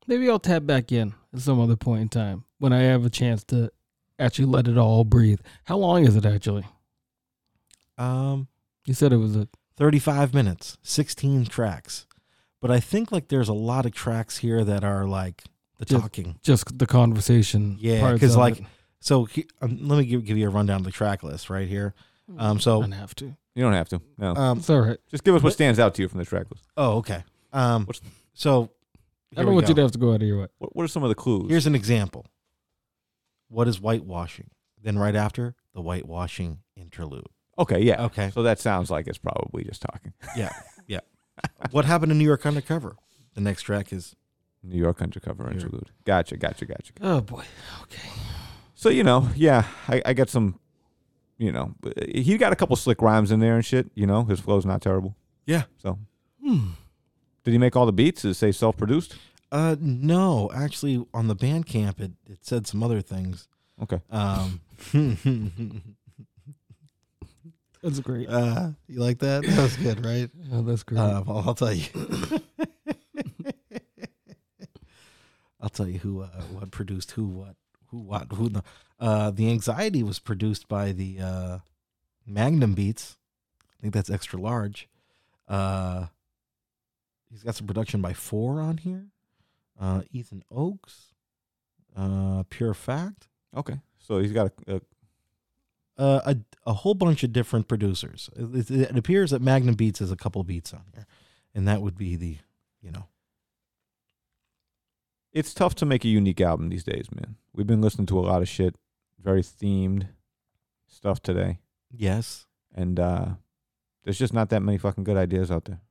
Maybe I'll tap back in at some other point in time when I have a chance to actually let it all breathe. How long is it actually? Um, you said it was a 35 minutes, 16 tracks. But I think like there's a lot of tracks here that are like the Ju- talking. just the conversation. Yeah, parts because of like, it. so he, um, let me give, give you a rundown of the track list right here. Um, so I don't have to. You don't have to. No, Um, It's all right. Just give us what stands out to you from the track list. Oh, okay. Um, so I here don't we want you go. to have to go out of your way. What, what are some of the clues? Here's an example. What is whitewashing? Then right after the whitewashing interlude. Okay, yeah. Okay. So that sounds like it's probably just talking. Yeah, yeah. what happened in New York Undercover? The next track is New York Undercover Interlude. Gotcha, gotcha, gotcha. Oh boy. So you know, yeah, I, I got some. You know, uh, he got a couple slick rhymes in there and shit. You know, his flow's not terrible. Yeah. So Hmm. did he make all the beats? Did it say self-produced? Uh, no, actually, on the Bandcamp, it it said some other things. Okay. Um, That's great. Uh, you like that? That was good, right? Oh, that's great. Um, I'll, I'll tell you. I'll tell you who uh, what produced who what who what who. The, uh, the anxiety was produced by the uh, Magnum Beats. I think that's extra large. Uh, he's got some production by Four on here. Uh, Ethan Oakes, uh, Pure Fact. Okay. So he's got a, a uh, a a whole bunch of different producers. It, it- it appears that Magnum Beats has a couple beats on here, and that would be the, you know, it's tough to make a unique album these days, man. We've been listening to a lot of shit, very themed stuff today. Yes. And uh there's just not that many fucking good ideas out there.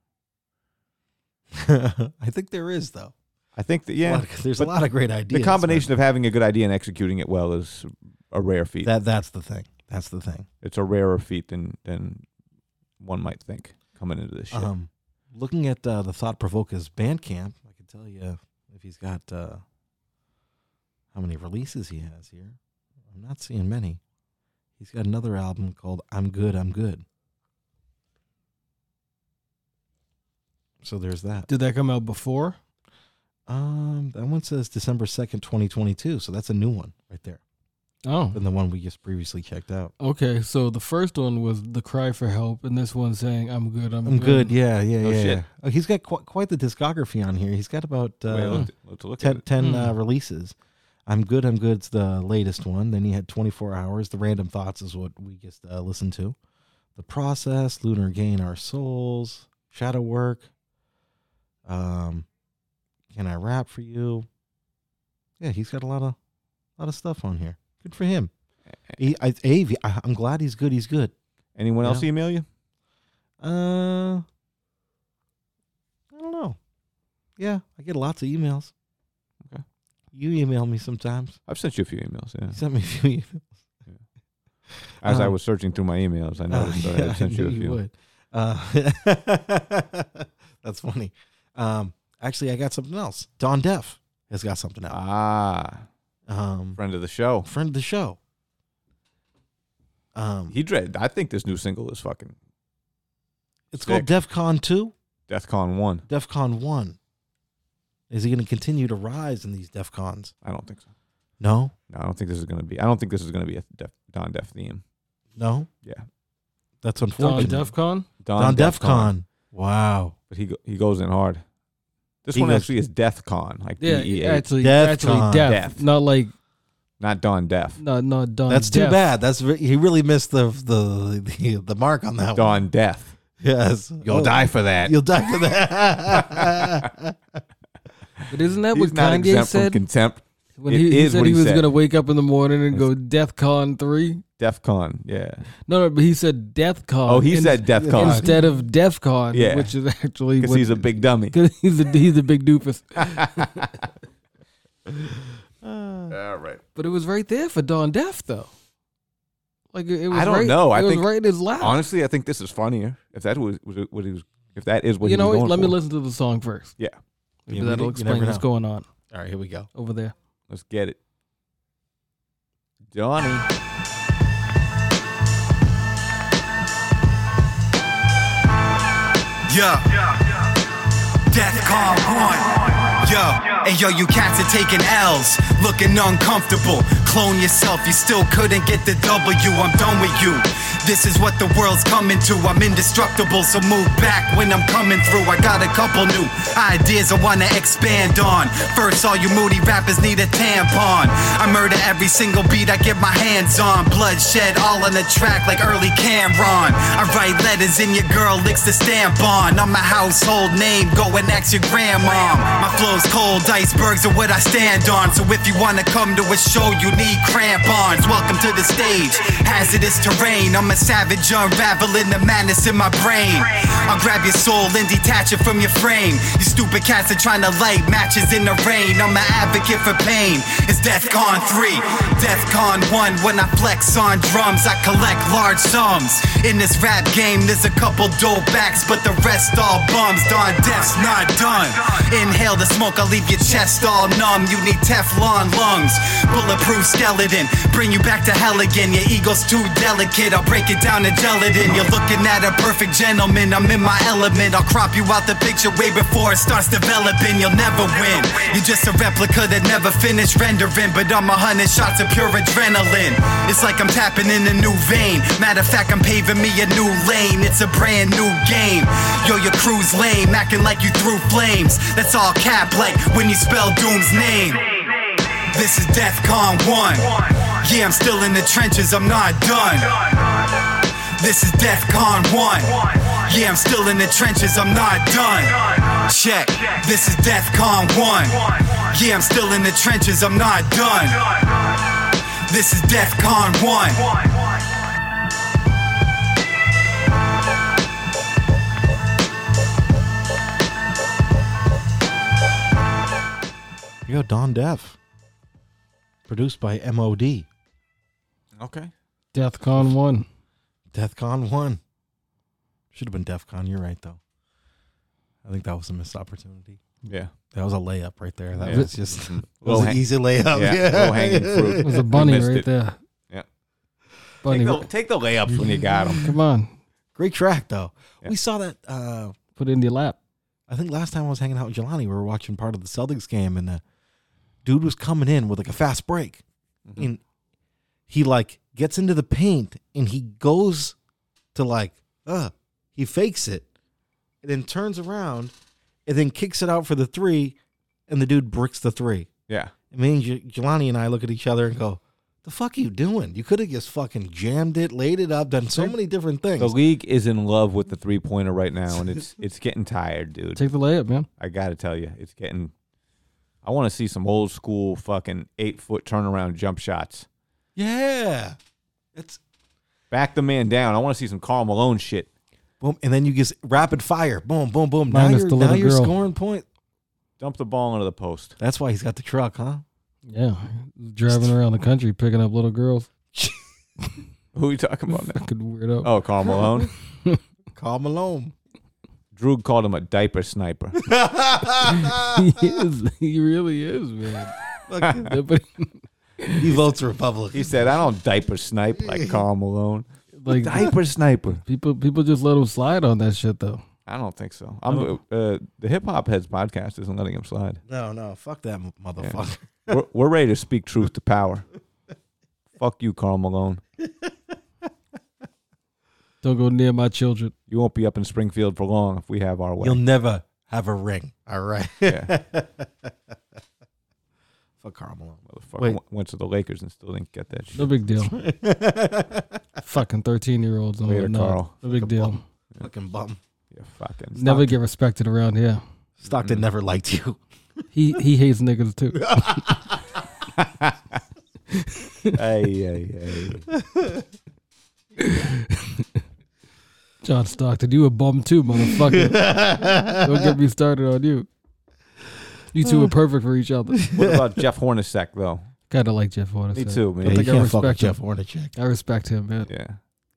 I think there is though. I think that A yeah, lot of- there's a but lot of great ideas, The combination of having a good idea and executing it well is a rare feat. That that's the thing. That's the thing. it's a rarer feat than than one might think coming into this shit. Um, looking at uh, the thought provoker's Bandcamp, I can tell you if he's got uh, how many releases he has here. I'm not seeing many. He's got another album called "I'm Good, I'm Good." So there's that. Did that come out before? Um, that one says December second, twenty twenty two. So that's a new one right there. Oh. than the one we just previously checked out. Okay, so the first one was the cry for help, and this one's saying, "I'm good, I'm, I'm good. Yeah, yeah, No yeah. shit. yeah. Oh, he's got quite, quite the discography on here. He's got about uh, Wait, I'll have to- I'll have to look 10, at it. 10, Hmm. uh, releases. I'm good. I'm good's the latest one. Then he had 24 hours. The random thoughts is what we just uh, listened to. The process, lunar gain, our souls, shadow work. Um, can I rap for you? Yeah, he's got a lot of, lot of stuff on here. Good for him. He, I, Ave, I, I'm glad he's good. He's good. Anyone else Yeah. email you? Uh, I don't know. Yeah, I get lots of emails. Okay. You email me sometimes. I've sent you a few emails. Yeah. You sent me a few e-, emails. As I Um, was searching through my emails, I oh, noticed that I yeah, had sent I you a knew few. would. Uh, that's funny. Um, actually, I got something else. Don Def has got something else. Ah. Um, friend of the show. Friend of the show. Um, he dread. I think this new single is fucking It's called DEF CON 2, Death Con One. DEF CON 1. Is he going to continue to rise in these DEF CONs? I don't think so. No? No, I don't think this is gonna be. I don't think this is gonna be a def, Don Def theme. No? Yeah. That's Don unfortunate. DEF CON. Don, Don Def Def Con. Wow. But he go, he goes in hard. This He one goes- actually is Death Con, like Yeah, DEA. actually, actually, death, not like not Don Def. no, no, Don. That's too Def. bad. That's re- he really missed the the the, the mark on that one. Don Death. Yes. You'll Oh. die for that. You'll die for that. But isn't that He's what not Kanye exempt from said contempt. when It he, he is said what he, he was said. gonna wake up in the morning and go Death Con three? Def Con. Yeah. No, no, but he said Death Con. Oh, he said Death Con. instead of Def Con, Yeah. which is actually Because what, he's a big dummy. 'cause he's a he's a big doofus. All right. But it was right there for Don Def, though. Like it it was. I don't right, know. It I was think right in his lap. Honestly, I think this is funnier. If that was, was what he was, if that is what he you know, was what? going let me for. listen to the song first. Yeah. Maybe that'll explain what's going on. All right, here we go. over there. Let's get it, Johnny. Yeah. Death Calm One. Yo, and yo, you cats are taking L's, looking uncomfortable. Clone yourself, you still couldn't get the W. I'm done with you. This is what the world's coming to. I'm indestructible, so move back when I'm coming through. I got a couple new ideas I wanna expand on. First, all you moody rappers need a tampon. I murder every single beat I get my hands on. Bloodshed all on the track like early Cameron. I write letters in your girl licks to stamp on. I'm a household name, go and ask your grandma. My flow's cold, icebergs are what I stand on. So if you wanna come to a show, you need crampons. Welcome to the stage, hazardous terrain. I'm a savage unraveling the madness in my brain. I'll grab your soul and detach it from your frame. You stupid cats are trying to light matches in the rain. I'm an advocate for pain. It's Death Con 3, Death Con 1. When I flex on drums, I collect large sums. In this rap game, there's a couple dope backs, but the rest all bums. Don Death's not done. Inhale the smoke, I'll leave your chest all numb. You need Teflon lungs, bulletproof skeleton. Bring you back to hell again. Your ego's too delicate, I'll break it down to gelatin. You're looking at a perfect gentleman, I'm in my element. I'll crop you out the picture way before it starts developing. You'll never win. You're just a replica that never finished rendering, but I'm a hundred shots of pure adrenaline. It's like I'm tapping in a new vein. Matter of fact, I'm paving me a new lane. It's a brand new game. Yo, your crew's lame, acting like you threw flames. That's all cap like when you spell Doom's name. This is Death Con 1. Yeah, I'm still in the trenches, I'm not done. This is Death Con 1. Yeah, I'm still in the trenches, I'm not done. Check, this is Death Con 1. Yeah, I'm still in the trenches, I'm not done. This is Death Con 1. Here you go, Don Def. Produced by MOD. Okay. Death Con One. Death Con 1. Should have been Def Con. You're right, though. I think that was a missed opportunity. Yeah. That was a layup right there. That Yeah. was just Mhm. that was an Low-hang- easy layup. Yeah, Yeah. low-hanging fruit. It was a We bunny missed right it. there. Yeah. Bunny. Take, the, take the layups when you got them. Come on, Great track, though. We saw that. Uh, Put it in your lap. I think last time I was hanging out with Jelani, we were watching part of the Celtics game, and the dude was coming in with like a fast break, Mm-hmm. and he like gets into the paint and he goes to like uh, he fakes it, and then turns around, and then kicks it out for the three, and the dude bricks the three. Yeah. I mean, J- Jelani and I look at each other and go. The fuck you doing? You could have just fucking jammed it, laid it up, done so many different things. The league is in love with the three pointer right now, and it's it's getting tired, dude. Take the layup, man. I gotta tell you, it's getting. I want to see some old school fucking eight foot turnaround jump shots. Yeah. It's back the man down. I want to see some Carl Malone shit. Boom, and then you just rapid fire. Boom, boom, boom. Now Minus you're, the now little you're girl. scoring point. Dump the ball into the post. That's why he's got the truck, huh? Yeah, driving around the country picking up little girls. Who are you talking about now? Fucking weirdo. Oh, Carl Malone. Carl Malone. Drew called him a diaper sniper. he is. He really is, man. But- he votes Republican. He said, "I don't diaper snipe like Carl Malone." like diaper sniper. People, people just let him slide on that shit though. I don't think so. I'm, uh, the Hip Hop Heads podcast isn't letting him slide. No, no. Fuck that m- Yeah. motherfucker. we're, we're ready to speak truth to power. Fuck you, Carl Malone. Don't go near my children. You won't be up in Springfield for long if we have our way. You'll never have a ring. All right. Yeah. Fuck Carl Malone. Motherfucker Wait. went- went to the Lakers and still didn't get that shit. No big deal. Fucking thirteen year olds and Later, whatnot. Carl. No big deal. Fucking bum. Yeah, fucking. Never get respected around here. Mm. Stockton never liked you. He he hates niggas too. Ay, ay, ay. John Stockton, you a bum too, motherfucker. Don't get me started on you. You two are perfect for each other. What about Jeff Hornacek though? Gotta like Jeff Hornacek. Me too, man. I You think I can't fuck respect with Jeff him. Hornacek. I respect him, man. Yeah.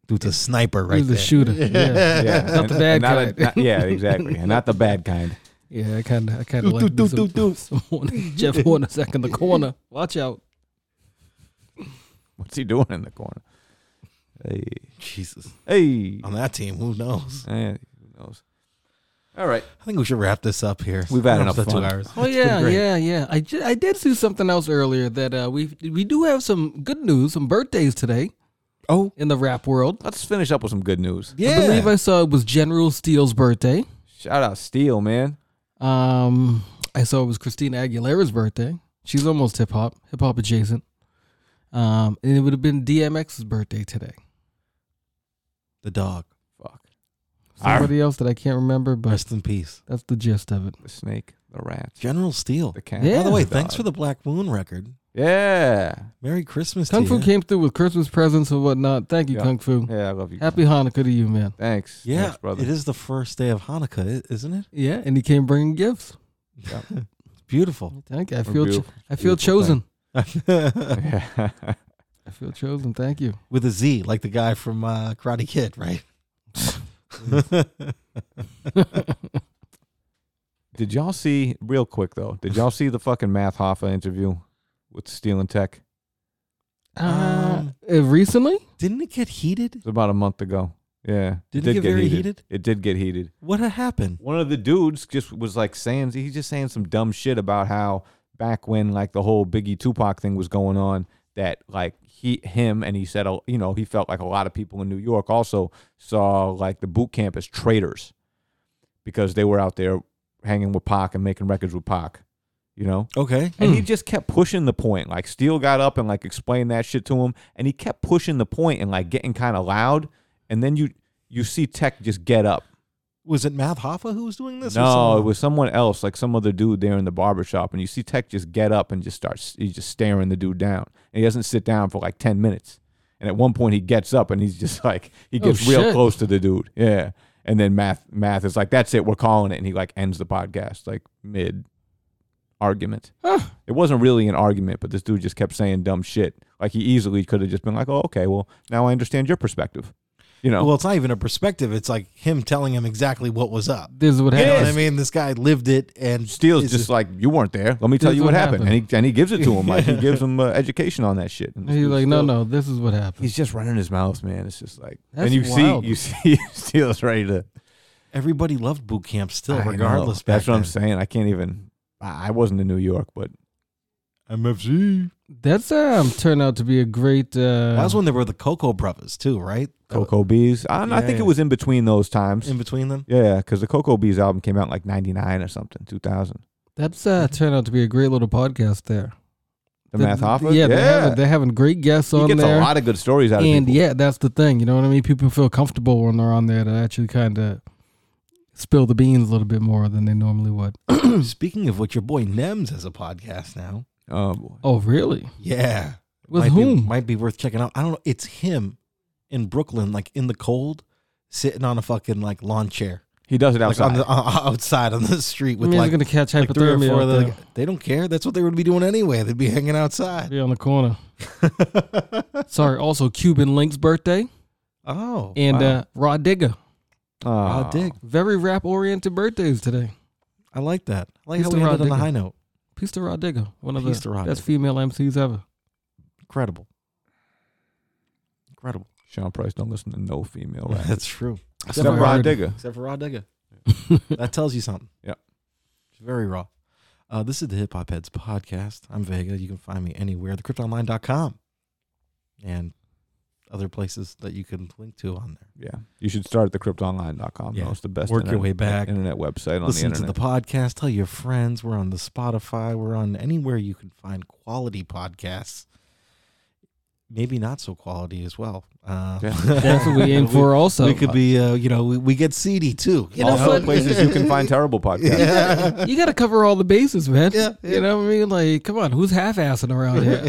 Dude's a sniper right He's the there. shooter. Yeah. Yeah. Not the And- bad and not a- kind. not- yeah, exactly. And not the bad kind. Yeah, I kind of, I kind Do, of like do, me do, some- some Horn- Jeff Hornacek in the corner. Watch out. What's he doing in the corner? Hey. Jesus. Hey. On that team, who knows? Yeah, who knows? All right. I think we should wrap this up here. We've had We're enough up to fun. two hours. Oh It's been yeah, great. yeah, yeah. I, ju- I did see something else earlier that uh, we we do have some good news, some birthdays today. Oh, in the rap world. Let's finish up with some good news. I believe I saw it was General Steele's birthday. Shout out Steele, man. Um, I saw it was Christina Aguilera's birthday. She's almost hip hop, hip hop adjacent. Um, and it would have been DMX's birthday today. The dog. Fuck. Somebody else that I can't remember, but Rest in peace. That's the gist of it. The snake, the rat, General Steel. The cat. By the way, Yeah. thanks for the Black Moon record. Yeah. Merry Christmas Kung to Fu you. came through with Christmas presents and whatnot. Thank you, Yeah. Kung Fu. Yeah, I love you. Happy Hanukkah to you, man. Thanks. Yeah, Thanks, brother. it is the first day of Hanukkah, i- isn't it? Yeah, and he came bringing gifts. It's beautiful. Thank you. I We're feel cho- beautiful- I feel beautiful chosen. thing. I feel chosen. Thank you. With a Z, like the guy from uh, Karate Kid, right? Did y'all see real quick though? Did y'all see the fucking Math Hoffa interview with Steele and Tech? Uh, uh, recently? Um, Didn't it get heated? It's about a month ago. Yeah. Did it get very heated? It did get heated. What had happened? One of the dudes just was like saying he's just saying some dumb shit about how back when like the whole Biggie Tupac thing was going on that like he him and he said uh, you know he felt like a lot of people in New York also saw like the boot camp as traitors because they were out there hanging with Pac and making records with Pac, you know. Okay. And he just kept pushing the point. Like Steele got up and like explained that shit to him, and he kept pushing the point and like getting kind of loud. And then you you see Tech just get up. Was it Math Hoffa who was doing this? or No, someone it was someone else, like some other dude there in the barber shop, and you see Tech just get up and just starts he's just staring the dude down. And he doesn't sit down for like ten minutes. And at one point he gets up and he's just like he Oh, gets real shit. close to the dude. Yeah. And then math math is like, That's it, we're calling it and he like ends the podcast like mid argument. It wasn't really an argument, but this dude just kept saying dumb shit. Like he easily could have just been like, Oh, okay, well now I understand your perspective. You know. Well, it's not even a perspective. It's like him telling him exactly what was up. This is what You know happened. what I mean, this guy lived it, and Steele's just like, you weren't there. Let me tell This you is what what happened. And he and he gives it to him. Like he gives him uh, education on that shit. And He's like, no, no, this is what happened. He's just running his mouth, man. It's just like, That's and you wild. see, you see, Steele's ready to. everybody loved boot camp still, I know. regardless. That's back what I'm then. saying. I can't even. I I wasn't in New York, but MFG. That's um turned out to be a great. Uh, That was when they were the Coco Brothers too, right? Coco Bees. I, don't know, I think Yeah. it was in between those times. In between them. Yeah, because the Coco Bees album came out in like '99 or something, 2000. that's uh turned out to be a great little podcast there. The Math Hoffa? Yeah, They're, Yeah. having, they're having great guests He on gets a there. lot of good stories out of And people. yeah, that's the thing. You know what I mean? People feel comfortable when they're on there to actually kind of spill the beans a little bit more than they normally would. Speaking of which, your boy Nems has a podcast now. Oh boy. oh, really? Yeah. With might Be, whom? might be worth checking out. I don't know. It's him in Brooklyn, like in the cold, sitting on a fucking like lawn chair. He does it Like on outside. the, o- outside on the street with I mean, he's like gonna catch like three or hypothermia four out other- there. like, they don't care. That's what they would be doing anyway. They'd be hanging outside. Be on the corner. Sorry. Also, Cuban Link's birthday Oh, and wow. uh, Raw Digger. Raw Dig. Very rap oriented birthdays today. I like that. I like Peace how to we Rod ended on the Digger. high note. Peace to Rod Digger, one of Peace to the Rod best female MCs ever. Incredible. Incredible. Sean Price don't listen to no female rap. That's true. Except for Rod Digger. Except for Rod Digger. that tells you something. Yeah. It's very raw. Uh, this is the Hip Hop Heads podcast. I'm Vega. You can find me anywhere, thecryptonline.com and other places that you can link to on there. Yeah. You should start at thecryptonline.com. Yeah. Yeah. It's the best Work your internet, way back. internet website on Listen the to internet. the podcast. Tell your friends. We're on the Spotify. We're on anywhere you can find quality podcasts. Maybe not so quality as well. Uh, Yeah. That's what we aim for also. we could be, uh, you know, we, we get seedy too. You know also, what? places you can find terrible podcasts. you got to cover all the bases, man. Yeah, yeah. You know what I mean? Like, come on, who's half assing around here?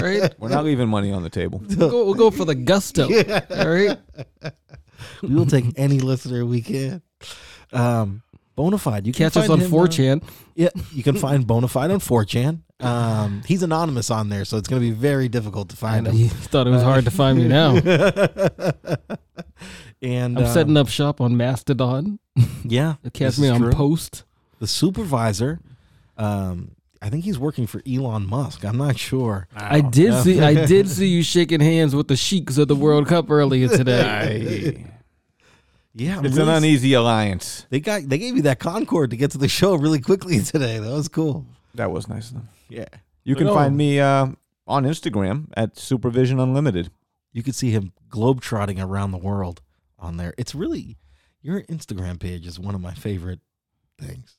right? We're not leaving money on the table. We'll go, we'll go for the gusto. All right. We will take any listener we can. Um, Bonafide. You can Catch us find on him, uh, 4chan. yeah, you can find Bonafide on 4chan. Um, he's anonymous on there, so it's going to be very difficult to find know. him. Uh, You thought it was hard to find me now. and I'm um, setting up shop on Mastodon. Yeah, catch this me is on true. post. The supervisor, um, I think he's working for Elon Musk. I'm not sure. I did see. I did see you shaking hands with the sheiks of the World Cup earlier today. Yeah, It's an uneasy alliance. They got they gave you that Concord to get to the show really quickly today. That was cool. That was nice of them. Yeah. You can find me uh, on Instagram at Supervision Unlimited. You could see him globetrotting around the world on there. It's really your Instagram page is one of my favorite things.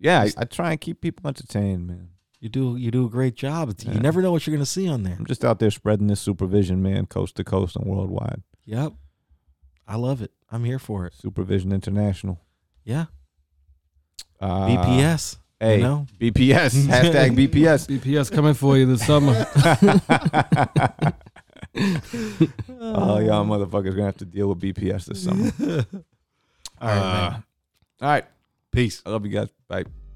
Yeah, I, I try and keep people entertained, man. You do you do a great job. It's, You never know what you're going to see on there. I'm just out there spreading this supervision, man, coast to coast and worldwide. Yep. I love it. I'm here for it. Supervision International. Yeah. Uh, BPS, you Hey, know? BPS. Hashtag BPS. BPS coming for you this summer. Oh, y'all motherfuckers gonna have to deal with BPS this summer. All right, man. Uh, all right. Peace. I love you guys. Bye.